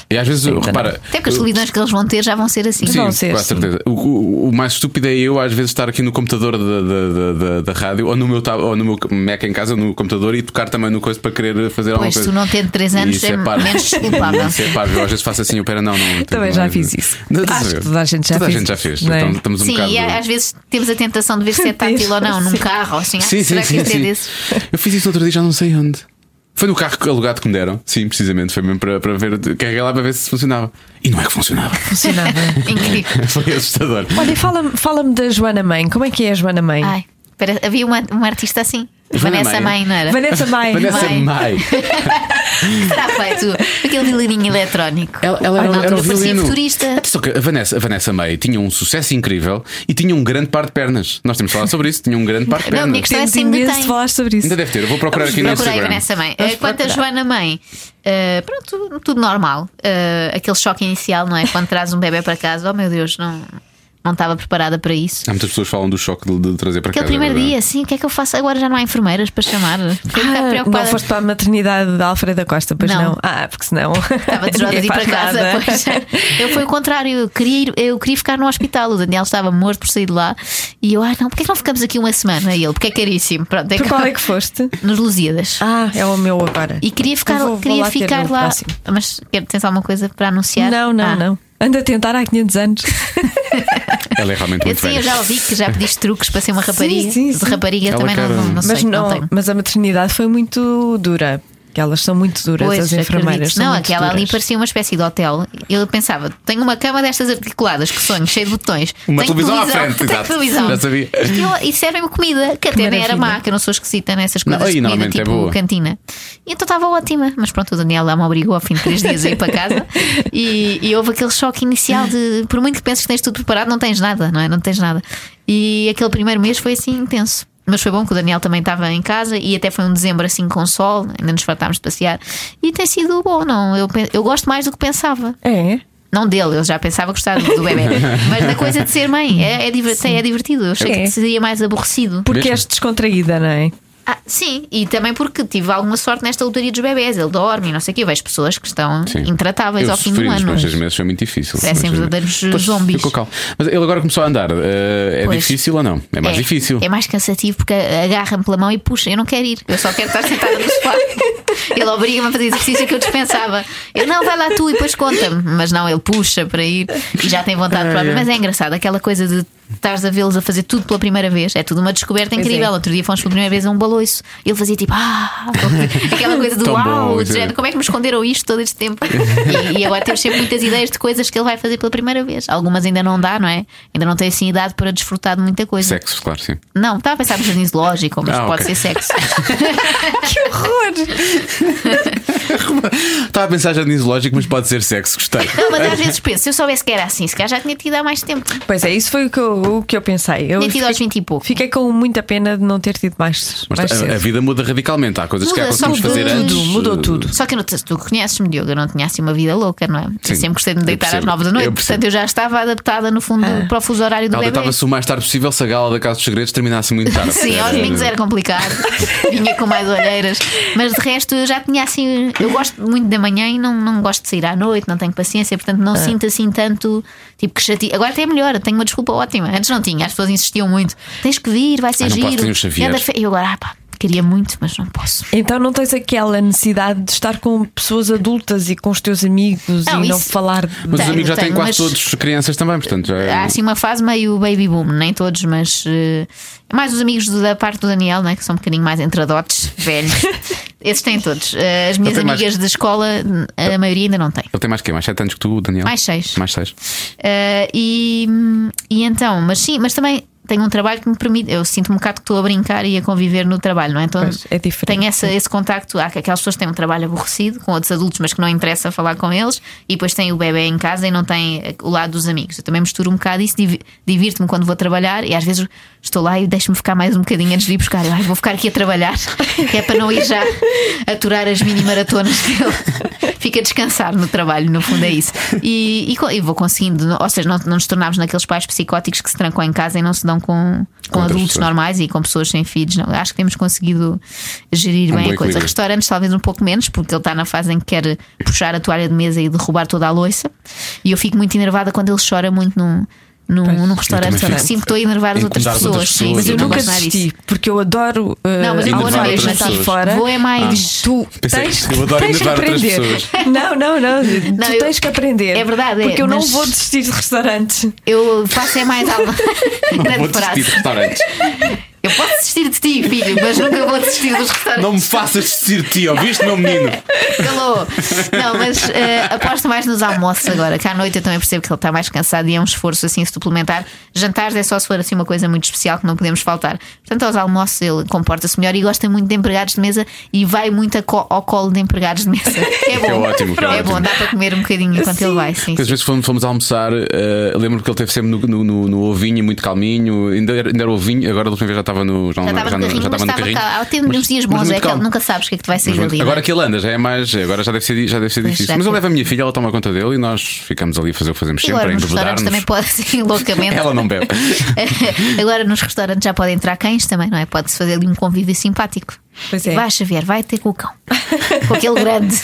S2: E às vezes, repara.
S4: Até porque as televisões que eles vão ter já vão ser assim.
S2: Sim,
S3: Vão ser,
S2: com
S3: sim.
S2: certeza. O, o- o mais estúpido é eu, às vezes, estar aqui no computador da, da, da, da- da rádio ou no, meu tab, ou no meu Mac em casa, no computador, e tocar também no coisa para querer fazer alguma
S4: Pois,
S2: coisa.
S4: tu não tendo três anos,
S2: Isso
S4: é
S2: parvo.
S4: menos desculpável.
S2: Isso é parvo. Eu às vezes faço assim, eu pera, não, não.
S3: Também
S2: não,
S3: já
S2: não,
S3: fiz
S2: não.
S3: isso.
S2: Não, estás
S3: Acho
S2: a ver?
S3: que toda a gente já
S2: Toda
S3: fez.
S2: a gente já fez.
S3: Não é?
S2: Então, estamos um
S4: Sim,
S2: bocado.
S4: e a- às vezes temos a tentação de ver se é tátil ou não, num
S3: Sim.
S4: carro, ou assim. Ah,
S2: Sim, sim,
S4: será que
S2: sim.
S4: este é
S2: sim.
S4: desses?
S2: Eu fiz isso no outro dia, já não sei onde. Foi no carro alugado que me deram. Sim, precisamente. Foi mesmo para, para ver. Carreguei lá para ver se funcionava. E não é que funcionava.
S3: Funcionava.
S4: Incrível.
S2: Foi assustador.
S3: Olha, e fala-me fala da Joana Mãe. Como é que é a Joana Mãe?
S4: Ai, espera, havia uma, uma artista assim.
S2: Joana
S4: Vanessa
S2: Maia.
S4: Mãe, não era?
S3: Vanessa é Mãe.
S2: Vanessa
S4: Mai.
S2: Mai.
S4: Será feito aquele violininho eletrónico.
S2: Ela, ela
S4: Ai,
S2: era, um-
S4: na
S2: era
S4: altura
S2: o
S4: parecia
S2: violino.
S4: futurista.
S2: Atenção que a Vanessa, a Vanessa May tinha um sucesso incrível e tinha um grande par de pernas. Nós temos falado sobre isso, tinha um grande par de
S4: Não, a minha
S2: pernas.
S4: questão é
S3: Temos
S4: se ainda
S3: imenso
S4: tem.
S3: de falar sobre isso.
S2: Ainda deve ter, eu vou procurar
S3: Vamos
S2: aqui no
S4: Procurei
S2: Instagram.
S4: Vanessa Mãe.
S3: Vamos
S4: Eh, Quanto a
S3: procurar.
S4: Joana Mãe, eh, pronto, tudo normal. Eh, aquele choque inicial, não é? Quando traz um bebê para casa, oh meu Deus, não, não estava preparada para isso.
S2: Há muitas pessoas que falam do choque de, de trazer para
S4: Aquele
S2: casa. é
S4: primeiro
S2: verdade.
S4: dia, assim, o que é que eu faço? Agora já não há enfermeiras para chamar. Fiquei um bocado
S3: Ah, não
S4: preocupada.
S3: foste para a maternidade da Alfredo da Costa, pois
S4: Não.
S3: não. Ah, porque senão.
S4: Estava
S3: ninguém
S4: desejada de ir para
S3: faz
S4: casa.
S3: nada.
S4: Pois. Eu fui o contrário, eu queria, ir- eu queria ficar no hospital. O Daniel estava morto por sair de lá. E eu, ai não, porque é que não ficamos aqui uma semana? E ele, porque é caríssimo. Pronto, é
S3: Por qual é
S4: que...
S3: que foste?
S4: Nos Lusíadas.
S3: Ah, é o meu agora.
S4: E queria
S3: Eu
S4: ficar,
S3: vou- vou
S4: queria
S3: lá ter
S4: ficar
S3: no
S4: lá.
S3: próximo.
S4: Mas quer- tens alguma coisa para anunciar?
S3: Não, não,
S4: Ah.
S3: não. Anda a tentar há 500 anos.
S2: Ela é realmente
S4: Eu,
S2: muito
S4: sim, eu
S2: velha.
S4: já ouvi que já pediste truques para ser uma rapariga.
S3: sim,
S4: De
S3: sim.
S4: rapariga
S2: Ela
S4: também não,
S2: quer-
S4: não, não
S3: mas,
S4: sei.
S3: não,
S4: tenho.
S3: mas a maternidade foi muito dura. que elas são muito duras,
S4: Pois,
S3: as enfermeiras.
S4: acredito.
S3: são
S4: Não,
S3: muito
S4: aquela ali
S3: duras.
S4: parecia uma espécie de hotel. Eu pensava, tenho uma cama destas articuladas, que sonho, cheio de botões.
S2: Uma
S4: tenho
S2: televisão à frente,
S4: tenho
S2: exato.
S4: televisão.
S2: Já sabia.
S4: E eu- E servem-me comida, que até nem era má,
S3: maravilha.
S4: que eu não sou esquisita nessas
S2: Não,
S4: coisas.
S2: aí
S4: de comida,
S2: normalmente é
S4: tipo
S2: boa.
S4: cantina. E então estava ótima, mas pronto, o Daniel lá me obrigou ao fim de três dias a ir para casa. E, e houve aquele choque inicial de, por muito que penses que tens tudo preparado, não tens nada, não é? Não tens nada. E aquele primeiro mês foi assim intenso. Mas foi bom que o Daniel também estava em casa e até foi um dezembro assim com sol, ainda nos fartámos de passear. E tem sido bom, não? Eu, pe- eu gosto mais do que pensava.
S3: É.
S4: Não dele, eu já pensava gostar do bebê. Mas da coisa de ser mãe, é, é, diver- é divertido. Eu achei
S3: É.
S4: que seria mais aborrecido.
S3: Porque
S2: Mesmo?
S3: és descontraída, não é?
S4: Ah, sim, e também porque tive alguma sorte nesta lotaria dos bebés. Ele dorme, e não sei o quê. Eu vejo pessoas que estão
S2: Sim.
S4: intratáveis
S2: Eu
S4: ao fim
S2: sofri
S4: do
S2: nos
S4: ano.
S2: primeiros seis meses, foi muito difícil.
S4: Parecem
S2: Mas-
S4: verdadeiros
S2: Pois,
S4: zombies.
S2: Ficou calmo. Mas ele agora começou a andar. eh, é
S4: Pois.
S2: difícil ou não? É mais difícil.
S4: É mais cansativo porque agarra-me pela mão e puxa. Eu não quero ir. Eu só quero estar sentada no sofá. ele obriga-me a fazer exercício que eu dispensava. Eu não, vai lá tu e depois conta-me. Mas não, ele puxa para ir e já tem
S3: Ah,
S4: vontade própria. Mas é engraçado aquela coisa de estares a vê-los a fazer tudo pela primeira vez. É tudo uma descoberta
S3: Pois
S4: incrível.
S3: é.
S4: Outro dia fomos pela primeira vez a um baloiço. Ele fazia tipo, ah, aquela coisa do
S2: Tão
S4: uau,
S2: bom,
S4: de género, como é que me esconderam isto todo este tempo? E, e agora temos sempre muitas ideias de coisas que ele vai fazer pela primeira vez. Algumas ainda não dá, não é? Ainda não tem assim idade para desfrutar de muita coisa.
S2: Sexo, claro, sim.
S4: Não, estava a pensar no jardim zoológico, mas
S2: Ah,
S4: pode
S2: ok.
S4: ser sexo.
S3: Que horror!
S2: Estava a pensar já nisso lógico, mas pode ser sexo, gostei.
S4: Não, mas às vezes penso, se eu soubesse que era assim, se calhar já tinha tido há mais tempo.
S3: Pois é, isso foi o que eu, o que eu pensei. Eu
S4: Tinha tido aos
S3: fiquei,
S4: 20 e pouco.
S3: fiquei com muita pena de não ter tido mais.
S2: Mas
S3: mais
S2: a-
S3: cedo.
S2: a, vida muda radicalmente. Há coisas que já
S4: Muda, só
S2: conseguimos fazer
S4: mudou
S2: antes.
S4: tudo,
S3: mudou tudo.
S4: Só que eu não te- tu conheces-me, Diogo, eu não tinha assim uma vida louca, não é?
S2: Sim,
S4: eu sempre gostei de
S2: eu
S4: me deitar às
S2: percebo,
S4: nove da noite,
S2: eu percebo.
S4: portanto eu já estava adaptada no fundo para o fuso horário do
S2: Ela
S4: bebê.
S2: deitava-se o mais tarde possível se a gala da Casa dos Segredos terminasse muito tarde.
S4: Sim, aos domingos era complicado, vinha com mais olheiras, mas de resto eu já tinha assim. Eu gosto muito da manhã e não, não gosto de sair à noite, não tenho paciência, portanto
S2: Ah.
S4: não sinto assim tanto tipo que chati. Agora até é melhor, tenho uma desculpa ótima. Antes não tinha, as pessoas insistiam muito: tens que vir, vai ser
S2: Ah, não posso,
S4: giro.
S2: tenho o Xavier.
S4: anda fe- Eu agora, ah, pá, queria muito, mas não posso.
S3: Então não tens aquela necessidade de estar com pessoas adultas e com os teus amigos
S4: Não,
S3: e não
S4: isso-
S3: falar.
S2: Mas os
S4: Tenho,
S2: amigos já têm
S4: tenho,
S2: quase
S4: mas-
S2: todos crianças também, portanto. já-
S4: Há assim uma fase meio baby boom, nem todos, mas eh, mais os amigos do- da parte do Daniel, né, que são um bocadinho mais entradotes, velhos. Esses têm todos. Eh, as minhas
S2: tenho Então mais-
S4: amigas da escola, a maioria ainda não tem.
S2: Ele tem mais que Mais 7 anos que tu, Daniel?
S4: Mais seis.
S2: Mais seis.
S4: Eh, e, e então, mas sim, mas também tenho um trabalho que me permite. Eu sinto-me um bocado que estou a brincar e a conviver no trabalho, não é? Então
S3: Pois, é diferente.
S4: tenho essa- esse contacto. Há aquelas pessoas que têm um trabalho aborrecido com outros adultos, mas que não interessa falar com eles, e depois têm o bebê em casa e não têm eh, o lado dos amigos. Eu também misturo um bocado isso, divi- divirto-me quando vou trabalhar e às vezes estou lá e deixo-me ficar mais um bocadinho antes de ir buscar. Eu, "Ai, vou ficar aqui a trabalhar, que é para não ir já aturar as mini maratonas dele. Fica a descansar no trabalho, no fundo é isso. E, e co- e vou conseguindo, ou seja, não, não nos tornámos naqueles pais psicóticos que se trancam em casa e não se dão com, com
S2: outras
S4: adultos
S2: pessoas.
S4: normais e com pessoas sem filhos. Não, acho que temos conseguido gerir
S2: Um
S4: bem
S2: bom
S4: a coisa.
S2: equilíbrio.
S4: Restaurantes, talvez um pouco menos, porque ele está na fase em que quer puxar a toalha de mesa e derrubar toda a louça. E eu fico muito enervada quando ele chora muito num, num, num restaurante.
S2: também
S4: Sinto
S2: fico
S4: que estou a enervar as outras
S2: incomodado
S4: pessoas.
S2: com outras
S4: Sim,
S2: pessoas
S4: sim,
S3: Mas eu
S2: Sim,
S3: nunca
S4: gosto nada disso.
S3: desisti, porque eu adoro. uh,
S4: Não, mas eu
S2: Enervar
S4: vou não
S2: outras
S4: mesmo assim
S2: pessoas.
S4: fora. Vou é mais.
S3: Tu
S2: Ah, Pensei,
S3: tens,
S2: eu adoro
S3: tens que
S2: enervar outras
S3: aprender.
S2: pessoas.
S3: Não, não, não.
S4: Não,
S3: tu
S4: eu-
S3: tens que aprender.
S4: É verdade, é,
S3: Porque eu não
S4: mas-
S3: vou desistir de restaurantes.
S4: Eu faço é mais algo. Grande
S2: Vou desistir de
S4: frase.
S2: restaurantes.
S4: Eu posso desistir de ti, filho, mas nunca vou desistir dos restaurantes.
S2: Não me faças desistir de ti, ouviste, meu menino?
S4: Calou. Não, mas eh, aposto mais nos almoços agora, que à noite eu também percebo que ele está mais cansado e é um esforço assim suplementar. Jantares é só se for assim uma coisa muito especial que não podemos faltar. Portanto, aos almoços ele comporta-se melhor e gosta muito de empregados de mesa e vai muito a co- ao colo de empregados de mesa. É bom.
S2: É ótimo, que é
S4: É bom,
S2: ótimo.
S4: dá para comer um bocadinho enquanto ele vai, sim.
S2: Porque às vezes fomos, fomos almoçar, eh, lembro que ele teve sempre no, no, no- no ovinho, muito calminho, ainda era, ainda era ovinho, agora da última vez já estava no já,
S4: Já estava no carrinho, mas estava cá. Tem uns dias bons, é que ele nunca sabes o que é que te vai sair
S2: Mas
S4: dali.
S2: muito-
S4: não é?
S2: agora que ele anda, já é mais. Agora já deve ser, já deve ser
S4: Pois, é.
S2: difícil.
S4: já
S2: Mas eu
S4: que-
S2: levo a minha filha, ela toma conta dele e nós ficamos ali a fazer o que fazemos
S4: E
S2: sempre,
S4: agora
S2: a
S4: nos restaurantes também
S2: embebedar-nos.
S4: pode assim loucamente.
S2: Ela não bebe.
S4: Agora nos restaurantes já podem entrar cães também, não é? Pode-se fazer ali um convívio simpático.
S3: Pois é.
S4: Vai, Xavier, vai ter com o cão. Com aquele grande.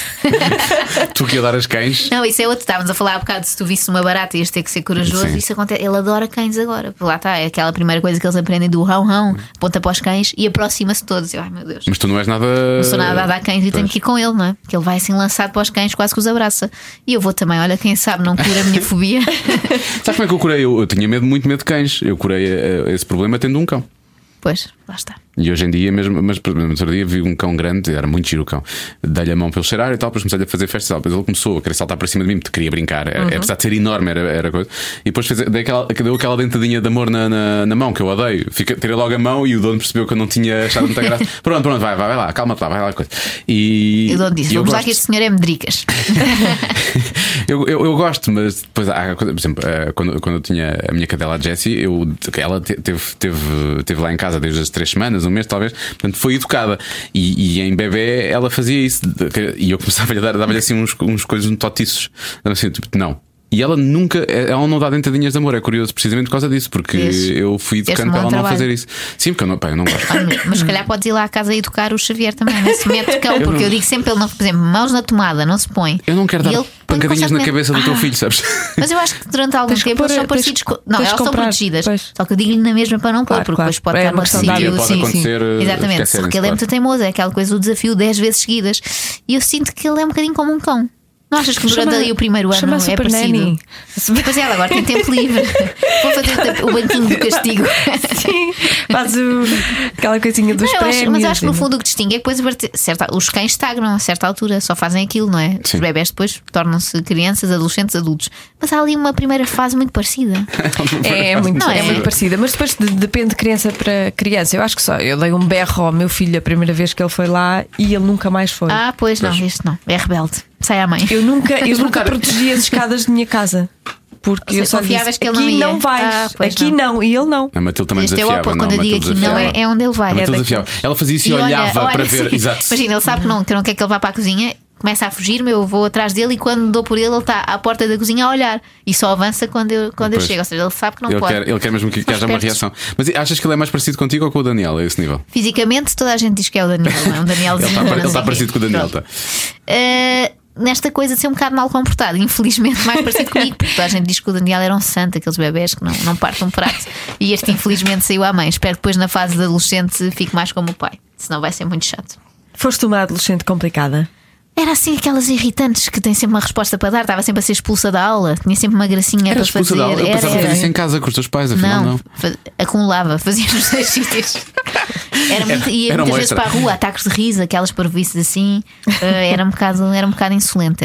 S2: tu que ia dar as cães.
S4: Não, isso é outro. Estávamos a falar há bocado se tu visse uma barata ias ter que ser corajoso.
S2: Sim.
S4: Isso acontece. Ele adora cães agora. Por lá está. É aquela primeira coisa que eles aprendem do rão-rão, aponta para os cães e aproxima-se todos. Eu, ai meu Deus.
S2: Mas tu não és nada.
S4: Não sou nada dada a cães e tenho
S2: Pois.
S4: que ir com ele, não é? Porque ele vai assim lançado para os cães, quase que os abraça. E eu vou também, olha, quem sabe não cura a minha fobia.
S2: Sabe eh, como é que eu curei? Eu, eu tinha medo, muito medo de cães. Eu curei eh, esse problema tendo um cão.
S4: pois, lá está.
S2: E hoje em dia, mesmo, mas por exemplo, no outro dia vi um cão grande, era muito giro o cão, dei-lhe a mão pelo cheirar e tal, depois comecei a fazer festas e tal. Depois ele começou a querer saltar para cima de mim, porque queria brincar,
S4: Uhum.
S2: era, apesar de ser enorme, era, era coisa. E depois fez, dei aquela, deu aquela dentadinha de amor na, na, na mão, que eu odeio. Fica, tirei logo a mão e o dono percebeu que eu não tinha achado muita graça. Pronto, pronto, vai, vai, vai lá, calma-te lá, vai lá. Coisa. E,
S4: E o dono disse:
S2: e eu
S4: Vamos lá,
S2: gosto.
S4: que este senhor é medricas.
S2: eu, eu, eu gosto, mas depois há, coisa- por exemplo, eh, quando, quando eu tinha a minha cadela a Jessie, eu, ela te- teve, teve, teve lá em casa desde as três semanas, um mês talvez, portanto foi educada. E, e em bebê ela fazia isso. de- que- E eu começava a dar, dava-lhe assim uns, uns coisas totiços. Assim, tipo, não. E ela nunca, eh, ela não dá dentadinhas de amor, é curioso precisamente por causa disso, porque
S4: Vês?
S2: eu fui
S4: Este
S2: educando para
S4: não é um
S2: ela não
S4: trabalho.
S2: fazer isso. Sim, porque eu não, pá, eu não gosto.
S4: Olha, mas- mas se calhar podes ir lá à casa educar o Xavier também nesse momento cão,
S2: não-
S4: porque eu digo sempre: ele não, por exemplo, mãos na tomada, não se põe.
S2: Eu não quero
S4: E
S2: dar
S4: ele põe
S2: pancadinhas na
S4: constantemente-
S2: cabeça do teu
S4: Ah,
S2: filho, sabes?
S4: Mas eu acho que durante algum
S3: Tens que
S4: tempo
S3: pôr- é,
S4: eles são
S3: tens-
S4: parecidos com. Não,
S3: tens
S4: elas
S3: que
S4: são
S3: comprar,
S4: protegidas.
S3: pois.
S4: Só que eu digo-lhe na mesma para não pôr,
S3: Claro,
S4: porque
S3: claro.
S4: depois pode
S3: É
S4: estar
S3: uma
S4: no
S3: questão de
S2: Um dia
S3: Sim,
S4: sítio.
S2: pode
S3: sim,
S2: acontecer. eh,
S4: Exatamente,
S2: esquecerem-se,
S4: porque ele é
S2: claro.
S4: muito teimoso, é aquela coisa do desafio 10 vezes seguidas. E eu sinto que ele é um bocadinho como um cão. Não achas que durante
S3: Chama-
S4: ali o primeiro ano
S3: chama a
S4: é
S3: Super
S4: parecido?
S3: Nanny.
S4: Pois é, ela agora tem tempo livre. Vou fazer o tap- o banquinho do castigo.
S3: Sim, faz o- aquela coisinha dos
S4: Não, eu acho-
S3: prémios.
S4: mas eu acho que no
S3: e-
S4: fundo o que distingue é que depois a partir- certa, os cães estagnam a certa altura, só fazem aquilo, não é?
S2: Sim.
S4: Os bebés depois tornam-se crianças, adolescentes, adultos. Mas há ali uma primeira fase muito parecida.
S3: É, muito,
S4: Não
S3: é?
S4: é?
S3: muito parecida, mas depois de- depende de criança para criança. Eu acho que só, eu dei um berro ao meu filho a primeira vez que ele foi lá e ele nunca mais foi.
S4: Ah, pois não, este não. É rebelde. Sai à mãe.
S3: Eu nunca, eu nunca protegi as escadas de minha casa. Porque
S4: Ou
S3: eu
S4: seja,
S3: só
S4: confiavas
S3: disse,
S4: que ele não
S3: aqui
S4: ia."
S3: não, vais,
S4: Ah, pois
S3: aqui não. e ele não.
S2: A Matilde também
S4: Este é o
S2: desafiava.
S4: oposto,
S2: não,
S4: quando eu digo
S2: Matilde
S4: aqui não,
S2: desafiava.
S4: é- é onde ele vai.
S2: A Matilde
S3: É
S2: desafiava. Ela fazia isso e,
S4: olha,
S2: olhava
S4: olha,
S2: para ver.
S4: sim.
S2: Exato.
S4: Imagina, ele sabe que não, que eu não quer que ele vá para a cozinha, começa a fugir-me, eu vou atrás dele e quando dou por ele, ele está à porta da cozinha a olhar e só avança quando eu, quando eu
S2: Pois.
S4: chego. Ou seja, ele sabe que não
S2: Ele
S4: pode.
S2: quer, ele quer mesmo que, que
S4: São
S2: haja uma
S4: espertos.
S2: reação. Mas achas que ele é mais parecido contigo ou com o Daniel a esse nível?
S4: Fisicamente, toda a gente diz que é o Daniel, não é um
S2: Ele
S4: Danielzinho.
S2: está,
S4: não É
S2: ele
S4: sei
S2: está
S4: quê.
S2: parecido com o Daniel.
S4: Pronto.
S2: Tá.
S4: Uh, nesta coisa de ser um bocado mal comportado, infelizmente, mais parecido comigo, porque toda a gente diz que o Daniel era um santo, aqueles bebés que não, não partam prato, e este infelizmente saiu à mãe. Espero que depois na fase de adolescente fique mais como o pai, senão vai ser muito chato.
S3: Foste uma adolescente complicada.
S4: Era assim aquelas irritantes que têm sempre uma resposta para dar, estava sempre a ser expulsa da aula, tinha sempre uma gracinha
S2: Era
S4: para fazer.
S2: expulsa da aula. Eu
S4: Era,
S2: pensava que
S4: era.
S2: isso em casa com os teus pais, afinal
S4: Não,
S2: não.
S4: fa- acumulava, fazia nos dois sítios. Era muito, ia
S2: era um
S4: muitas vezes
S2: extra.
S4: para a rua, ataques de riso, aquelas parvoices assim. eh, era, um bocado, era um bocado insolente.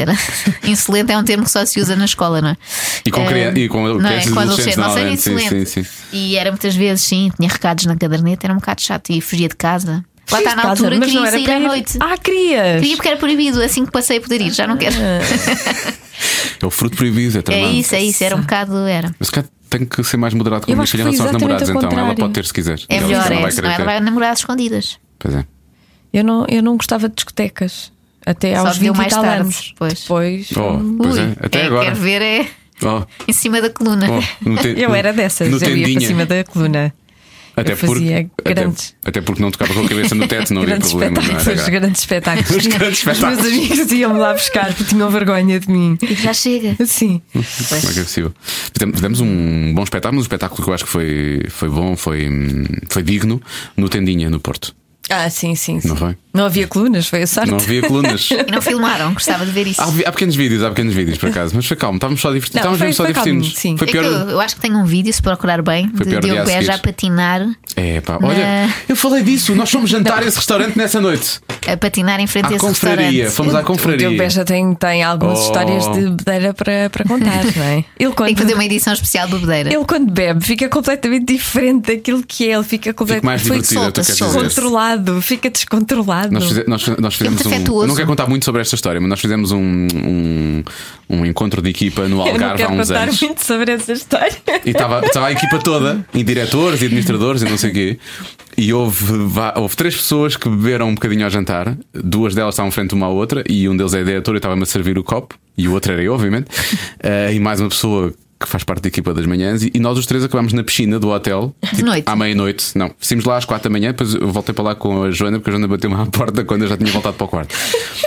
S4: Era. insolente é um termo que só se usa na escola, não é?
S2: E com
S4: Eh,
S2: criança- e com
S4: não é?
S2: crianças e
S4: Com
S2: adolescentes,
S4: adolescentes, não ser
S2: normalmente, sim,
S4: insolente.
S2: sim, sim.
S4: E era muitas vezes, sim, tinha recados na caderneta, era um bocado chato e fugia de casa. Lá está
S3: Fiz
S4: na
S3: casa,
S4: altura,
S3: mas não
S4: queria
S3: era
S4: sair
S3: para
S4: à
S3: ir.
S4: noite.
S3: Ah, querias!
S4: Queria porque era proibido, assim que passei a poder ir, já não quero.
S3: Ah,
S2: É o fruto proibido, é
S4: É
S2: tramado.
S4: isso, é isso, era um bocado. Era.
S2: Mas cá tenho que ser mais moderado com a
S3: Eu
S2: minha
S3: acho
S2: filha em
S3: que
S2: relação
S3: foi
S2: aos namorados,
S3: exatamente ao
S2: então. Ela
S3: contrário.
S2: pode ter se quiser.
S4: É
S2: Ela
S4: melhor,
S2: não
S4: é
S2: vai
S4: isso, não
S2: querer
S4: é? Ela
S2: ter.
S4: vai namorar às escondidas.
S2: Pois é.
S3: Eu, não, eu não gostava de discotecas. Até
S4: Só
S3: aos
S4: deu
S3: 20
S4: mais
S3: e tal
S4: tarde,
S3: anos.
S4: pois.
S3: Depois. hum,
S2: Oh, pois
S4: Ui,
S2: é. Até
S4: é,
S2: agora.
S4: Quero ver é
S2: Oh,
S4: em cima da coluna.
S2: oh, no te-
S3: Eu
S2: no-
S3: era dessas,
S2: no
S3: eu ia para
S2: tendinha.
S3: cima da coluna.
S2: Até
S3: Eu fazia
S2: porque,
S3: grandes-
S2: até, até porque não tocava com a cabeça no teto, não havia
S3: grandes
S2: problema. Não é? era
S3: espetáculos,
S2: grave.
S3: grandes espetáculos.
S2: Os grandes espetáculos.
S3: Os meus amigos iam-me lá buscar porque tinham vergonha de mim.
S4: E Tipo, já chega.
S3: Sim.
S4: Pois.
S2: Como é que é possível? Fizemos- Fizemos um bom espetáculo, mas um espetáculo que eu acho que foi, foi bom, foi, hum, foi digno, no Tendinha, no Porto.
S3: Ah, sim, sim. sim.
S2: Não foi?
S3: Não havia colunas, foi a sorte.
S2: Não havia colunas.
S4: E não filmaram, gostava de ver isso.
S2: Há, vi- há pequenos vídeos, há pequenos vídeos por acaso, mas foi calmo, estávamos só divertidos.
S3: Não,
S2: Estávamos
S3: foi-
S2: mesmo só
S3: foi calmo,
S2: divertindo.
S3: sim.
S2: Foi
S4: É que eu,
S2: pior.
S4: eu acho que tenho um vídeo, se procurar bem,
S2: Foi
S4: de
S2: pior dia a
S4: Diogo
S2: seguir.
S4: Beja a patinar,
S2: É pá, olha, eu falei disso, nós fomos jantar a esse restaurante nessa noite.
S4: a patinar em frente a
S2: À
S4: esse
S2: confraria,
S4: restaurante.
S2: fomos à
S3: O Diogo
S2: confraria.
S3: Beja tem, tem algumas
S2: Oh.
S3: histórias de bedeira para, para contar, não é? Ele
S4: Tem que
S3: quando,
S4: fazer uma edição especial do Bedeira.
S3: ele quando bebe fica completamente diferente daquilo que é, ele fica
S2: Fico mais
S3: completamente
S2: divertido, é o que tu
S4: solta,
S2: queres
S4: solta.
S2: dizer.
S3: descontrolado, fica descontrolado.
S2: Nós, fize- nós, nós fizemos um.
S4: afetuoso.
S2: eu Não quero contar muito sobre esta história, mas nós fizemos um, um, um encontro de equipa no
S3: Eu não
S2: Algarve há
S3: quero
S2: uns
S3: contar
S2: anos.
S3: muito sobre essa história.
S2: E estava estava a equipa toda, e diretores, e administradores, e não sei o quê. E houve, va- houve três pessoas que beberam um bocadinho ao jantar, duas delas estavam frente uma à outra, e um deles é diretor e estava-me a servir o copo, e o outro era eu, obviamente, Eh, e mais uma pessoa que faz parte da equipa das manhãs, e, e nós os três acabámos na piscina do hotel tipo,
S4: noite.
S2: à meia-noite. Não, fomos lá às quatro da manhã, depois eu voltei para lá com a Joana, porque a Joana bateu-me à porta quando eu já tinha voltado para o quarto.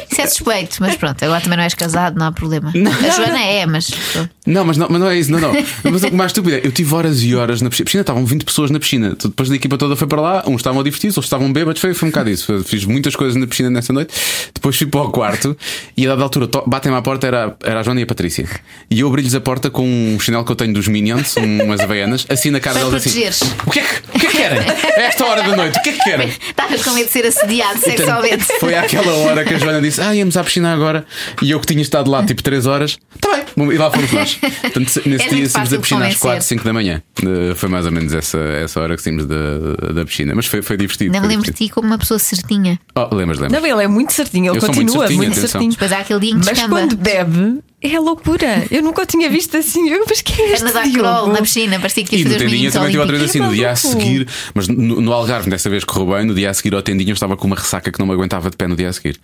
S4: Isso é suspeito, mas pronto, agora também não és casado, não há problema. a Joana é, mas. pronto.
S2: Não, mas não, mas não é isso, não, não. Mas o que mais estúpido é, eu tive horas e horas na piscina. A piscina estavam 20 pessoas na piscina. Depois da equipa toda foi para lá, uns estavam divertidos, outros estavam bêbados. Foi, foi um bocado isso. Eu Fiz muitas coisas na piscina nessa noite. Depois fui para o quarto e a dada altura to- batem-me à porta, era, era a Joana e a Patrícia. E eu abri-lhes a porta com um chinelo que eu tenho dos Minions, um- umas havaianas, assim na cara
S4: Para
S2: deles assim.
S4: protegeres.
S2: O que, é que, o que é que querem? A esta hora da noite, o que é que querem?
S4: Estavas com medo de ser assediado sexualmente.
S2: Então, Foi àquela hora que a Joana disse: Ah, íamos à piscina agora. E eu que tinha estado lá tipo 3 horas, está bem, bom, e lá fomos nós. Portanto, se- nesse dia
S4: É muito
S2: saímos
S4: fácil
S2: da piscina às
S4: convencer.
S2: 4, 5 da manhã. Eh, foi mais ou menos essa, essa hora que saímos da, da piscina. Mas foi, foi divertido.
S4: Não
S2: foi
S4: me lembro de
S2: divertido.
S4: ti como uma pessoa certinha.
S2: Oh, lembras, lembras.
S3: Não, ele é muito certinho, ele
S2: Eu sou muito
S3: continua
S2: certinho,
S3: muito
S2: atenção.
S3: certinho.
S4: Depois há aquele dia em que
S3: Mas
S4: descamba.
S3: quando bebe, é loucura. Eu nunca o tinha visto assim. Eu, mas que é este
S4: Andas à
S3: Diogo?
S4: crawl na piscina, parecia que
S2: E
S4: ias
S2: no
S4: fazer os
S2: Tendinha
S4: meninos
S2: também tive outra vez assim.
S4: olímpicos.
S2: No dia a
S3: maluco.
S2: seguir, mas no, no Algarve, dessa vez correu bem. No dia a seguir, ao Tendinha, eu estava com uma ressaca que não me aguentava de pé no dia a seguir.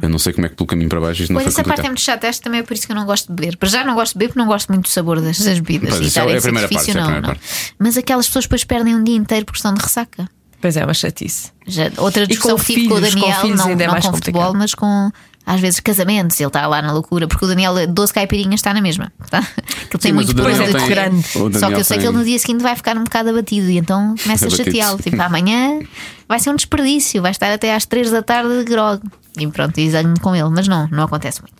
S2: Eu não sei como é que pelo caminho para baixo isto não
S4: Ah. Pois
S2: foi
S4: essa parte é
S2: complicado.
S4: muito chata, esta também é por isso que eu não gosto de beber. Para já não gosto de beber porque não gosto muito do sabor das, das bebidas.
S2: Pois,
S4: e
S2: isso é-
S4: estar em
S2: é a primeira parte,
S4: sacrifício,
S2: isso é a
S4: não,
S2: primeira
S4: não. Mas aquelas pessoas depois perdem um dia inteiro por questão de ressaca.
S3: Pois é, uma chatice.
S4: Já- outra discussão
S3: com
S4: que tive com o
S3: filhos, com
S4: Daniel,
S3: filhos
S4: não,
S3: ainda é
S4: não
S3: mais
S4: com futebol,
S3: complicado.
S4: mas com às vezes casamentos. Ele está lá na loucura, porque o Daniel, 12 caipirinhas, está na mesma. Tá? Que ele tem
S2: Sim, mas
S4: muito
S2: o
S4: por
S2: Daniel
S4: onde
S3: tem-
S4: correr.
S3: o
S4: Só
S2: Daniel
S4: que eu sei que
S2: tem-
S4: ele no dia seguinte vai ficar um bocado abatido e então começa a
S2: Abatido.
S4: chateá-lo. Tipo, amanhã vai ser um desperdício, vai estar até às 3 da tarde de grog. E pronto, e zango-me com ele, mas não, não acontece muito.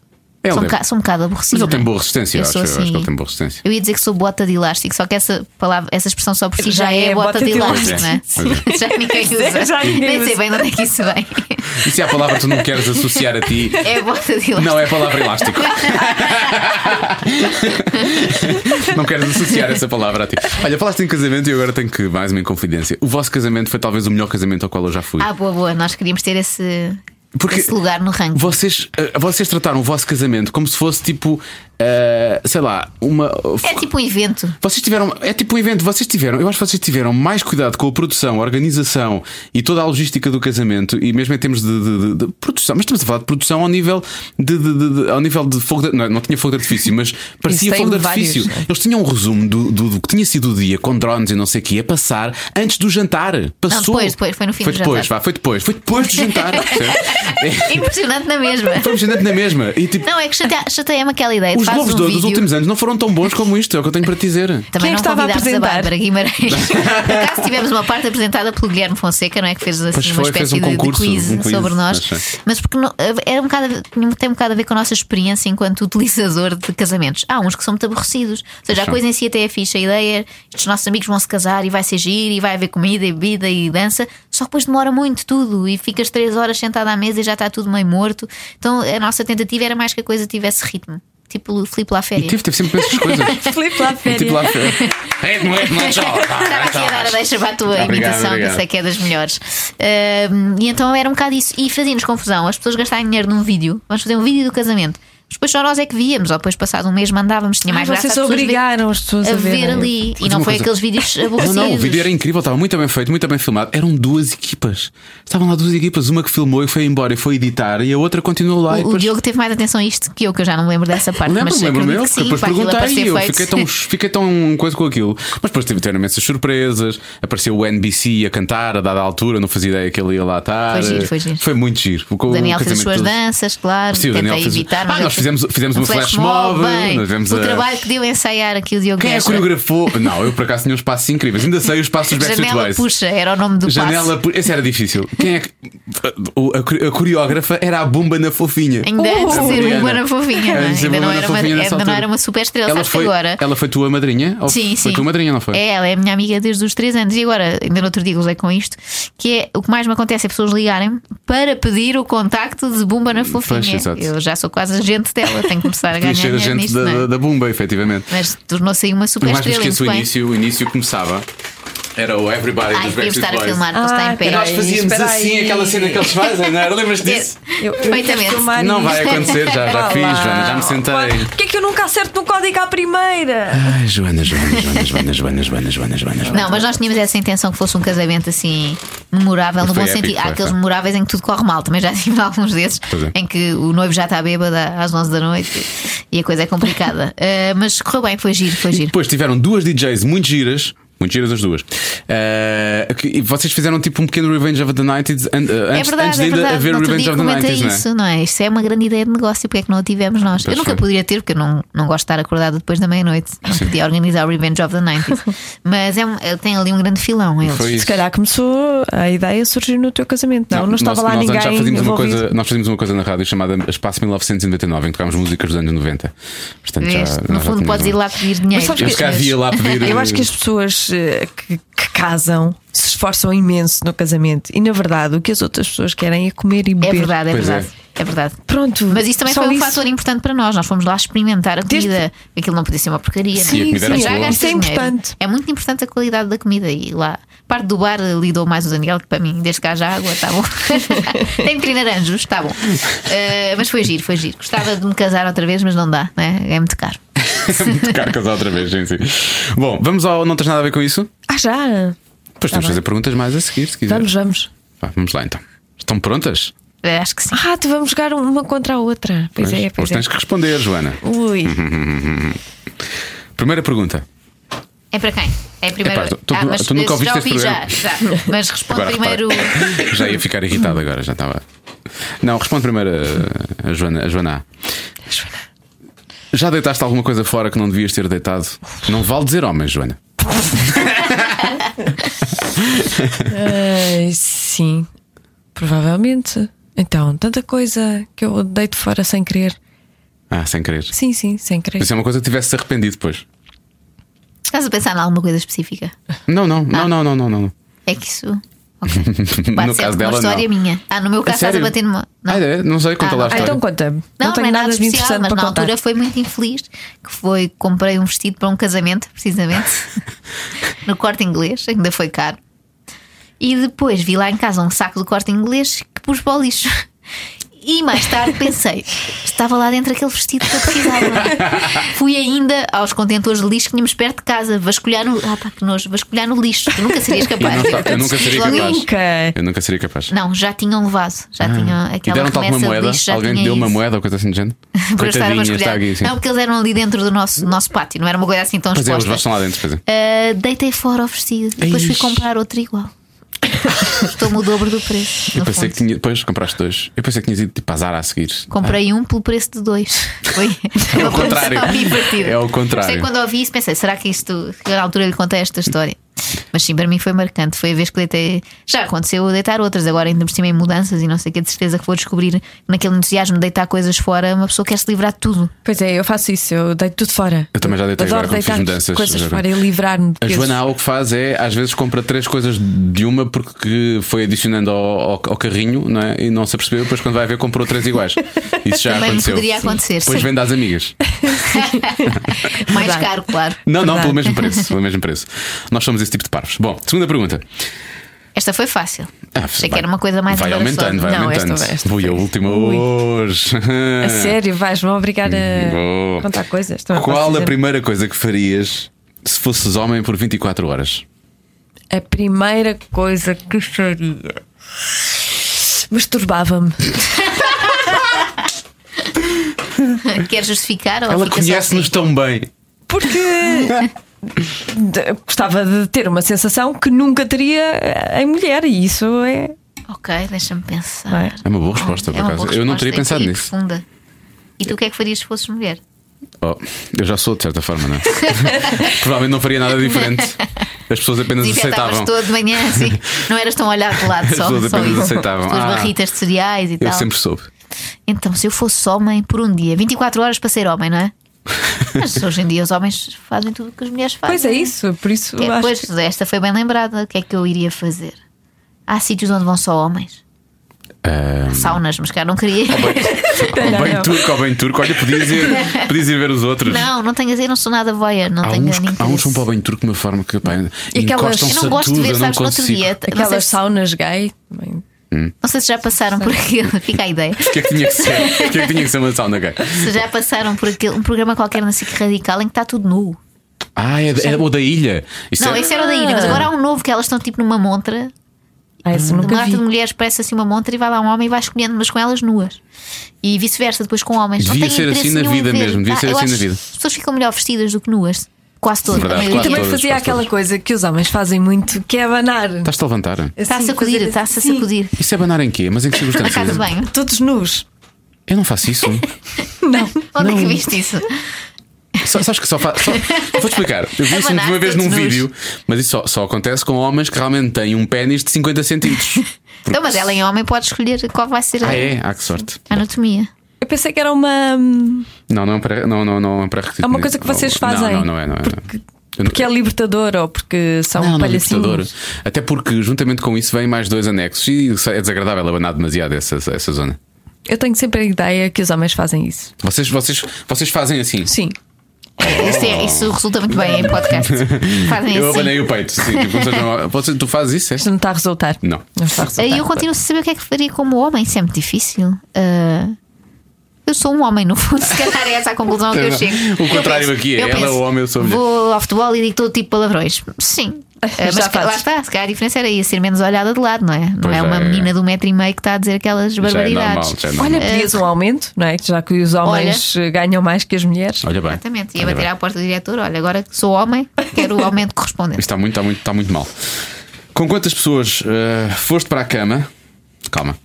S2: É, ele
S4: sou, um
S2: deve-
S4: bocado, sou um bocado aborrecido.
S2: Mas ele tem
S4: não é?
S2: boa resistência, eu
S4: Eu
S2: acho.
S4: sou
S2: Eu acho que
S4: assim.
S2: ele tem boa resistência.
S4: Eu ia dizer que sou bota de elástico, só que essa palavra, essa expressão só por si já, é, bota, de elástico, não é?
S2: elástico. Pois
S4: Já ninguém
S3: Pois é,
S4: usa.
S3: já ninguém
S4: Nem sei
S3: usa.
S4: bem de onde é que isso vem.
S2: E se há a palavra que tu não queres associar a ti,
S4: É bota de elástico.
S2: não é a palavra elástico. não queres associar essa palavra a ti. Olha, falaste em casamento e eu agora tenho que mais uma confidência. O vosso casamento foi talvez o melhor casamento ao qual eu já fui.
S4: Ah, boa, boa. Nós queríamos ter esse,
S2: é- Porque-
S4: esse lugar no ranking.
S2: Vocês, eh, vocês trataram o vosso casamento como se fosse tipo, eh, sei lá, uma.
S4: É tipo um evento.
S2: Vocês tiveram, é tipo um evento, vocês tiveram, eu acho que vocês tiveram mais cuidado com a produção, a organização e toda a logística do casamento, e mesmo em termos de, de- de- de produção, mas estamos a falar de produção ao nível de, de- de- de- ao nível de fogo de, não, não tinha fogo de artifício, mas parecia
S3: tem
S2: fogo de
S3: vários,
S2: artifício.
S3: não é?
S2: Eles tinham um resumo do, do- do que tinha sido o dia com drones e não sei o que a passar antes do jantar. Passou.
S4: depois, depois, foi no fim
S2: foi
S4: do
S2: depois,
S4: jantar.
S2: vá, foi depois, foi depois do jantar. percebes?
S4: Impressionante na mesma.
S2: foi impressionante na mesma. E tipo,
S4: Não, é que chatea- chateia-me aquela ideia.
S2: os
S4: Faz
S2: novos
S4: um
S2: do-
S4: vídeo. Tá.
S2: dos últimos anos não foram tão bons como isto, é o que eu tenho para te dizer.
S4: Também
S3: Quem é
S4: não
S3: que estava a
S4: convidámos a,
S3: apresentar?
S4: Bárbara Guimarães. Por acaso tivemos uma parte apresentada pelo Guilherme Fonseca, não é? Que fez assim
S2: Pois
S4: uma
S2: foi,
S4: espécie
S2: fez um
S4: de- de,
S2: concurso,
S4: quiz,
S2: um quiz,
S4: sobre nós.
S2: achei.
S4: Mas porque não- era um bocado, a ver- tinha- tem um bocado a ver com a nossa experiência enquanto utilizador de casamentos. Há uns que são muito aborrecidos. Ou seja, a
S2: são.
S4: coisa em si até é fixa. A ideia, estes nossos amigos vão se casar e vai ser giro e vai haver comida e bebida e dança. Só que depois demora muito tudo e ficas três horas sentada à mesa e já está tudo meio morto. Então a nossa tentativa era mais que a coisa tivesse ritmo. Tipo o Filipe lá
S2: E
S4: férias.
S2: teve, teve sempre essas coisas.
S3: Felipe lá
S2: É tipo lá.
S3: férias.
S2: Ritmo, ritmo, é, tchau.
S4: Estava aqui a dar a deixa para a tua
S2: Então, Obrigado,
S4: imitação, que
S2: obrigado.
S4: eu sei que é das melhores. Ahm, e então era um bocado isso. E fazia-nos confusão. As pessoas gastarem dinheiro num vídeo. Vamos fazer um vídeo do casamento. Mas Depois só nós é que víamos, ou depois passado um mês mandávamos, tinha
S3: Mas
S4: mais graça
S3: vocês
S4: as pessoas
S3: obrigaram as pessoas
S4: verem-
S3: a né?
S4: a ver
S3: verem.
S4: ali. E não
S2: uma
S4: foi
S2: coisa.
S4: aqueles vídeos
S2: Não,
S4: aborrecidos.
S2: não, o vídeo era incrível, estava muito bem feito, muito bem filmado. Eram duas equipas. Estavam lá duas equipas, uma que filmou e foi embora e foi editar, e a outra continuou lá. e
S4: O, o
S2: depois...
S4: Diogo teve mais atenção a isto que eu, que eu já não me lembro dessa parte.
S2: Lembro,
S4: mas
S2: lembro
S4: acredito
S2: meu,
S4: que sim,
S2: depois
S4: para aquilo
S2: perguntei
S4: aparecer
S2: e eu
S4: feito.
S2: fiquei tão, fiquei tão coisa com aquilo. Mas depois tive tiveram imensas surpresas. Apareceu o NBC a cantar a dada altura, não fazia ideia que ele ia lá estar.
S4: Foi giro, foi giro.
S2: Foi muito giro. O,
S4: O Daniel fez as
S2: casamento
S4: suas
S2: todo-
S4: danças, claro,
S2: Sim, o
S4: tentei
S2: Daniel fez o-
S4: evitar. mas
S2: Ah, nós
S4: ele-
S2: fizemos- fizemos uma flash mob,
S4: bem.
S2: nós vemos
S4: o
S2: a-
S4: trabalho que deu a ensaiar aqui o Diogo
S2: Quem é que
S4: Beja.
S2: coreografou? Não, eu por acaso tinha um uns passos incríveis. Ainda sei os passos dos Backstreet
S4: Janela
S2: Boys.
S4: puxa, era o nome do
S2: Janela,
S4: passo.
S2: pu- esse era difícil. Quem é que. o- A, core- a coreógrafa era a Bumba na Fofinha.
S4: Ainda
S3: Uh!
S4: antes de ser
S2: Adriana.
S4: uma Ana fofinha, não é?
S2: Antes de
S4: ainda não
S2: Bumba na
S4: era uma,
S2: Fofinha nessa
S4: ainda não
S2: altura.
S4: era uma super estrela,
S2: Ela
S4: sabes que
S2: foi,
S4: agora.
S2: ela foi tua madrinha? Ou Foi
S4: Sim, sim.
S2: tua madrinha, não foi?
S4: É, ela é a minha amiga desde os 3 anos. E agora, ainda no outro dia usei com isto, que é o que mais me acontece é pessoas ligarem para pedir o contacto de Bumba na Fofinha.
S2: exato.
S4: Eu já sou quase agente dela, tenho que começar a ganhar
S2: Tinha cheiro a
S4: dinheiro
S2: gente
S4: nisto,
S2: da,
S4: não é?
S2: da, da Bumba, efetivamente.
S4: Mas tornou-se aí uma super
S2: Mas mais me
S4: estrela.
S2: esqueço o
S4: muito bem.
S2: início. O início começava. Era o Everybody
S4: Ai,
S2: dos
S4: devíamos
S2: Backstreet
S4: estar a
S2: Boys.
S4: filmar, porque
S3: Ah,
S4: está em
S2: E
S4: pé.
S2: nós fazíamos
S3: Espera aí.
S2: assim aquela cena que eles fazem, não era? Lembras disso?
S3: Eu- eu
S4: Perfeitamente.
S3: quero filmar
S2: Não vai
S3: isto.
S2: acontecer, já, já
S3: Vá
S2: fiz,
S3: lá.
S2: Joana, já me sentei.
S3: Porquê é que eu nunca acerto no código à primeira?
S2: Ai, Joana, Joana, Joana, Joana, Joana, Joana, Joana, Joana. Joana.
S4: Não, mas nós tínhamos essa intenção que fosse um casamento assim memorável, no
S2: Foi
S4: bom
S2: épico,
S4: sentido. Há
S2: foi,
S4: aqueles
S2: foi.
S4: memoráveis em que tudo corre mal, também já tive alguns desses,
S2: Pois é.
S4: em que o noivo já está bêbado às 11 da noite e a coisa é complicada. Ah, mas Eh, correu bem, foi giro, foi giro.
S2: Depois tiveram duas DJs muito giras. Muito giras as duas. Eh, que- e vocês fizeram tipo um pequeno Revenge of the Nights an- eh,
S4: É
S2: antes,
S4: verdade,
S2: antes de
S4: é
S2: ainda
S4: verdade.
S2: haver
S4: No
S2: o
S4: outro
S2: Revenge
S4: dia
S2: of the
S4: comentei
S2: Nights,
S4: isso, não é? Isto é uma grande ideia de negócio, porque é que não a tivemos nós?
S2: Pois
S4: eu nunca
S2: foi.
S4: poderia ter, porque eu não, não gostava de acordar depois da meia-noite. Não podia organizar o Revenge of the 90s. Mas é um- tem ali um grande filão, eles.
S2: Foi isso.
S3: Se calhar começou a ideia surgiu no teu casamento. Não, não, estava
S2: nós,
S3: lá
S2: nós antes
S3: ninguém.
S2: já fazíamos uma
S3: envolvido.
S2: coisa, Nós fazíamos uma coisa na rádio chamada Espaço 1999, em que tocámos músicas dos anos 90. Portanto, já,
S4: Vês?
S2: nós já
S4: É no fundo,
S2: tínhamos
S4: podes
S2: um-
S4: ir lá pedir dinheiro.
S3: Mas sabes
S2: Eu
S3: que-
S2: se calhar via lá pedir.
S3: Eu acho que as pessoas eh, que, que casam se esforçam imenso no casamento e, na verdade, o que as outras pessoas querem é comer e
S4: É
S3: beber.
S4: verdade, é
S2: Pois é.
S4: verdade. É verdade.
S3: Pronto.
S4: Mas isso também
S3: só
S4: foi um
S3: isso.
S4: fator importante para nós. Nós fomos lá experimentar a
S3: Desde-
S4: comida. Aquilo não podia ser uma porcaria.
S2: E a
S3: Sim,
S2: comida era
S3: sim,
S2: boa.
S4: Já
S3: isso
S4: gastas
S3: é
S4: dinheiro.
S3: importante.
S4: É muito importante a qualidade da comida e lá. a Parte do bar eh, lidou mais o Daniel que para mim, desde que haja água, está bom. Tem que naranjos, está tá bom. Eh, mas foi giro, foi giro. Gostava de me casar outra vez, mas não dá, né? é muito caro.
S2: Muito caro casar outra vez, sim, sim. Bom, vamos ao Não Tens Nada a Ver com Isso?
S3: Ah, já!
S2: Depois temos
S3: Tá
S2: de
S3: bem.
S2: fazer perguntas mais a seguir, se quiser.
S3: Vamos, vamos.
S2: Vá, vamos lá então. Estão prontas?
S4: Eh, acho que sim.
S3: Ah, tu vamos jogar uma contra a outra. Pois, é,
S2: Pois
S3: pois é.
S2: tens que Uhum. responder, Joana.
S3: Ui,
S2: Primeira pergunta.
S4: É para quem? É primeiro.
S2: Epá, tu- tu-
S4: ah, mas
S2: tu nunca
S4: esse
S2: ouviste
S4: já
S2: este
S4: ouvi, já,
S2: programa.
S4: já. Mas responde
S2: Agora
S4: primeiro.
S2: repara. Já ia ficar irritado agora, já estava. Não, responde primeiro a, a Joana. A Joana. A. Já deitaste alguma coisa fora que não devias ter deitado? Não vale dizer homens, Joana.
S3: Ai, Eh, sim, provavelmente. Então, tanta coisa que eu deito fora sem querer.
S2: Ah, sem querer.
S3: Sim, sim, sem querer.
S2: Isso é uma coisa que tivesse arrependido depois.
S4: Estás a pensar em alguma coisa específica?
S2: Não, não, não, não, não, não, não.
S4: É que isso. ok. Ah. Pode
S2: No
S4: ser
S2: caso
S4: uma
S2: dela,
S4: história
S2: não.
S4: minha. Ah, no meu caso estás a
S2: sério?
S4: bater numa.
S2: Ah, é? Não sei, conta
S4: Ah,
S2: lá a
S4: não.
S3: Ah,
S2: história.
S3: então conta-me. Não,
S4: Não,
S3: tenho
S4: não é
S3: nada de
S4: especial,
S3: interessante
S4: mas
S3: para
S4: na
S3: contar.
S4: altura foi muito infeliz que foi comprei um vestido para um casamento, precisamente, no corte inglês, ainda foi caro. E depois vi lá em casa um saco do corte inglês que pus para o lixo. E mais tarde pensei, estava lá dentro aquele vestido que eu precisava. Fui ainda aos contentores de lixo que tínhamos perto de casa, vasculhar no. Ah, pá, que nojo, vasculhar no lixo. Tu nunca serias capaz.
S2: Eu, não- eu nunca seria
S4: Então Logo
S2: capaz.
S3: Nunca.
S2: Eu nunca seria capaz.
S4: Não, já tinham levado.
S2: Ah.
S4: Já tinham
S2: E
S4: aquela
S2: deram-te alguma
S4: remessa de
S2: moeda?
S4: lixo, já
S2: Alguém te
S4: tinha
S2: deu uma
S4: isso.
S2: moeda ou coisa assim de género?
S4: Para estar a
S2: Coitadinha, está
S4: vasculhar.
S2: aqui assim.
S4: Não, porque eles eram ali dentro do nosso, nosso pátio, não era uma coisa assim tão
S2: Pois é, os
S4: exposta.
S2: vossos estão lá dentro, pois é.
S4: Ah, deitei fora o vestido e depois fui
S2: Ixi.
S4: comprar outro igual. Custou-me o dobro do preço.
S2: Eu
S4: no
S2: pensei
S4: fundo.
S2: que tinha. Depois compraste dois. Eu pensei que tinhas ido tipo azar a seguir.
S4: Comprei um pelo preço de dois. Foi
S2: Ah. É
S4: uma
S2: o contrário.
S4: promoção divertida.
S2: É o
S4: Sei
S2: contrário.
S4: quando ouvi isso, pensei, será que isto. que Eu, na altura lhe contei esta história. Mas sim, para mim foi marcante. Foi a vez que deitei. Já aconteceu eu deitar outras, agora ainda por cima em mudanças e não sei o que, de certeza que vou descobrir que naquele entusiasmo de deitar coisas fora. Uma pessoa quer se livrar de tudo.
S3: Pois é, eu faço isso, eu deito tudo fora.
S2: Eu também já deitei
S3: Adoro
S2: agora quando
S3: deitar
S2: fiz mudanças.
S3: coisas
S2: Já-
S3: fora e livrar-me de
S2: A
S3: pesos.
S2: Joana Al, o que faz é, às vezes, compra três coisas de uma porque foi adicionando ao, ao- ao carrinho não é? e não se apercebeu. Depois, quando vai ver, comprou três iguais. Isso já
S4: Também
S2: aconteceu.
S4: poderia acontecer,
S2: Depois
S4: sim.
S2: vende às amigas.
S4: Mais
S3: Verdade.
S4: caro, claro.
S2: Não, não,
S3: Verdade.
S2: pelo mesmo preço. Pelo mesmo preço. Nós somos esse tipo de parvos. Bom, segunda pergunta.
S4: Esta foi fácil.
S2: Ah,
S4: Achei
S2: vai-
S4: que era uma coisa mais
S2: Vai
S4: embaraçosa.
S2: aumentando, vai
S3: Não, esta-
S2: aumentando.
S3: esta
S2: Fui a
S3: foi-
S2: última
S3: Ui.
S2: hoje.
S3: A sério, vais-me obrigar a
S2: Uhum, Boa.
S3: contar coisas. Também posso
S2: Qual a
S3: dizer.
S2: primeira coisa que farias se fosses homem por 24 horas?
S3: A primeira coisa que faria. Masturbava-me.
S4: Quer justificar ou
S2: Ela
S4: fica só
S2: conhece-nos
S4: assim?
S2: tão bem.
S3: Porque de- gostava de ter uma sensação que nunca teria em mulher, e isso é.
S4: assim? Ok, deixa-me pensar.
S3: Não é?
S2: É uma boa resposta, por
S4: É uma
S2: acaso.
S4: boa
S2: Eu não teria
S4: resposta
S2: pensado
S4: e- e
S2: nisso.
S4: Profunda. E tu o que é que farias se fosses mulher?
S2: Oh, eu já sou, de certa forma, não é? Provavelmente não faria nada diferente. As pessoas apenas
S4: Desinfetavas
S2: aceitavam.
S4: todo de manhã, assim. Não eras tão olhar de lado
S2: As
S4: só.
S2: pessoas
S4: só
S2: apenas
S4: isso.
S2: aceitavam.
S4: As tuas
S2: Ah.
S4: barritas de cereais e
S2: Eu
S4: tal.
S2: sempre soube.
S4: Então, se eu fosse homem por um dia, 24 horas para ser homem, não é? Mas hoje em dia os homens fazem tudo o que as mulheres fazem.
S3: Pois é, isso, por isso
S4: Que é,
S3: acho.
S4: pois, esta foi bem lembrada. O que é que eu iria fazer? Há sítios onde vão só homens.
S2: Ah,
S4: Saunas, mas cá não queria.
S2: Oh, ou Ah, bem
S3: não.
S2: turco, ou bem turco. Olha, podias ir, podias ir ver os outros.
S4: Não, não tenho a dizer, não sou nada voyeur, não
S2: Há
S4: tenho
S2: uns,
S4: nenhum
S2: há uns que vão
S4: interesse.
S2: para o bem turco de uma forma que pá,
S3: E aquelas-
S2: encostam-se
S4: Eu
S2: a
S4: não gosto
S2: tudo,
S4: de ver,
S2: eu não
S4: sabes, no outro
S2: consigo.
S4: dia. Não sei,
S3: Aquelas
S4: se,
S3: saunas gay também.
S4: não sei se já passaram por aquilo, fica a ideia.
S2: O que é que tinha que ser? O que é que tinha que ser uma sauna gay?
S4: Se já passaram por aquele, um programa qualquer na SIC Radical em que está tudo nu.
S2: Ah, é, é o da ilha. Isso
S4: Não,
S2: é-
S4: esse era o da Ilha, mas agora há um novo que elas estão tipo numa montra.
S3: Ah, isso
S4: Uma
S3: nunca
S4: lata
S3: vi.
S4: de mulheres parece assim uma montra e vai lá um homem e vai escolhendo, mas com elas nuas. E vice-versa, depois com homens.
S2: Devia
S4: não tenho
S2: ser
S4: interesse
S2: assim na
S4: nenhum em
S2: vida
S4: ver. Ah,
S2: mesmo, devia ser
S4: eu
S2: assim na
S4: acho que
S2: vida.
S4: As pessoas ficam melhor vestidas do que nuas. Quase toda.
S2: Verdade,
S4: a
S2: quase
S4: maioria.
S3: Também
S2: todas,
S3: fazia
S2: quase
S3: aquela
S2: todas.
S3: coisa que os homens fazem muito, que é abanar.
S2: Estás-te a levantar?
S4: Está a
S3: Assim,
S4: sacudir,
S3: fazer
S4: está-se a
S3: assim,
S4: sacudir.
S2: Isso é banar em quê? Mas em que
S4: Na casa de
S2: circunstâncias?
S4: banho.
S3: Todos nus.
S2: Eu não faço isso.
S4: Onde é que
S2: Não.
S4: viste isso?
S2: Só, sabes que só faço. Vou explicar. Eu vi isso uma
S4: Abanaste
S2: vez num
S4: todos nus.
S2: vídeo, mas isso só, só acontece com homens que realmente têm um pênis de 50 centímetros.
S4: Então, mas ela em homem pode escolher qual vai ser
S2: Ah,
S4: a
S2: é? Ah, que sorte.
S4: anatomia.
S3: Eu pensei que era uma. hum,
S2: Não, não é um pré- não, não, não é um pré-requisito.
S3: É uma coisa que vocês fazem.
S2: Não, não, não é, não é. Eu não-
S3: Porque um é libertador ou porque são
S4: é
S2: Não, não, libertador.
S3: palhacinhos.
S2: Até porque, juntamente com isso, vêm mais dois anexos e isso é desagradável abanar demasiado essa, essa zona.
S3: Eu tenho sempre a ideia que os homens fazem isso.
S2: Vocês, vocês, vocês fazem assim.
S3: Sim.
S4: Isso, é- isso resulta muito bem em podcast. Fazem
S2: Eu
S4: assim.
S2: abanei o peito. Sim, tipo, vocês não- vocês- tu fazes isso, é?
S3: Isto não está a resultar.
S2: Não.
S3: Não está a resultar.
S4: Aí eu continuo sem saber o que é que faria como homem, isso é muito difícil. Ah, eu sou um homem, no fundo, se calhar é essa a conclusão que eu chego.
S2: O contrário
S4: Eu penso-
S2: aqui é,
S4: eu
S2: ela é
S4: penso,
S2: o homem, eu sou a mulher.
S4: Vou ao futebol e digo todo tipo de palavrões. Sim. Ah, mas
S3: Já
S4: se calhar- lá
S3: fazes.
S4: está, se calhar a diferença era ia ser menos olhada de lado, não é? Não
S2: Pois
S4: é uma
S2: é.
S4: menina de um metro e meio que está a dizer aquelas
S2: Já é
S4: barbaridades. Ah,
S2: normal, já é
S3: Olha,
S2: normal.
S3: pedias
S4: eh,
S3: um aumento, não é? Já que os homens eh, ganham mais que as mulheres.
S2: Olha bem.
S4: Exatamente. Ia
S2: Olha
S4: bater
S2: bem.
S4: à porta do diretor, olha, agora que sou homem, quero o aumento
S2: Isto
S4: correspondente.
S2: está muito, está muito, está muito mal. Com quantas pessoas eh, foste para a cama? Calma.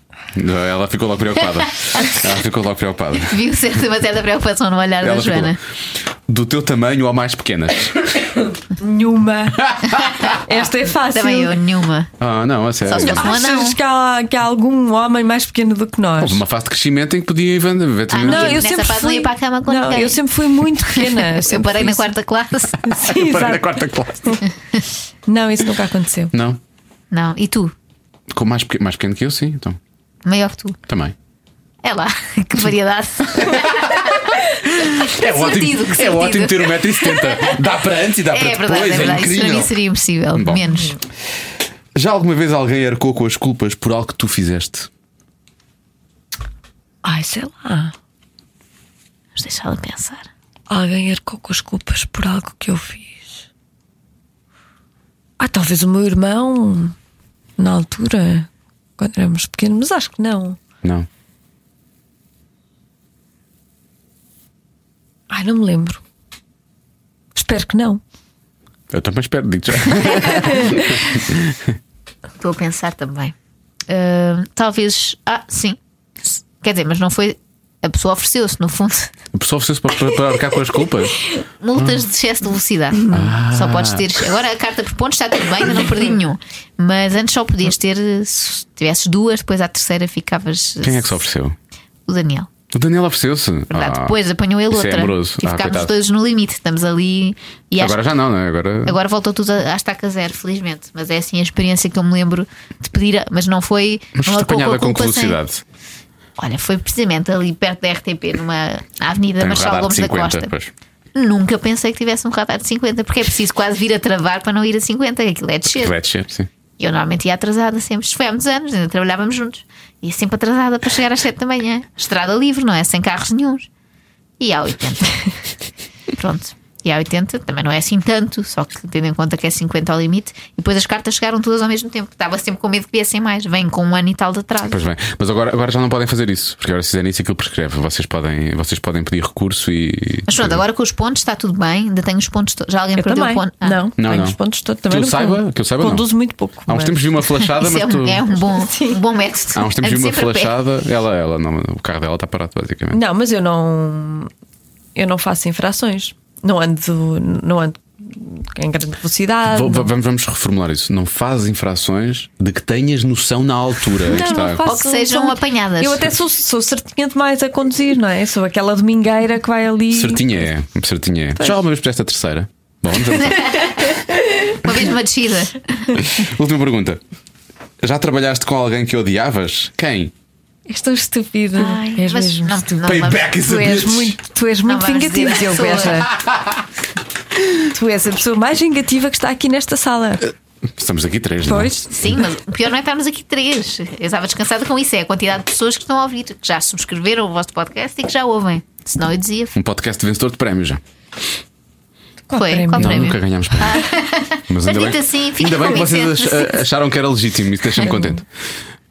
S2: Ela ficou logo preocupada. Ela ficou logo preocupada.
S4: Viu certa, uma certa preocupação no olhar
S2: Ela
S4: da
S2: ficou,
S4: Joana.
S2: do teu tamanho ou mais pequenas?
S3: Nenhuma. Esta é fácil.
S4: Também eu, nenhuma.
S2: Ah, não, a sério.
S4: Só se fosse um anão.
S3: Achas que há, que há algum homem mais pequeno do que nós?
S2: Houve uma fase de crescimento em que podia ir vendo. ver
S4: Ah,
S2: também-
S4: não. Nessa fase não ia para a cama com
S3: não,
S4: ninguém.
S3: eu sempre fui muito pequena.
S4: Eu
S3: sempre
S4: parei
S3: fui
S4: na
S3: isso.
S4: quarta classe.
S3: Sim,
S2: Eu parei na
S3: exato.
S2: quarta classe.
S3: Não, isso nunca aconteceu.
S2: Não.
S4: Não, e tu?
S2: Com mais, pequ- mais pequeno que eu, sim, então.
S4: Maior que tu.
S2: Também.
S4: É lá, que variedade.
S2: É
S4: Que sentido, que
S2: é
S4: sentido.
S2: ótimo ter 1,70m. Dá para antes e dá para
S4: É verdade,
S2: depois.
S4: é
S2: é
S4: verdade. Isso para
S2: incrível.
S4: mim seria impossível.
S2: Bom.
S4: Menos.
S2: Já alguma vez alguém arcou com as culpas por algo que tu fizeste?
S3: Ai, sei lá.
S4: Vamos deixá-la pensar.
S3: Alguém arcou com as culpas por algo que eu fiz. Ah, talvez o meu irmão, na altura, quando éramos pequenos, mas acho que não.
S2: Não.
S3: Ai, não me lembro. Espero que não.
S2: Eu também espero, digo já.
S4: Estou a pensar também. Ah, talvez. Ah, sim. Quer dizer, mas não foi. A pessoa ofereceu-se, no fundo,
S2: A pessoa ofereceu-se para, para, para arcar com as culpas.
S4: multas de excesso de velocidade.
S2: Ah.
S4: Só podes ter. Agora a carta por pontos está tudo bem, ainda não perdi nenhum. Mas antes só podias ter. eh, Se tivesses duas, depois à terceira ficavas. eh,
S2: Quem é que se ofereceu?
S4: O Daniel.
S2: O Daniel ofereceu-se.
S4: Verdade.
S2: Ah,
S4: depois apanhou ele
S2: isso
S4: outra.
S2: É amoroso.
S4: E
S2: Ah,
S4: ficámos
S2: coitado.
S4: todos no limite. Estamos ali. E acho
S2: Agora já não, não é? Agora.
S4: Agora voltou tudo à à estaca zero, felizmente. Mas é assim a experiência que eu me lembro de pedir, a- mas não foi.
S2: Mas
S4: não
S2: foste
S4: arcou
S2: apanhada com que
S4: culpa sem-
S2: velocidade?
S4: Olha, foi precisamente ali perto da RTP, numa na Avenida
S2: Tem um
S4: Marchal
S2: radar de
S4: Gomes da
S2: 50.
S4: Costa.
S2: Pois.
S4: Nunca pensei que tivesse um radar de 50, porque é preciso quase vir a travar para não ir a 50, que aquilo é descer.
S2: Vai descer, sim.
S4: E Eu normalmente ia atrasada sempre. Isto Foi há muitos anos, ainda trabalhávamos juntos. Ia sempre atrasada para chegar às 7 da manhã. Estrada livre, não é? Sem carros nenhuns. E há 80. Pronto. E há 80 também não é assim tanto, só que tendo em conta que é 50 ao limite. E depois as cartas chegaram todas ao mesmo tempo, que estava sempre com medo que viessem mais. Vêm com um ano e tal de atraso.
S2: Pois bem, mas agora, agora já não podem fazer isso, porque agora se fizerem isso aquilo prescreve. Vocês podem, vocês podem pedir recurso e.
S4: Mas pronto, agora com os pontos está tudo bem, ainda tenho os pontos. to- Já alguém
S3: Eu
S4: perdeu
S3: também.
S4: o ponto? Ah.
S3: Não,
S2: Não,
S3: tenho
S2: não.
S3: os pontos todos
S2: Que
S3: também.
S2: eu
S3: não
S2: saiba,
S3: con-
S2: que eu saiba, não.
S3: Conduzo muito pouco.
S2: Há uns
S3: mas-
S2: tempos vi uma flashada,
S4: Isso
S2: mas
S4: é
S2: tu.
S4: um, é um bom, um bom método.
S2: Há uns tempos vi
S4: Ando
S2: uma
S4: sempre a pé.
S2: flashada, ela, ela não, o carro dela está parado, basicamente.
S3: Não, mas eu não. Eu não faço infrações. Não ando, não ando em grande velocidade.
S2: Vou-
S3: não-
S2: vamos, vamos reformular isso. Não fazes infrações de que tenhas noção na altura. Aí
S3: Não,
S2: está.
S3: não faço,
S4: Ou que sejam
S3: sou-
S4: apanhadas.
S3: Eu até sou, sou certinha demais a conduzir, não é? Sou aquela domingueira que vai ali.
S2: Certinha é, certinha é. Já alguma vez puseste a terceira? Bom, vamos avançar.
S4: Uma vez uma descida.
S2: Última pergunta. Já trabalhaste com alguém que odiavas? Quem?
S3: És tão estúpida.
S4: Ai,
S3: és
S4: mas
S3: é mesmo
S4: não,
S3: estúpida.
S4: não
S2: Payback is
S3: Tu
S2: a
S3: és
S2: bitch.
S3: muito, tu és
S4: Não
S3: muito
S4: vamos
S3: vingativa,
S4: dizer
S3: Diogo
S4: pessoas.
S3: Beja. Tu és a pessoa mais vingativa que está aqui nesta sala.
S2: Estamos aqui três, Eh, não é?
S3: Pois.
S4: Sim, mas o pior não é estarmos aqui três. Eu estava descansada com isso. É a quantidade de pessoas que estão a ouvir, que já subscreveram o vosso podcast e que já ouvem. Senão eu dizia.
S2: Um podcast vencedor de prémios já.
S3: Qual
S4: Foi,
S3: prémio?
S4: qual
S2: Não,
S4: prémio?
S2: nunca ganhámos prémios. Mas
S4: Mas dito assim, fica
S2: ainda bem que vocês
S4: convincente,
S2: ach- acharam que era legítimo, isso deixa-me contente.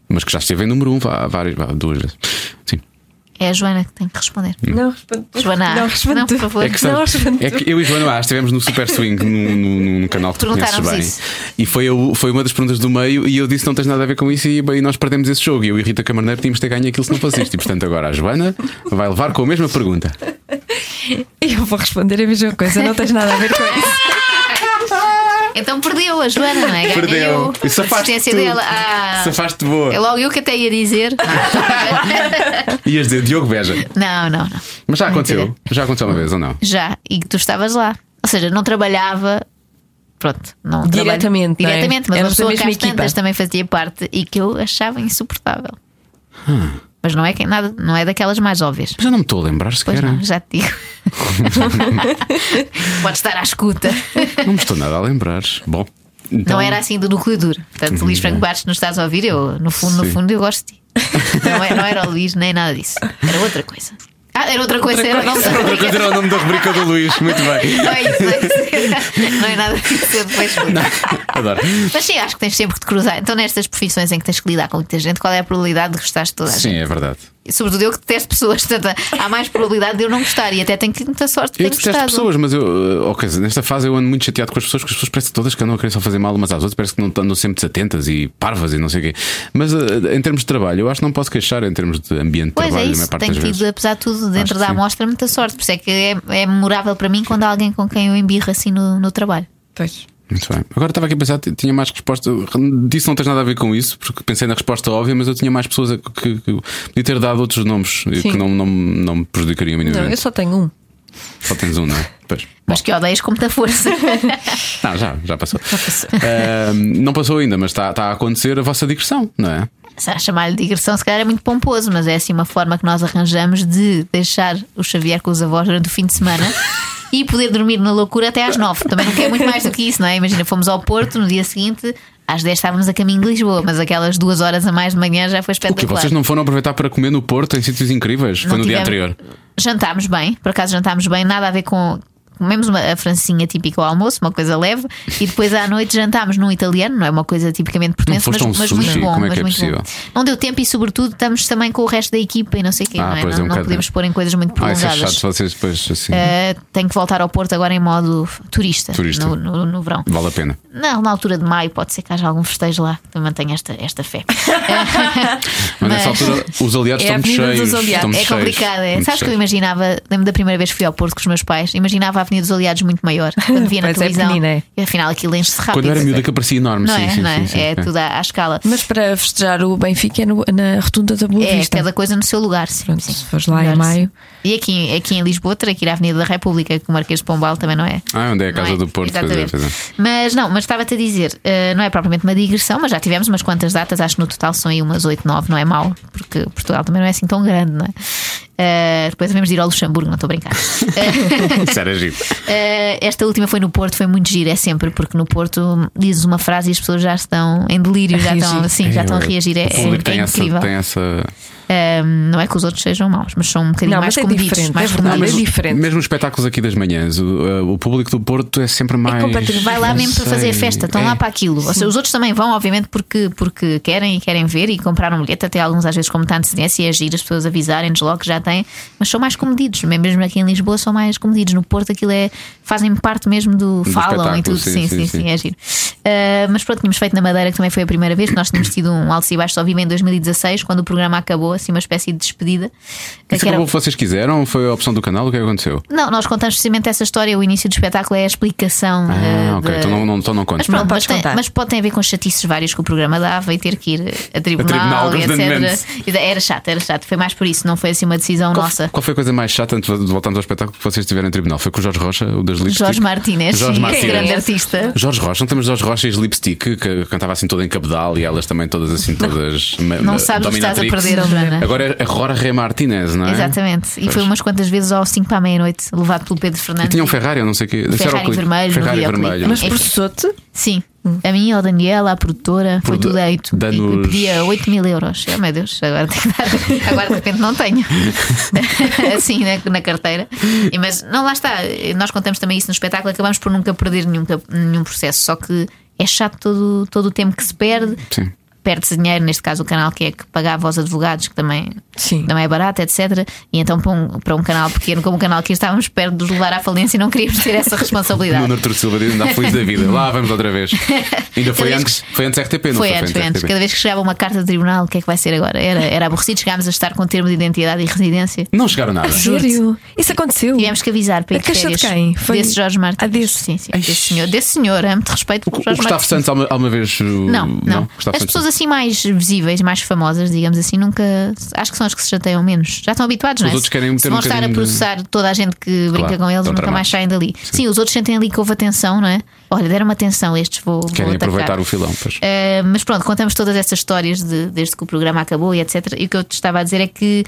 S2: Mas que já esteve em número um vá- várias, vá, duas vezes. Sim.
S4: É a Joana que tem que responder.
S3: Não respondo. tu.
S4: Joana,
S3: Não respondo.
S4: não,
S3: tu.
S4: por favor.
S2: Hum. É que, sabe,
S3: Não respondo.
S2: é que eu e Joana A estivemos no Super Swing num, num- num canal que tu conheces
S4: Perguntaram-vos
S2: bem.
S4: isso.
S2: E foi, eu- foi uma das perguntas do meio. E eu disse: Não tens nada a ver com isso. E, bem, nós perdemos esse jogo. E eu e Rita Camarneiro tínhamos de ter ganho aquilo se não fosse isto. E portanto, agora a Joana vai levar com a mesma pergunta.
S3: Eu vou responder a mesma coisa, não tens nada a ver com isso.
S4: Então perdeu a Joana, não é? Ganhei
S2: Perdeu.
S4: eu.
S2: E safaste
S4: A assistência
S2: tu.
S4: dela. Ah,
S2: Safaste Ah. boa.
S4: é logo eu que até ia dizer.
S2: Ias dizer Diogo Beja.
S4: Não, não, não.
S2: Mas já aconteceu.
S4: Mentira.
S2: Já aconteceu uma vez ou não?
S4: Já. E que tu estavas lá. Ou seja, não trabalhava. Pronto, não trabalho-
S3: Diretamente, não é?
S4: diretamente, mas uma
S3: Éramos da
S4: pessoa
S3: mesma
S4: que às tantas
S3: equipa.
S4: também fazia parte e que eu achava insuportável.
S2: Hum.
S4: Mas não é, que, nada, não é daquelas mais óbvias.
S2: Mas eu não me estou a lembrar
S4: Pois
S2: sequer.
S4: não, já te digo. Pode estar à escuta.
S2: Não me estou nada a lembrar. Bom. então-
S4: Não era assim do núcleo duro. Portanto, Luís Franco Bastos nos estás a ouvir, eu, no fundo,
S2: Sim.
S4: no fundo, eu gosto de ti. Não é- não era, o Luís, nem nada disso. Era outra coisa. Ah, era outra coisa, era não sei.
S2: Outra coisa era o nome da rubrica do Luís. Muito bem.
S4: Não é isso, não é isso. Não é nada disso, eu depois fui.
S2: Adoro.
S4: Mas sim, acho que tens sempre que te cruzar. Então, nestas profissões em que tens que lidar com muita gente, qual é a probabilidade de gostares de toda a gente?
S2: Sim, é verdade.
S4: E, Sobretudo eu que detesto pessoas, portanto, há mais probabilidade de eu não gostar e até tenho que muita sorte de
S2: Eu
S4: ter
S2: detesto
S4: gostado.
S2: pessoas, mas eu, eh, ok, nesta fase eu ando muito chateado com as pessoas, porque as pessoas parecem todas que andam a querer só fazer mal umas às outras, parece que não estão andam sempre desatentas e parvas e não sei o quê. Mas eh, em termos de trabalho, eu acho que não posso queixar em termos de ambiente de
S4: Pois
S2: trabalho,
S4: é
S2: na
S4: isso,
S2: maior parte
S4: tenho
S2: das
S4: tido,
S2: vezes.
S4: apesar de tudo,
S2: Acho
S4: dentro
S2: que
S4: da
S2: sim.
S4: amostra, muita sorte. Por isso é que é, é memorável para mim quando há alguém com quem eu embirro assim no, no trabalho.
S3: Pois.
S2: Muito bem. Agora estava aqui a pensar, t- tinha mais resposta. Disso não tens nada a ver com isso, porque pensei na resposta óbvia, mas eu tinha mais pessoas a- que, que- podia ter dado outros nomes eh,
S3: Sim.
S2: que não, não, não me prejudicariam
S3: Não, eu
S2: minimamente.
S3: só tenho um.
S2: Só tens um, não é? Pois.
S4: Mas que odeias com muita força.
S2: Não, já, já passou. Eh, não passou ainda, mas está está a acontecer a vossa digressão, não é?
S4: Se a Chamar-lhe digressão, se calhar é muito pomposo, mas é assim uma forma que nós arranjamos de deixar o Xavier com os avós durante o fim de semana. E poder dormir na loucura até às nove. Também não quer muito mais do que isso, não é? Imagina, fomos ao Porto no dia seguinte, às dez estávamos a caminho de Lisboa, mas aquelas duas horas a mais de manhã já foi
S2: O que
S4: espetacular.
S2: vocês não foram aproveitar para comer no Porto em sítios incríveis? Foi
S4: Não
S2: no dia
S4: tivemos-
S2: anterior.
S4: Jantámos bem, por acaso jantámos bem, nada a ver com. Comemos uma a francinha típica ao almoço, uma coisa leve, e depois à noite jantámos num italiano, não é uma coisa tipicamente portuguesa,
S2: foste
S4: mas,
S2: a um
S4: mas
S2: sushi,
S4: muito bom.
S2: como é que
S4: mas
S2: é
S4: muito
S2: possível?
S4: bom. Não deu tempo e, sobretudo, estamos também com o resto da equipa e não sei o quê,
S2: Ah,
S4: não, é?
S2: pois é,
S4: não,
S2: um
S4: não
S2: bocado-
S4: podemos pôr em coisas muito
S2: Ah, isso é
S4: prolongadas.
S2: chato vocês depois assim.
S4: Eh, tenho que voltar ao Porto agora em modo turista,
S2: Turista.
S4: No, no- no verão.
S2: Vale a pena.
S4: Não, na altura de maio pode ser que haja algum festejo lá. Eu mantenho esta, esta fé.
S2: Mas, nessa altura os aliados estão
S3: É a
S2: muito
S3: Avenida dos
S2: cheios.
S3: Aliados.
S2: estão muito
S4: É
S2: cheios,
S4: complicado, é.
S2: muito
S4: Sabes que eu
S2: cheios.
S4: imaginava, lembro da primeira vez que fui ao Porto com os meus pais, imaginava a Avenida dos Aliados muito maior. Quando via na
S3: Pois é,
S4: televisão,
S3: pequenina, é.
S4: e afinal aquilo enche-se rápido.
S2: Quando eu era miúda que parecia enorme,
S4: não
S2: sim,
S4: é,
S2: sim,
S4: não é?
S2: sim, sim,
S4: é
S2: sim.
S4: tudo à, à escala.
S3: Mas para festejar o Benfica é no- na rotunda da Boa
S4: É,
S3: Vista.
S4: cada coisa no seu lugar, sim.
S3: Pronto,
S4: sim.
S3: se fores lá em
S4: Melhor, sim.
S3: maio.
S4: E aqui, aqui em Lisboa, terá que ir à Avenida da República, que o Marquês de Pombal também não é.
S2: Ah, onde é a
S4: Não
S2: casa do Porto? pois é,
S4: Exatamente.
S2: pois é.
S4: Mas não, mas estava-te a dizer, eh, não é propriamente uma digressão, mas já tivemos umas quantas datas, acho que no total são aí umas 8, 9, não é mau, porque Portugal também não é assim tão grande, não é? Eh, depois devemos ir ao Luxemburgo, não estou a brincar.
S2: Isso era giro.
S4: Eh, esta última foi no Porto, foi muito giro, é sempre, porque no Porto dizes uma frase e as pessoas já estão em delírio,
S3: A
S4: já estão,
S3: reagir.
S4: assim, já estão a reagir, é,
S2: O público
S4: é- é
S2: tem, essa,
S4: incrível.
S2: tem essa.
S4: Eh, não é que os outros sejam maus, mas são um bocadinho
S3: Não,
S4: mais
S3: mas é
S4: comedidos,
S3: diferente,
S4: mais
S3: é verdade,
S4: comedidos.
S3: mas diferente.
S2: Ah, Mesmo os espetáculos aqui das manhãs, o, uh, o público do Porto é sempre mais.
S4: É compatível. Vai lá
S2: não
S4: mesmo para
S2: sei,
S4: fazer festa, estão
S2: é.
S4: lá para aquilo. Ou seja, os outros também vão, obviamente, porque, porque querem e querem ver e compraram um bilhete, até alguns às vezes com muita antecedência e agir as pessoas avisarem-nos logo que já têm, mas são mais comedidos. Mesmo aqui em Lisboa são mais comedidos. No Porto aquilo é. fazem parte mesmo do.
S2: Do
S4: falam e
S2: espetáculo,
S4: tudo.
S2: sim,
S4: Sim,
S2: sim,
S4: sim, sim,
S2: sim.
S4: é giro. Ah, mas pronto, tínhamos feito na Madeira, que também foi a primeira vez, que nós tínhamos tido um alto e baixo só vivo em 2016, quando o programa acabou, assim, uma espécie de despedida.
S2: Isso
S4: Que era-
S2: acabou o que vocês quiseram? Foi a opção do canal? O que é que aconteceu?
S4: Não, nós contamos precisamente essa história. O início do espetáculo é a explicação.
S2: Ah,
S4: ah,
S2: ok.
S4: da-
S2: Então não, não, então não
S4: mas
S2: contes.
S4: pronto,
S3: Não
S4: mas,
S3: podes
S4: tem,
S3: contar.
S4: mas pode ter a ver com chatices vários que o programa dava e ter que ir a tribunal,
S2: tribunal,
S4: e etc.
S2: constantemente.
S4: E Era chato, era chato. Foi mais por isso, não foi assim uma decisão
S2: Qual,
S4: nossa.
S2: qual foi a coisa mais chata antes de voltarmos ao espetáculo que vocês tiveram em tribunal? Foi com o Jorge Rocha, o das Lipstick?
S4: Jorge Martínez,
S2: tipo, Jorge
S4: sim, é
S2: Martínez.
S4: grande artista.
S2: Jorge Rocha, não temos Jorge Rocha e as Lipstick, que cantava assim toda em cabedal e elas também todas assim, todas. ma-
S4: Não
S2: ma-
S4: sabes o que estás a
S2: dominatrix.
S4: perder, Joana.
S2: Agora é Rora Martínez, não é?
S4: Exatamente. E
S2: Pois.
S4: foi umas quantas vezes ao 5 para a meia-noite, levado pelo Pedro
S2: E
S4: Fernandes.
S2: tinha um Ferrari, eu não sei o quê. Esse era o
S4: Ferrari
S2: clipe.
S4: vermelho no
S2: Ferrari
S4: videoclipe.
S2: vermelho.
S3: Mas
S4: É.
S3: processou-te?
S4: Sim. A mim, ao Daniela, à produtora, foi
S2: Produ-
S4: tudo deito. E
S2: dá-nos-
S4: pedia 8 mil euros. Oh, meu Deus, agora tenho que dar. Agora de repente não tenho. assim na, na carteira. E, mas não, lá está. Nós contamos também isso no espetáculo. Acabamos por nunca perder nenhum, cap- nenhum processo. Só que é chato todo, todo o tempo que se perde.
S2: Sim.
S4: perde-se dinheiro, neste caso o canal que é que pagava aos advogados, que também
S3: Sim.
S4: não é barato, etc. E então para um, para um canal pequeno como o canal que estávamos perto de os levar à falência e não queríamos ter essa
S2: Nuno
S4: responsabilidade.
S2: Arturo Silva diz andar feliz da vida. Lá vamos outra vez. Ainda foi
S4: Cada vez
S2: antes, foi antes RTP, não foi?
S4: Foi antes, foi antes.
S2: RTP.
S4: Cada vez que chegava uma carta de tribunal, o que é que vai ser agora? Era, era aborrecido, chegámos a estar com termo de identidade e residência.
S2: Não chegaram nada.
S3: Sério? Isso aconteceu?
S4: Tivemos que avisar para ir
S3: A queixa de
S4: férias.
S3: quem? Foi-
S4: Desse Jorge Martins.
S3: Ah, desse.
S4: Sim, sim.
S2: Ai,
S4: Desse senhor. Desse senhor. Há muito respeito
S2: O
S4: por Jorge
S2: Gustavo
S4: Martins.
S2: Santos alguma, alguma vez. uh,
S4: Não, não.
S2: Gustavo
S4: As
S2: Santos.
S4: pessoas assim mais visíveis, mais famosas, digamos assim, nunca. Acho que são as que se chateiam menos. Já estão habituados, não é?
S2: outros querem
S4: se
S2: ter um
S4: vão estar a
S2: bocadinho de-
S4: processar toda a gente que brinca
S2: Claro,
S4: com eles,
S2: estão
S4: nunca mais
S2: tramados.
S4: saem dali. Sim. os outros sentem ali que houve atenção, não é? Olha, deram atenção, estes vou. vou
S2: Querem
S4: atacar.
S2: aproveitar o filão, pois.
S4: Uh, mas pronto, contamos todas estas histórias de- desde que o programa acabou e etc. E o que eu te estava a dizer é que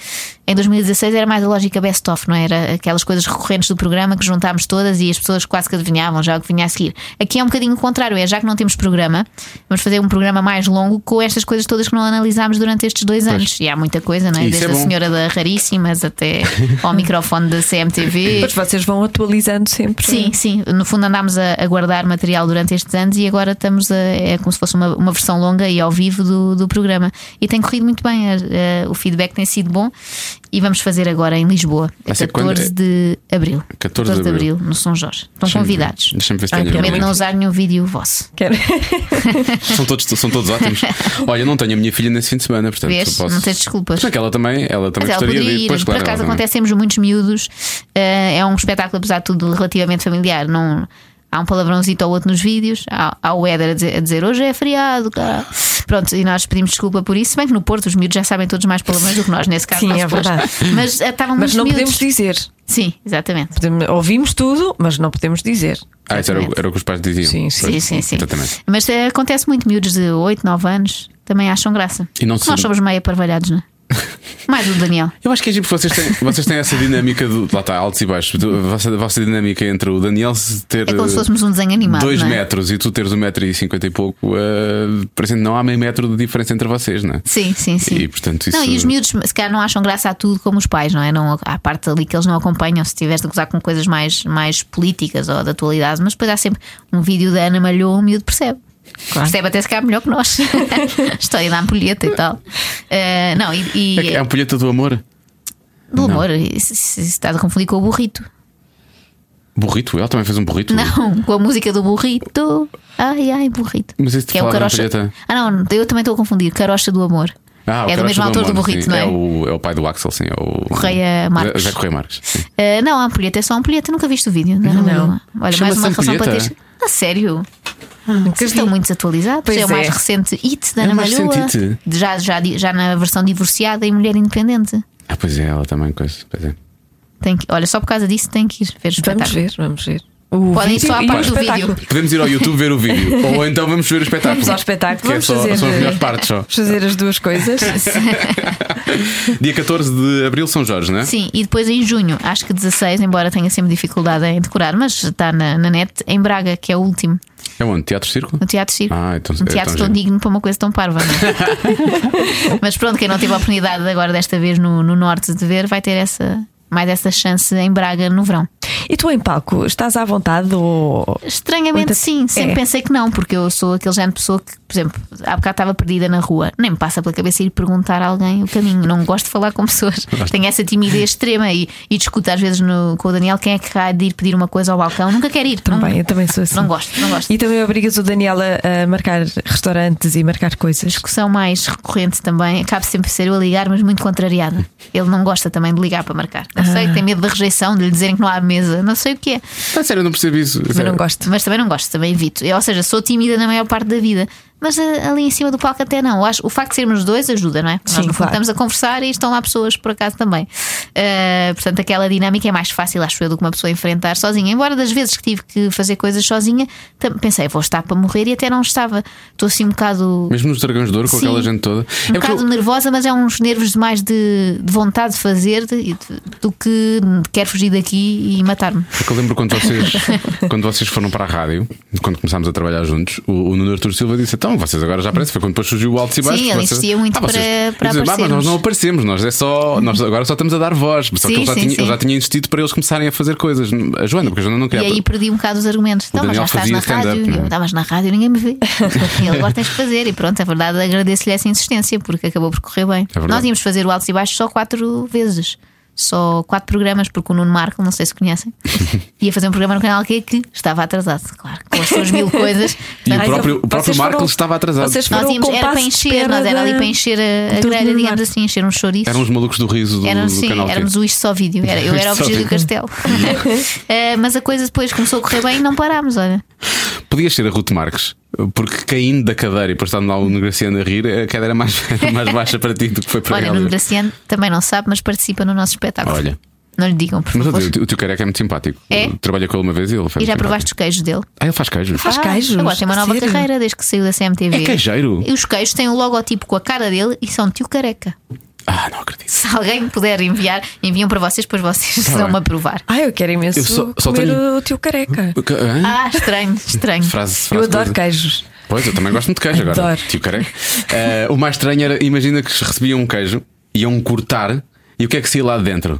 S4: em 2016 era mais a lógica best-of, não é? era? Aquelas coisas recorrentes do programa que juntámos todas e as pessoas quase que adivinhavam já o que vinha a seguir. Aqui é um bocadinho o contrário, é já que não temos programa, vamos fazer um programa mais longo com estas coisas todas que não analisámos durante estes dois anos. E há muita coisa, não é?
S2: Isso é
S4: Desde a
S2: bom.
S4: senhora da Raríssimas até ao microfone da CMTV.
S3: Mas vocês vão atualizando sempre. é?
S4: Sim, sim. No fundo andámos a, a guardar material durante estes anos e agora estamos a. É como se fosse uma, uma versão longa e ao vivo do, do programa. E tem corrido muito bem, a- a- o feedback tem sido bom e vamos fazer agora em Lisboa, a
S2: Vai ser
S4: 14
S2: quando?
S4: de abril.
S2: 14 de abril.
S4: no São Jorge. Estão
S2: Deixa-me ver.
S4: convidados.
S2: Uhum. Deixa-me ver se
S4: Ai,
S2: tenho
S4: prometo
S2: algum.
S4: não usar nenhum vídeo vosso.
S3: Quero-
S2: São todos, são todos ótimos. Olha, não tenho a minha filha nesse fim de semana, portanto
S4: Vês?
S2: posso.
S4: Não tens desculpas.
S2: Mas é que ela também, ela também
S4: Mas ela
S2: gostaria
S4: poderia
S2: de
S4: ir,
S2: Pois,
S4: por
S2: claro,
S4: acaso
S2: ela não- é.
S4: acontecemos muitos miúdos. eh, é um espetáculo, apesar de tudo, relativamente familiar. Não, há um palavrãozito ou outro nos vídeos. Há, há o Éder a dizer, a dizer, hoje é feriado, cara.
S2: Ah.
S4: Pronto, e nós pedimos desculpa por isso. Se bem que no Porto os miúdos já sabem todos mais palavrões do que nós, nesse caso.
S3: Sim,
S4: nós
S3: é
S4: depois.
S3: verdade.
S4: Mas eh, estavam
S3: Mas
S4: muitos
S3: não
S4: miúdos.
S3: podemos dizer.
S4: Sim, exatamente.
S3: Podemos- Ouvimos tudo, mas não podemos dizer.
S2: Ah, isso era, o- era o que os pais diziam.
S3: Sim, sim,
S4: Sim, sim, sim.
S2: Exatamente.
S4: Mas eh, acontece muito, miúdos de 8, 9 anos também acham graça.
S2: E não
S4: Porque
S2: se-
S4: Nós somos meio aparvalhados, não é? Mais o Daniel.
S2: Eu acho que é giro porque vocês têm, vocês têm essa dinâmica do. Lá está, altos e baixos. Do- A vossa, a vossa dinâmica entre o Daniel se ter.
S4: É como se fôssemos um desenho animado.
S2: 2
S4: não é?
S2: Eh, metros e tu teres 1 metro e 50 e pouco, eh, parece que não há meio metro de diferença entre vocês, não é?
S4: Sim, sim, sim.
S2: E, portanto,
S4: Não,
S2: isso-
S4: e os miúdos se calhar não acham graça a tudo como os pais, não é? Não, há parte ali que eles não acompanham se tiveres de gozar com coisas mais, mais políticas ou da atualidade, mas depois há sempre um vídeo da Ana Malhou, o miúdo percebe. Percebe até se calhar melhor que nós. História da ampulheta e tal. Eh, não, e, e-
S2: É, que é um- a ampulheta do amor.
S4: do amor, isso, isso está a confundir com o burrito.
S2: Burrito, ela também fez um burrito.
S4: Não, com a música do burrito. Ai, ai, burrito.
S2: Mas isso te
S4: que é o
S2: falava na
S4: carocha.
S2: ampulheta.
S4: Ah, não, eu também estou a confundir. Carocha do amor.
S2: Ah, o
S4: é do
S2: Carocha
S4: mesmo autor do
S2: Amor,
S4: burrito,
S2: sim.
S4: não é?
S2: o, é o pai do Axel, sim. É o
S4: Correia Marques.
S2: Zé Correia Marques. sim.
S4: Uh, não, a ampulheta é só a ampulheta, nunca viste o vídeo. Não, é nenhuma. Olha, mais
S2: Chama-se
S4: uma relação
S2: ampulheta?
S4: para teres. A sério? Vocês estão muito desatualizados.
S3: Pois
S4: é o mais
S3: é.
S4: recente It da
S2: É
S4: Ana
S2: o mais
S4: Malhoa.
S2: recente It.
S4: De- Já, já, di- já na versão divorciada e mulher independente.
S2: Ah, pois é, ela também, coisa. Pois é.
S4: Tem que, olha, só por causa disso tem que ir ver o
S3: Vamos
S4: espetáculo.
S3: ver, vamos ver. O
S4: Podem ir
S3: vídeo
S4: só à
S3: e o
S4: parte do
S3: espetáculo.
S4: vídeo.
S2: Podemos ir ao YouTube ver o vídeo. Ou então vamos ver o espetáculo.
S3: Vamos ao espetáculo.
S2: Que é
S3: Vamos
S2: só,
S3: fazer-
S2: são as melhores partes só.
S3: Vamos fazer as duas coisas.
S2: Dia 14 de abril, São Jorge, não é?
S4: Sim, e depois em junho, acho que 16, embora tenha sempre dificuldade em decorar, mas está na, na net, em Braga, que é o último,
S2: É onde? Teatro Círculo?
S4: no Teatro Circo.
S2: Ah, então
S4: um teatro
S2: então
S4: tão digno para uma coisa tão parva, não é? Mas pronto, quem não teve a oportunidade agora desta vez no, no norte de ver, vai ter essa mais essa chance em Braga no verão.
S3: E tu em palco, estás à vontade ou.
S4: Estranhamente
S3: Muita-
S4: sim, sempre
S3: É.
S4: pensei que não, porque eu sou aquele género de pessoa que, por exemplo, há bocado estava perdida na rua, nem me passa pela cabeça ir perguntar a alguém o caminho, não gosto de falar com pessoas, tenho essa timidez extrema e, e discuto às vezes no- com o Daniel quem é que vai de ir pedir uma coisa ao balcão, nunca quer ir, não,
S3: Bem, eu também sou assim.
S4: não gosto, não gosto.
S3: E também obrigas o Daniel a, a marcar restaurantes e marcar coisas.
S4: discussão mais recorrente também acaba sempre a ser eu a ligar, mas muito contrariada. Ele não gosta também de ligar para marcar. Não
S3: Ah.
S4: sei, tem medo da rejeição, de lhe dizerem que não há mesa, não sei o que é.
S2: Ah, sério, eu não percebo isso.
S3: Mas não gosto.
S4: Mas também não gosto, também evito. Eu, ou seja, sou tímida na maior parte da vida. Mas eh, ali em cima do palco até não. Eu acho, o facto de sermos dois ajuda, não é? Nós
S3: Sim,
S4: no fundo,
S3: claro.
S4: estamos a conversar e estão lá pessoas por acaso também. Eh, portanto, aquela dinâmica é mais fácil, acho eu, do que uma pessoa enfrentar sozinha. Embora das vezes que tive que fazer coisas sozinha, tam- pensei, vou estar para morrer e até não estava. Estou assim um bocado
S2: Mesmo nos Dragões de Ouro, com
S4: Sim.
S2: aquela gente toda. É
S4: Um
S2: porque
S4: bocado
S2: eu-
S4: nervosa, mas é uns nervos de mais de, de vontade de fazer de- e de- do que quero fugir daqui e matar-me.
S2: Porque eu lembro quando vocês, quando vocês foram para a rádio, quando começámos a trabalhar juntos, o, o Nuno Artur Silva disse: "Então, Então, vocês agora já aparecem. Foi quando depois surgiu o alto e baixo.
S4: Sim, ele
S2: vocês-
S4: insistia muito
S2: vocês-
S4: para-
S2: Eu dizia,
S4: para
S2: "Ah, mas nós
S4: aparecermos."
S2: não aparecemos, nós, é só, nós agora só estamos a dar voz. Só que
S4: Sim,
S2: ele já,
S4: sim,
S2: tinha,
S4: sim.
S2: ele já tinha insistido para eles começarem a fazer coisas. A Joana, porque a Joana não
S4: E
S2: queria.
S4: aí perdi um bocado os argumentos. Então, mas
S2: Daniel
S4: já estás
S2: fazia
S4: na
S2: stand-up,
S4: rádio,
S2: não é?
S4: eu estavas na rádio e ninguém me vê. Ele agora tens que fazer. E pronto, é verdade, agradeço-lhe essa insistência porque acabou por correr bem.
S2: É verdade.
S4: Nós íamos fazer o Altos e Baixos só quatro vezes. Só quatro programas, porque o Nuno Marco, não sei se conhecem, ia fazer um programa no canal Q que estava atrasado, claro, com as suas mil coisas.
S2: E o
S4: Portanto,
S2: próprio, o
S3: Vocês
S2: próprio
S3: foram-
S2: Marco estava atrasado.
S3: vocês foram-
S4: nós
S3: o
S4: íamos, era
S3: um compasso
S4: para
S3: de
S4: encher,
S3: espera
S4: nós era ali
S3: da-
S4: para encher
S3: do
S4: a, a
S3: Nuno
S4: grelha, digamos
S3: Marco.
S4: assim, encher um chouriço.
S2: Eram os malucos do riso do,
S4: Eram,
S2: do
S4: um sim,
S2: canal. Q.
S4: éramos o Isto Só Vídeo. Era, eu era
S2: Isto Só
S4: o Virgílio
S2: Vídeo.
S4: Castelo. Eh, mas a coisa depois começou a correr bem e não parámos, olha.
S2: Podias ser a Ruth Marques, porque caindo da cadeira e depois estando lá o Nuno Graciano a rir, a cadeira era mais, era mais baixa para ti do que foi para
S4: Olha, o
S2: ela.
S4: Nuno Graciano também não sabe, mas participa no nosso espetáculo.
S2: Olha.
S4: Não lhe digam, por
S2: Mas eu
S4: favor.
S2: digo, o teu careca é muito simpático.
S4: É?
S2: Eu Trabalhei com ele uma vez e ele foi.
S4: E já
S2: muito
S4: provaste os queijos dele?
S2: simpático. Ah, ele faz queijo.
S3: Faz
S4: Ah,
S3: queijos?
S4: Agora tem uma
S3: A
S4: nova
S3: sério?
S4: carreira desde que saiu da CMTV.
S2: É queijeiro?
S4: E os queijos têm o logotipo com a cara dele e são tio careca.
S2: Ah, não acredito.
S4: Se alguém puder enviar, enviam para vocês, depois vocês
S2: Tá
S4: vão
S2: bem.
S4: me aprovar.
S3: Ai, eu quero imenso
S2: Eu só- só
S3: comer
S2: tenho- Hum?
S3: o teu careca.
S2: O que- hã?
S4: Ah, estranho, estranho.
S2: Frase, frase
S3: Eu
S2: coisa.
S3: adoro queijos.
S2: Pois, eu também gosto muito de queijo agora.
S3: Adoro.
S2: Tio careca. Eh, o mais estranho era, imagina que recebiam um queijo, iam cortar e o que é que saía lá de dentro?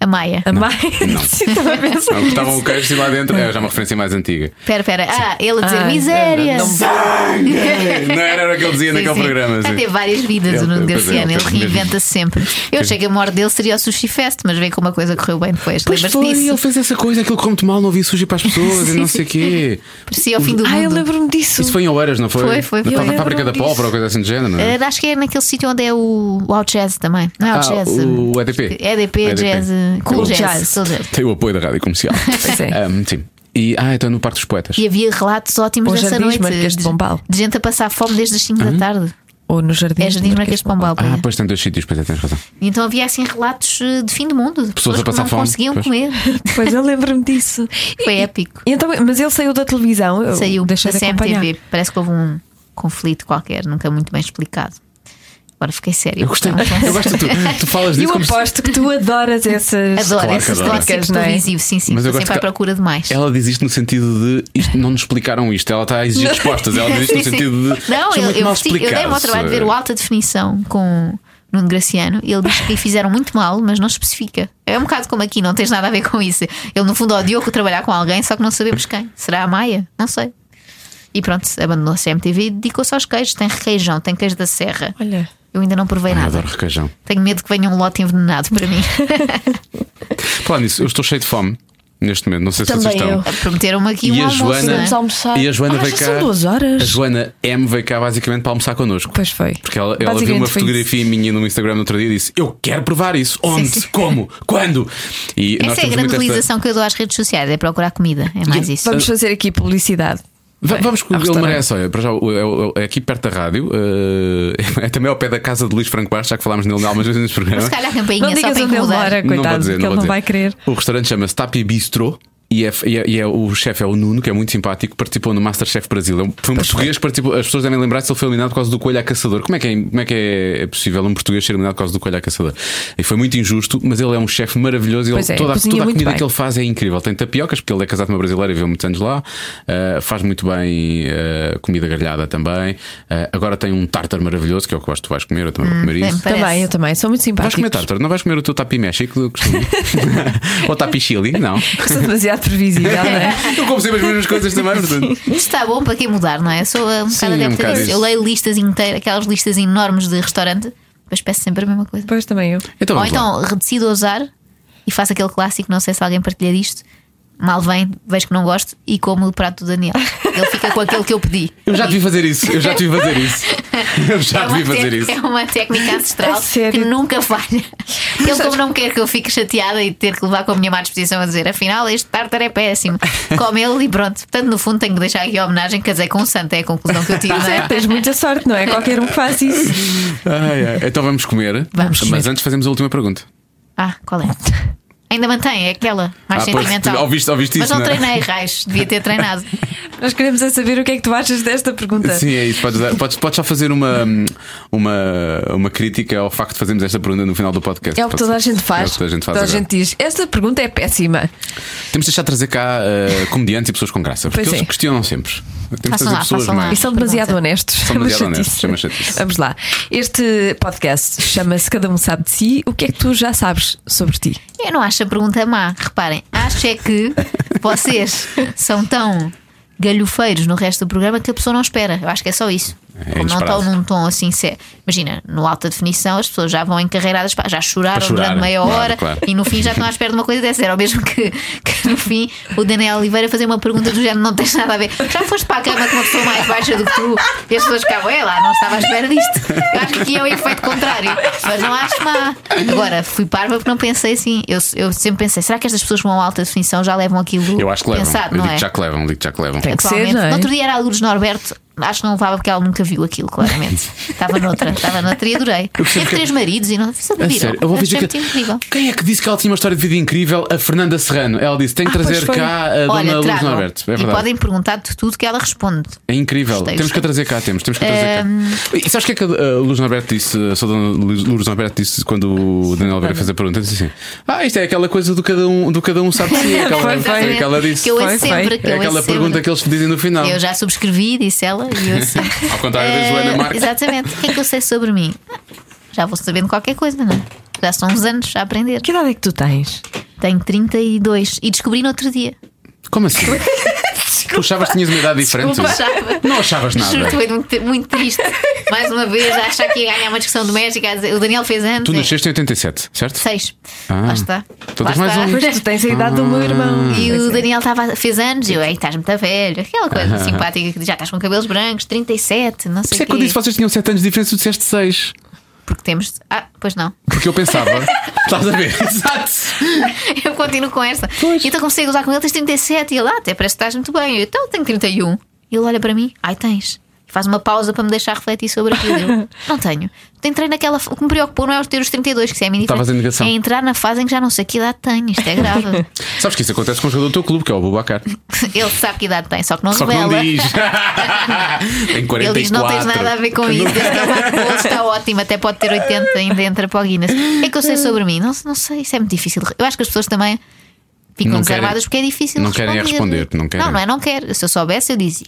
S4: A Maia.
S3: A mais.
S2: não.
S3: Sim, também penso
S2: Não, cortavam o
S3: nisso.
S2: queijo e lá dentro. É já uma referência mais antiga.
S4: Pera, pera. Ah, ele a dizer
S3: Ah,
S4: misérias.
S3: não- não-
S2: Não era, era o que ele dizia
S4: Sim,
S2: naquele
S4: sim.
S2: programa.
S4: Vai
S2: sim.
S4: ter várias vidas o
S2: Ele-
S4: Nuno
S2: pois é,
S4: Graciano,
S2: ele
S4: ele
S2: teve mesmo.
S4: reinventa -se sempre. Eu achei que a morte dele seria o Sushi Fest, mas vê como a coisa correu bem depois.
S2: Pois
S4: Lembras-te
S2: foi,
S4: disso?
S2: ele fez essa coisa, aquilo correu muito mal, não havia sujo para as pessoas e não sei o quê.
S4: Parecia ao fim do
S3: Ai, Ah, eu
S4: mundo.
S3: lembro-me disso.
S2: Isso foi em Oeiras, não foi?
S4: Foi, foi,
S2: Na
S4: foi.
S2: tal- Na
S4: Eu
S2: fábrica da
S3: lembro-me
S2: pólvora ou coisa assim do género, não é?
S4: Ah, acho que é naquele sítio onde é o, o Out Jazz também. Não é Out
S2: Ah,
S4: Jazz?
S2: o EDP.
S4: EDP,
S2: O EDP.
S4: Jazz, eh, Cool
S2: Cool
S4: jazz,
S3: Jazz.
S4: cool jazz.
S2: Tem o apoio da rádio comercial.
S3: Pois é.
S2: Ahm, sim. E, ah, então no Parque dos Poetas.
S4: E havia relatos ótimos
S3: Ou
S4: dessa
S3: Jardins
S4: noite.
S3: Marquês de Pombal.
S4: de gente a passar fome desde as 5 da tarde.
S3: Ou no jardim.
S4: É Jardins Marquês de Pombal.
S2: Uhum. Ah,
S4: pois é.
S2: pois tem dois sítios, pois é, tens razão.
S4: E Então havia assim relatos eh, de fim do mundo, de
S2: Pessoas
S4: pessoas,
S2: a passar
S4: que não
S2: fome,
S4: conseguiam
S2: pois.
S4: comer.
S3: Pois eu lembro-me disso. E-
S4: Foi épico.
S3: e Então, mas ele saiu da televisão. eu
S4: Saiu da
S3: deixei de acompanhar.
S4: CMTV. Parece que houve um conflito qualquer, nunca muito bem explicado. Agora fiquei é sério.
S2: Eu gostei,
S4: um
S2: eu gosto de tu, tu falas disso
S3: Eu
S2: como se-
S3: aposto que tu adoras essas.
S4: Adoro
S2: Claro que
S4: essas
S2: adoro.
S4: clássicas
S3: Não é?
S4: televisivo, sim, sim.
S2: Mas eu
S4: Estou
S2: gosto
S4: sempre à
S2: que-
S4: procura de mais.
S2: Ela diz isto no sentido de isto, não nos explicaram isto, ela está a exigir respostas. Ela diz isto no
S4: Sim, sim.
S2: sentido de.
S4: Não,
S2: "Isto é
S4: eu,
S2: muito
S4: eu,
S2: mal
S4: vesti- eu dei-me ao
S2: explicado,
S4: trabalho de ver
S2: eh."
S4: o alta definição com Nuno Graciano e ele diz que fizeram muito mal, mas não especifica. É um bocado como aqui, não tens nada a ver com isso. Ele, no fundo, odiou que trabalhar com alguém, só que não sabemos quem. Será a Maia? Não sei. E pronto, abandonou a CMTV e dedicou-se aos queijos. Tem requeijão, tem queijo da Serra.
S3: Olha.
S4: Eu ainda não provei
S2: Eu
S4: nada.
S2: adoro requeijão.
S4: Tenho medo que venha um lote envenenado para mim.
S2: Falando nisso, eu estou cheio de fome neste momento, não sei se
S3: Também
S2: vocês estão.
S3: eu.
S4: Prometeram-me aqui
S2: E
S4: um
S2: a
S4: almoço. não
S2: Joana,
S4: é?
S3: Vamos almoçar.
S2: e a Joana
S3: Ah,
S2: veio
S3: já
S2: cá.
S3: são duas horas.
S2: A Joana M veio cá basicamente para almoçar connosco.
S3: Pois foi.
S2: Porque ela, ela viu
S3: Basicamente
S2: uma
S3: foi
S2: fotografia minha no Instagram no outro dia e disse: Eu quero provar isso. Onde?
S4: sim.
S2: Como? Quando? E nós
S4: Essa é a
S2: temos
S4: grande
S2: muito essa-
S4: realização que eu dou às redes sociais, é procurar comida. É mais isso.
S3: Vamos fazer aqui publicidade.
S2: Va- Vamos com
S3: ao
S2: ele
S3: restaurante.
S2: merece, olha, para já, o- é- é, é aqui perto da rádio, eh, é também ao pé da casa de Luís Franco Bastos, já que falámos nele algumas vezes neste programa.
S4: Se calhar a campainha
S3: Não
S4: só
S3: digas
S4: para
S3: onde ele
S4: incomodar.
S3: mora, coitado,
S2: vou dizer,
S3: que ele
S2: vou
S3: não
S2: dizer.
S3: vai querer.
S2: O restaurante chama-se Tapi Bistro. E, é, e, é, e é- o chefe é o Nuno, que é muito simpático, participou no Masterchef Brasil. É um- Foi um português que participou. As pessoas devem lembrar se ele foi eliminado por causa do coelho a caçador. Como é, que é, como é que é possível um português ser eliminado por causa do coelho a caçador? E foi muito injusto, mas ele é um chefe maravilhoso. e Ele,
S3: Pois é,
S2: toda, a-
S3: cozinha
S2: toda a
S3: muito
S2: comida
S3: bem.
S2: que ele faz é incrível. Tem tapiocas, porque ele é casado com uma brasileira e viveu muitos anos lá. Ah, faz muito bem ah, comida grelhada também. Ah, agora tem um tartar maravilhoso, que é o que eu acho que tu vais comer. Eu também
S3: Hum,
S2: vou
S3: é.
S2: comer isso.
S4: bem, Parece.
S3: Também, eu também. Sou muito
S2: Vais
S3: simpática.
S2: comer tártaro? Não vais comer o teu tapi México? eu costumo. Ou tapi Chile? Não.
S3: Sou demasiado previsível, não é?
S2: É. Eu como sempre as mesmas coisas também, portanto.
S4: Isto está bom para quem mudar, não é? Eu sou uh, um
S2: Sim,
S4: bocado
S2: é um
S4: adepta
S2: bocado
S4: disso.
S2: isso.
S4: Eu leio listas inteiras, aquelas listas enormes de restaurante, mas peço sempre a mesma coisa.
S3: Pois também eu.
S2: Então
S4: Ou
S2: vamos lá.
S4: então redecido a usar e faço aquele clássico, não sei se alguém partilha disto. Mal vem, vejo que não gosto e como o prato do Daniel. Ele fica com aquele que eu pedi.
S2: Eu já te vi fazer isso, eu já te vi fazer isso. Eu já
S4: é
S2: te
S4: uma
S2: vi fazer
S4: tec-
S2: isso.
S4: É uma técnica ancestral
S3: A sério?
S4: que nunca falha. Ele, como não quer que eu fique chateada e ter que levar com a minha má disposição a dizer, afinal, este tártaro é péssimo. Come ele e pronto. Portanto, no fundo, tenho que deixar aqui a homenagem, casei com um santo, é a conclusão que eu
S2: Ah.
S4: tiro, não é?
S3: Tens muita sorte, não é? Qualquer um que faz isso.
S2: Ai, ai. Então vamos comer.
S4: Vamos comer.
S2: Mas antes fazemos a última pergunta.
S4: Ah, qual é? Ainda mantém, é aquela mais
S2: Ah, pois,
S4: sentimental.
S2: tu ouviste- ouviste
S4: Mas
S2: isso,
S4: não
S2: não é?
S4: treinei, raios, devia ter treinado.
S3: Nós queremos é saber o que é que tu achas desta pergunta.
S2: Sim, é isso. Podes, dar- podes, podes só fazer uma, uma, uma crítica ao facto de fazermos esta pergunta no final do podcast.
S3: É o que toda a gente
S2: É o
S3: faz.
S2: que toda a gente faz.
S3: Toda a
S2: agora.
S3: gente diz. Esta pergunta é péssima.
S2: Temos de deixar de trazer cá eh, comediantes e pessoas com graça, porque
S3: Pois
S2: eles
S3: é.
S2: questionam sempre. Temos de
S4: Façam
S2: trazer
S4: lá,
S2: pessoas
S4: façam lá.
S2: mais.
S4: Isso
S3: São demasiado
S4: Pergunta.
S3: honestos. É
S2: São demasiado
S3: Chatice.
S2: honestos, chama chatice.
S3: Vamos lá. Este podcast chama-se Cada Um Sabe de Si. O que é que tu já sabes sobre ti?
S4: Eu não acho a pergunta má. Reparem, acho é que vocês são tão galhofeiros no resto do programa que a pessoa não espera. Eu acho que é só isso. Como não
S2: inesperado.
S4: estão num tom assim sério. Imagina, no alta definição as pessoas já vão encarreiradas, pá, já choraram
S2: Para chorar,
S4: durante meia
S2: claro,
S4: hora
S2: claro.
S4: e no fim já estão à espera de uma coisa dessa. Era o mesmo que, que no fim o Daniel Oliveira fazer uma pergunta do género: não tens nada a ver. Já foste para a cama com uma pessoa mais baixa do que tu e as pessoas ficavam, é lá, não estava à espera disto. Eu acho que aqui é o efeito contrário, mas não acho má. Agora, fui parva porque não pensei assim. Eu, eu sempre pensei: será que estas pessoas com alta definição já levam aquilo
S2: Eu acho que levam.
S4: pensado,
S2: eu
S4: não
S2: digo
S4: é?
S2: já que levam, digo já que levam.
S3: Tem que ser,
S4: Atualmente.
S3: não é?
S4: No outro dia era a Lourdes Norberto. Acho que não levava porque ela nunca viu aquilo, claramente. Estava noutra, estava noutra e adorei. Teve três maridos e não fiz
S2: é A
S4: admirável.
S2: sério, eu vou
S4: Achei
S2: dizer
S4: muito incrível.
S2: que... Quem é que disse que ela tinha uma história de vida incrível? A Fernanda Serrano. Ela disse: tem que
S3: Ah, pois
S2: trazer
S3: foi.
S2: cá a
S4: Olha,
S2: dona Luz
S4: tragam.
S2: Norberto. É
S4: e
S2: verdade.
S4: podem perguntar de tudo que ela responde.
S2: É incrível.
S4: Gostei, Hum.
S2: temos que a trazer cá, temos, temos que a trazer cá. E sabes o que é que a uh, Luz Norberto disse, a sua dona Luz Lourdes Norberto disse quando o Daniel Oliveira fez a pergunta? Disse assim: Ah, isto é aquela coisa do cada um, do cada um sabe de si. Aquela,
S3: Foi, foi.
S2: é aquela disse.
S4: Que eu ouço
S3: Foi, foi.
S4: sempre. Que
S2: é
S4: eu
S2: aquela
S4: ouço
S2: pergunta
S4: sempre.
S2: que eles dizem no final.
S4: Eu já subscrevi, disse ela, e eu sempre.
S2: Ao contrário da
S4: Eh,
S2: Joana Marques.
S4: Exatamente. O que é que eu sei sobre mim? Ah, Já vou sabendo qualquer coisa, não é? Já são uns anos a aprender.
S3: Que idade é que tu tens?
S4: Tenho 32 e descobri no outro dia.
S2: Como assim? tu achavas que tinhas uma idade diferente?
S4: Achava-
S2: Não achavas
S4: Juro,
S2: nada.
S4: foi muito, muito triste. Mais uma vez, a achar que ia ganhar uma discussão doméstica. a dizer, O Daniel fez antes.
S2: Tu nasceste em 87, certo?
S4: Seis.
S2: Ah.
S4: Lá está.
S2: Então
S4: Lá
S2: tens mais
S4: está.
S2: um.
S3: Ah, Pois tu tens a idade do meu irmão.
S2: Hum,
S4: E
S2: é.
S4: o Daniel estava, fez anos, e eu, ei, estás muito velho, aquela coisa simpática que diz, já estás com cabelos brancos, 37, não
S2: Por
S4: sei
S2: isso é
S4: o
S2: que eu
S4: quê.
S2: disse que vocês tinham 7 anos de diferença, tu disseste 6.
S4: Porque temos. Ah, pois não.
S2: Porque eu pensava. Estás a ver? Exato.
S4: Eu continuo com esta. E então comecei a gozar com ele, tens 37, e ele, ah, até parece que estás muito bem. Eu, então tenho 31. E ele olha para mim, ai, tens. E Faz uma pausa para me deixar refletir sobre aquilo. Eu, não tenho. Então Entrei naquela. fa- O que me preocupou não é os ter os 32, que isso é a minha
S2: Estavas em
S4: diferença.
S2: negação.
S4: É entrar na fase em que já não sei que idade tenho. Isto é grave.
S2: Sabes que isso acontece com o jogador do teu clube, que é o Bubacar.
S4: ele sabe que idade tem, só que não
S2: Só que
S4: revela.
S2: não diz. Tem 44.
S4: Oh, Ele diz: não tens nada a ver com isso. é Esse trabalho de bolso está ótimo, até pode ter 80, ainda entra para o Guinness. O que é que eu sei sobre mim? Não, não sei, isso é muito difícil. Eu acho que as pessoas também ficam
S2: Não querem-
S4: desarmadas porque é difícil.
S2: não querem responder, não querem.
S4: Não, não é, não quero. Se eu soubesse, eu dizia.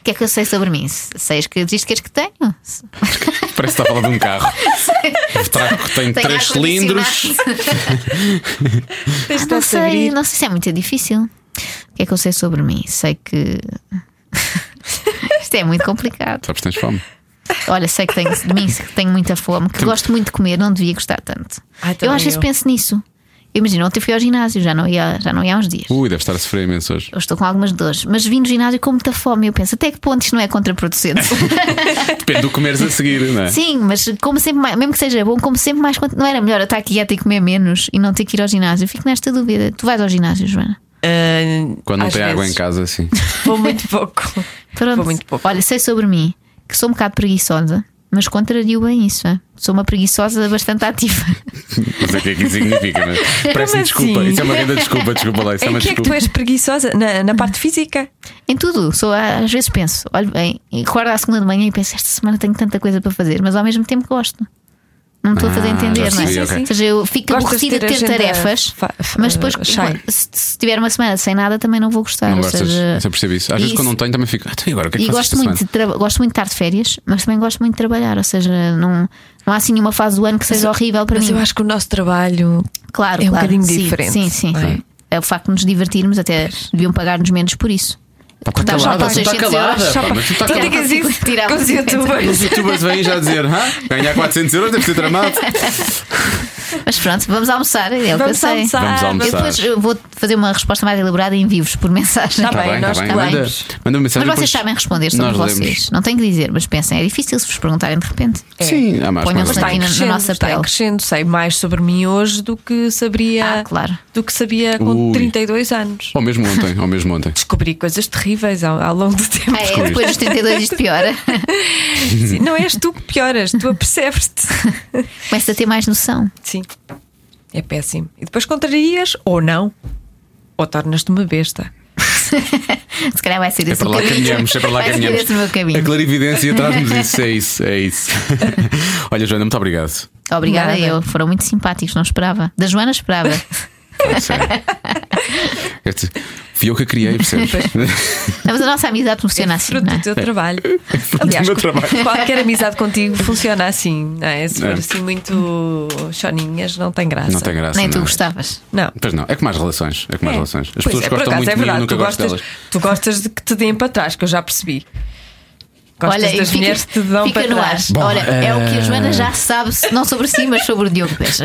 S4: O que é que eu sei sobre mim? Sei as características que tenho.
S2: Parece que está a falar de um carro. O traco tem
S4: Tenho
S2: 3
S4: ar-condicionado.
S2: cilindros.
S3: Tens
S4: Não sei, não sei se é muito difícil. O que é que eu sei sobre mim? Sei que. Isto é muito complicado.
S2: Sabes, tens fome.
S4: Olha, sei que tenho, de mim, sei que tenho muita fome, que gosto muito de comer, não devia gostar tanto.
S3: Ai,
S4: eu
S3: também
S4: às vezes
S3: eu.
S4: penso nisso. Eu Imagino, ontem fui ao ginásio, já não ia, já não ia há uns dias.
S2: Ui, deve estar a sofrer imenso hoje.
S4: Eu estou com algumas dores, mas vim do ginásio com muita fome. Eu penso, até que ponto isto não é contraproducente?
S2: Depende do que comeres a seguir, não é?
S4: Sim, mas como sempre mais, mesmo que seja bom, como sempre mais. quanto- Não era melhor eu estar aqui e comer menos e não ter que ir ao ginásio? Fico nesta dúvida. Tu vais ao ginásio, Joana?
S2: Quando não tem água em casa, sim.
S3: Ah, Vou muito pouco.
S4: Pronto.
S3: Vou muito pouco.
S4: Olha, sei sobre mim que sou um bocado preguiçosa, mas contrario bem isso. é? Sou uma preguiçosa bastante ativa.
S2: Não sei o que é que isso significa, mas. Parece-me
S3: assim?
S2: desculpa. Isso é uma grande desculpa, desculpa lá. Isso é
S3: Em
S2: uma
S3: que é que
S2: desculpa.
S3: tu és preguiçosa? Na, na parte física?
S4: Em tudo, sou, às vezes penso, olho bem, e acordo à segunda de manhã e penso, esta semana tenho tanta coisa para fazer, mas ao mesmo tempo gosto. Não me estou a fazer
S2: Ah,
S4: entender,
S2: já
S4: não é?
S2: percebi, ok.
S4: Ou seja, eu fico
S3: Gostas de
S4: aborrecida de
S3: ter
S4: ter
S3: agenda
S4: tarefas,
S3: fa- fa- eh,
S4: mas depois,
S3: cheia.
S4: se, se tiver uma semana sem nada, também não vou gostar.
S2: Não
S4: ou
S2: gostas?
S4: seja,
S2: Eu percebo isso. Às vezes
S4: e
S2: quando
S4: se-
S2: não tenho, também fico. Ah, então e agora o que é que
S4: e
S2: faço
S4: gosto
S2: esta
S4: muito, de
S2: semana?
S4: traba- gosto muito de estar de férias, mas também gosto muito de trabalhar. Ou seja, não, não há assim nenhuma fase do ano que seja horrível para
S3: Mas
S4: mim.
S3: eu acho que o nosso trabalho
S2: Ah,
S4: Claro,
S3: é um
S4: claro.
S3: bocadinho
S4: Sim,
S3: diferente.
S4: Sim, sim.
S3: não é?
S4: É. o facto de nos divertirmos, até deviam pagar-nos menos por isso.
S2: Pá,
S4: Tá,
S2: tá
S4: já
S2: calada,
S4: tá
S2: tu tá
S4: 600
S2: calada.
S4: euros,
S2: pá, mas tu tá
S3: Tu
S4: Tirar-
S2: calada.
S3: digas isso
S4: tirar-
S3: com os
S2: Os
S3: youtubers.
S2: youtubers vêm já dizer, "Hã? ganhar 400 euros deve ser tramado. Tá
S4: Mas pronto, vamos almoçar. É o que eu
S3: Vamos
S4: sei.
S3: almoçar.
S2: Vamos almoçar.
S4: Eu depois eu vou fazer uma resposta mais elaborada em vivos por mensagem.
S3: Tá
S2: Tá
S3: bem,
S2: bem, tá
S3: nós
S2: bem.
S4: também.
S2: Manda, manda uma
S4: Mas
S2: mensagem.
S4: vocês
S2: depois
S4: sabem responder sobre
S2: nós
S4: vocês.
S2: lemos.
S4: Não têm que dizer, mas pensem, é difícil se vos perguntarem de repente.
S3: É.
S2: Sim, Ah, há mais,
S4: Ponham
S2: mais ou menos.
S4: bastante aí na- na
S3: Crescendo,
S4: nossa
S3: está em
S4: pele.
S3: crescendo, sei mais sobre mim hoje do que sabia,
S4: Ah, claro.
S3: do que sabia com
S2: Ui.
S3: 32 anos.
S2: Ou mesmo ontem, ou mesmo ontem.
S3: Descobri coisas terríveis ao, ao longo do tempo.
S4: Ah, é, depois dos 32 isto piora.
S3: Sim, Não és tu que pioras, tu apercebes-te.
S4: Começa a ter mais noção.
S3: Sim. É péssimo. E depois contrarias ou não. Ou tornas-te uma besta.
S4: Se calhar vai ser
S2: É
S4: esse
S2: para
S4: o
S2: lá que
S4: caminho.
S2: caminhamos, é para lá que
S4: vai
S2: caminhamos. É
S4: Ser esse o meu
S2: A
S4: caminho.
S2: clarividência traz-nos isso, é isso, é isso. Olha, Joana, muito obrigado.
S4: Obrigada,
S3: Nada.
S4: eu. Foram muito simpáticos, não esperava. Da Joana esperava.
S2: Pode ser. Este- Fui eu que a criei, percebes?
S4: Não, Mas a nossa amizade funciona assim,
S3: Fruto
S4: não é?
S3: do teu trabalho.
S2: do meu trabalho.
S3: qualquer amizade contigo funciona assim, não é? Se for
S2: É.
S3: assim muito choninhas, não tem graça.
S2: não tem graça.
S4: Nem tu
S2: não. é?
S4: gostavas.
S3: Não.
S2: Pois não, é como as relações. É como as
S3: É.
S2: relações. As
S3: Pois
S2: pessoas
S3: é, por
S2: gostam
S3: acaso,
S2: muito
S3: é
S2: de mim, eu
S3: verdade,
S2: nunca
S3: tu
S2: gosto
S3: gostas,
S2: delas.
S3: tu gostas de que te deem para trás, que eu já percebi. Gostas
S4: Olha, e
S3: das
S4: fica,
S3: mulheres que te dão
S4: fica
S3: para
S4: no ar.
S3: trás.
S2: Bom,
S4: Olha, é o que a
S2: eh,
S4: Joana já sabe, se- não sobre si, mas sobre o Diogo Beja.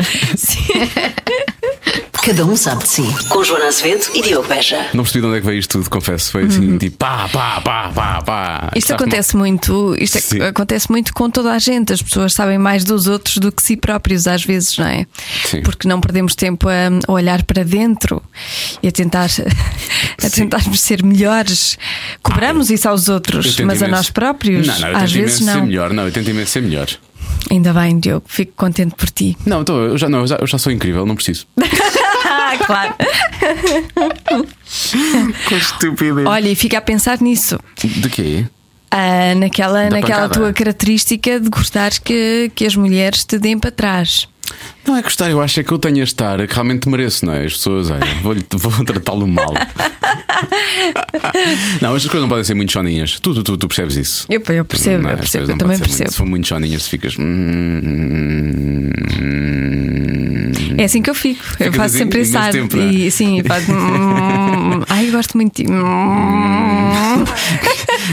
S1: Cada um sabe de si. Com Joana Azevedo e Diogo Beja.
S2: Não percebi de onde é que veio isto tudo, confesso. Foi assim, tipo pá, pá, pá, pá, pá.
S3: Isto
S2: Sabe-me-
S3: acontece muito, isto é-
S2: Sim.
S3: acontece muito com toda a gente. As pessoas sabem mais dos outros do que si próprios, às vezes, não é?
S2: Sim.
S3: Porque não perdemos tempo a, a olhar para dentro e a tentar, a tentarmos ser melhores. Cobramos isso aos
S2: Ah, Eu
S3: outros,
S2: tento
S3: mas a
S2: imenso-
S3: nós próprios,
S2: Não, não, eu
S3: às
S2: tento
S3: vezes
S2: imenso
S3: não.
S2: ser melhor. Não, eu tento imenso ser melhor.
S3: Ainda bem, Diogo, fico contente por ti.
S2: Não, então, eu já, não, eu já, eu já sou incrível, não preciso.
S3: Ah, claro.
S2: Que estúpido.
S3: Olha, e fica a pensar nisso.
S2: De quê?
S3: Ah, naquela
S2: Da
S3: naquela
S2: pancada.
S3: tua característica de gostares que, que as mulheres te deem para trás.
S2: Não é gostar, eu acho é que eu tenho a estar, é que realmente mereço, não é? As pessoas, olha, vou, vou tratá-lo mal. não, estas coisas não podem ser muito choninhas. Tu, tu, tu, tu percebes isso.
S3: Eu, eu percebo,
S2: Não,
S3: eu
S2: as coisas
S3: percebo,
S2: não podem
S3: eu também
S2: ser Muito,
S3: percebo.
S2: se for muito choninhas, tu ficas. "Hum,
S3: É assim que eu fico. eu
S2: Ficas
S3: faço
S2: assim
S3: sempre
S2: imenso
S3: assado.
S2: tempo, não é?
S3: e sim, faço. hum, Ai, eu gosto muito de ti. Hum.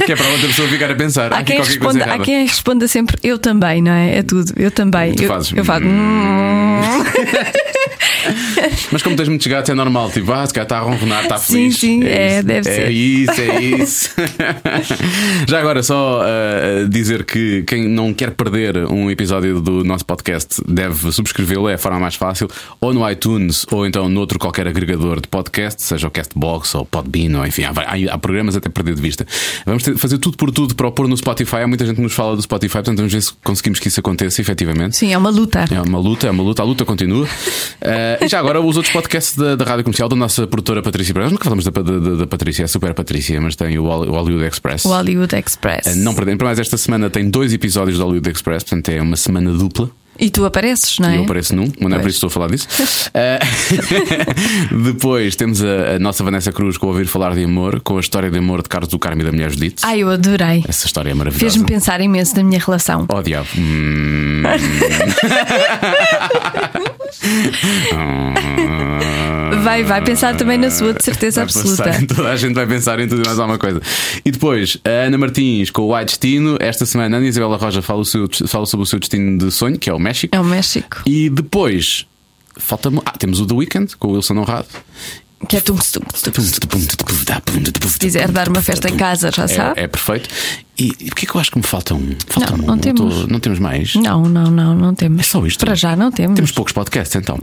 S2: Que é para outra pessoa ficar a pensar.
S3: Há
S2: aqui
S3: quem,
S2: qualquer coisa
S3: responda, há
S2: errada.
S3: quem responda sempre eu também, não é? É tudo, eu também.
S2: Tu
S3: eu,
S2: fazes,
S3: eu faço. hum.
S2: Mas como tens muitos gatos, é normal. Tipo, ah, se calhar está a ronronar, está
S3: Sim,
S2: feliz.
S3: sim, é,
S2: isso.
S3: deve
S2: É
S3: ser.
S2: isso, é isso. Já agora, só ah, dizer que quem não quer perder um episódio do nosso podcast deve subscrevê-lo, é a forma mais fácil, ou no iTunes, ou então noutro qualquer agregador de podcast, seja o Castbox ou o Podbean, ou enfim, há, há- há programas até perder de vista. Vamos ter- fazer tudo por tudo para o pôr no Spotify. Há muita gente que nos fala do Spotify, portanto, vamos ver se conseguimos que isso aconteça efetivamente.
S3: Sim, é uma luta.
S2: É uma luta, é uma luta, a luta continua. Eh, e já agora os outros podcasts da, da Rádio Comercial, da nossa produtora Patrícia Pereira. Nós nunca falamos da, Pa- da- da- da Patrícia, é a super Patrícia, mas tem o Hol- o Hollywood Express.
S3: O Hollywood Express.
S2: Eh, Não perdem, para mais esta semana tem dois episódios do Hollywood Express, portanto é uma semana dupla.
S3: E tu apareces, não
S2: E
S3: é?
S2: eu apareço num, mas não é por
S3: Pois.
S2: isso que estou a falar disso. Eh, depois temos a, a nossa Vanessa Cruz com Ouvir Falar de Amor, com a história de amor de Carlos do Carmo e da Mulher Judite.
S3: Ai, eu adorei.
S2: Essa história é maravilhosa.
S3: Fez-me pensar imenso na minha relação.
S2: Oh, diabo. Hum.
S3: Vai, vai pensar também na sua, de certeza
S2: Ah, Vai
S3: absoluta.
S2: pensar em toda a gente vai pensar em tudo e mais alguma coisa. E depois, a Ana Martins com o Ai Destino. Esta semana, a Ana Isabela Roja fala, o seu- fala sobre o seu destino de sonho, que é o México.
S3: É o México.
S2: E depois, falta ah, temos o The Weekend com o Wilson Honrado.
S3: Que é tum, tum, tum.
S2: Se
S3: quiser dar uma festa em casa, já sabe.
S2: É, perfeito. E, e porquê que eu acho que me falta um? Falta
S3: Não,
S2: um.
S3: não temos.
S2: Tô- não temos mais.
S3: Não, não, não, não temos.
S2: É só isto?
S3: Para já não temos.
S2: Temos poucos podcasts então.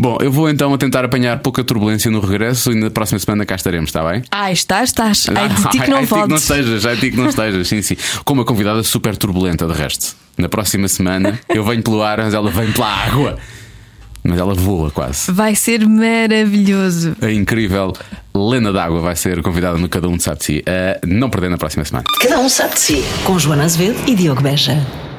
S2: Bom, eu vou então tentar apanhar pouca turbulência no regresso e na próxima semana cá estaremos, está bem?
S3: Ai, estás, Ah, estás. Ai, de ti que não
S2: Ai, de ti que não
S3: voltes.
S2: estejas, ai, de ti que não estejas, sim, sim. Com uma convidada super turbulenta, de resto. Na próxima semana eu venho pelo ar, mas ela vem pela água. Mas ela voa quase.
S3: Vai ser maravilhoso.
S2: A incrível Lena d'Água vai ser convidada no Cada Um de Sabe de Si. Eh, não perder na próxima semana.
S1: Cada um sabe de si. Com Joana Azevedo e Diogo Beja.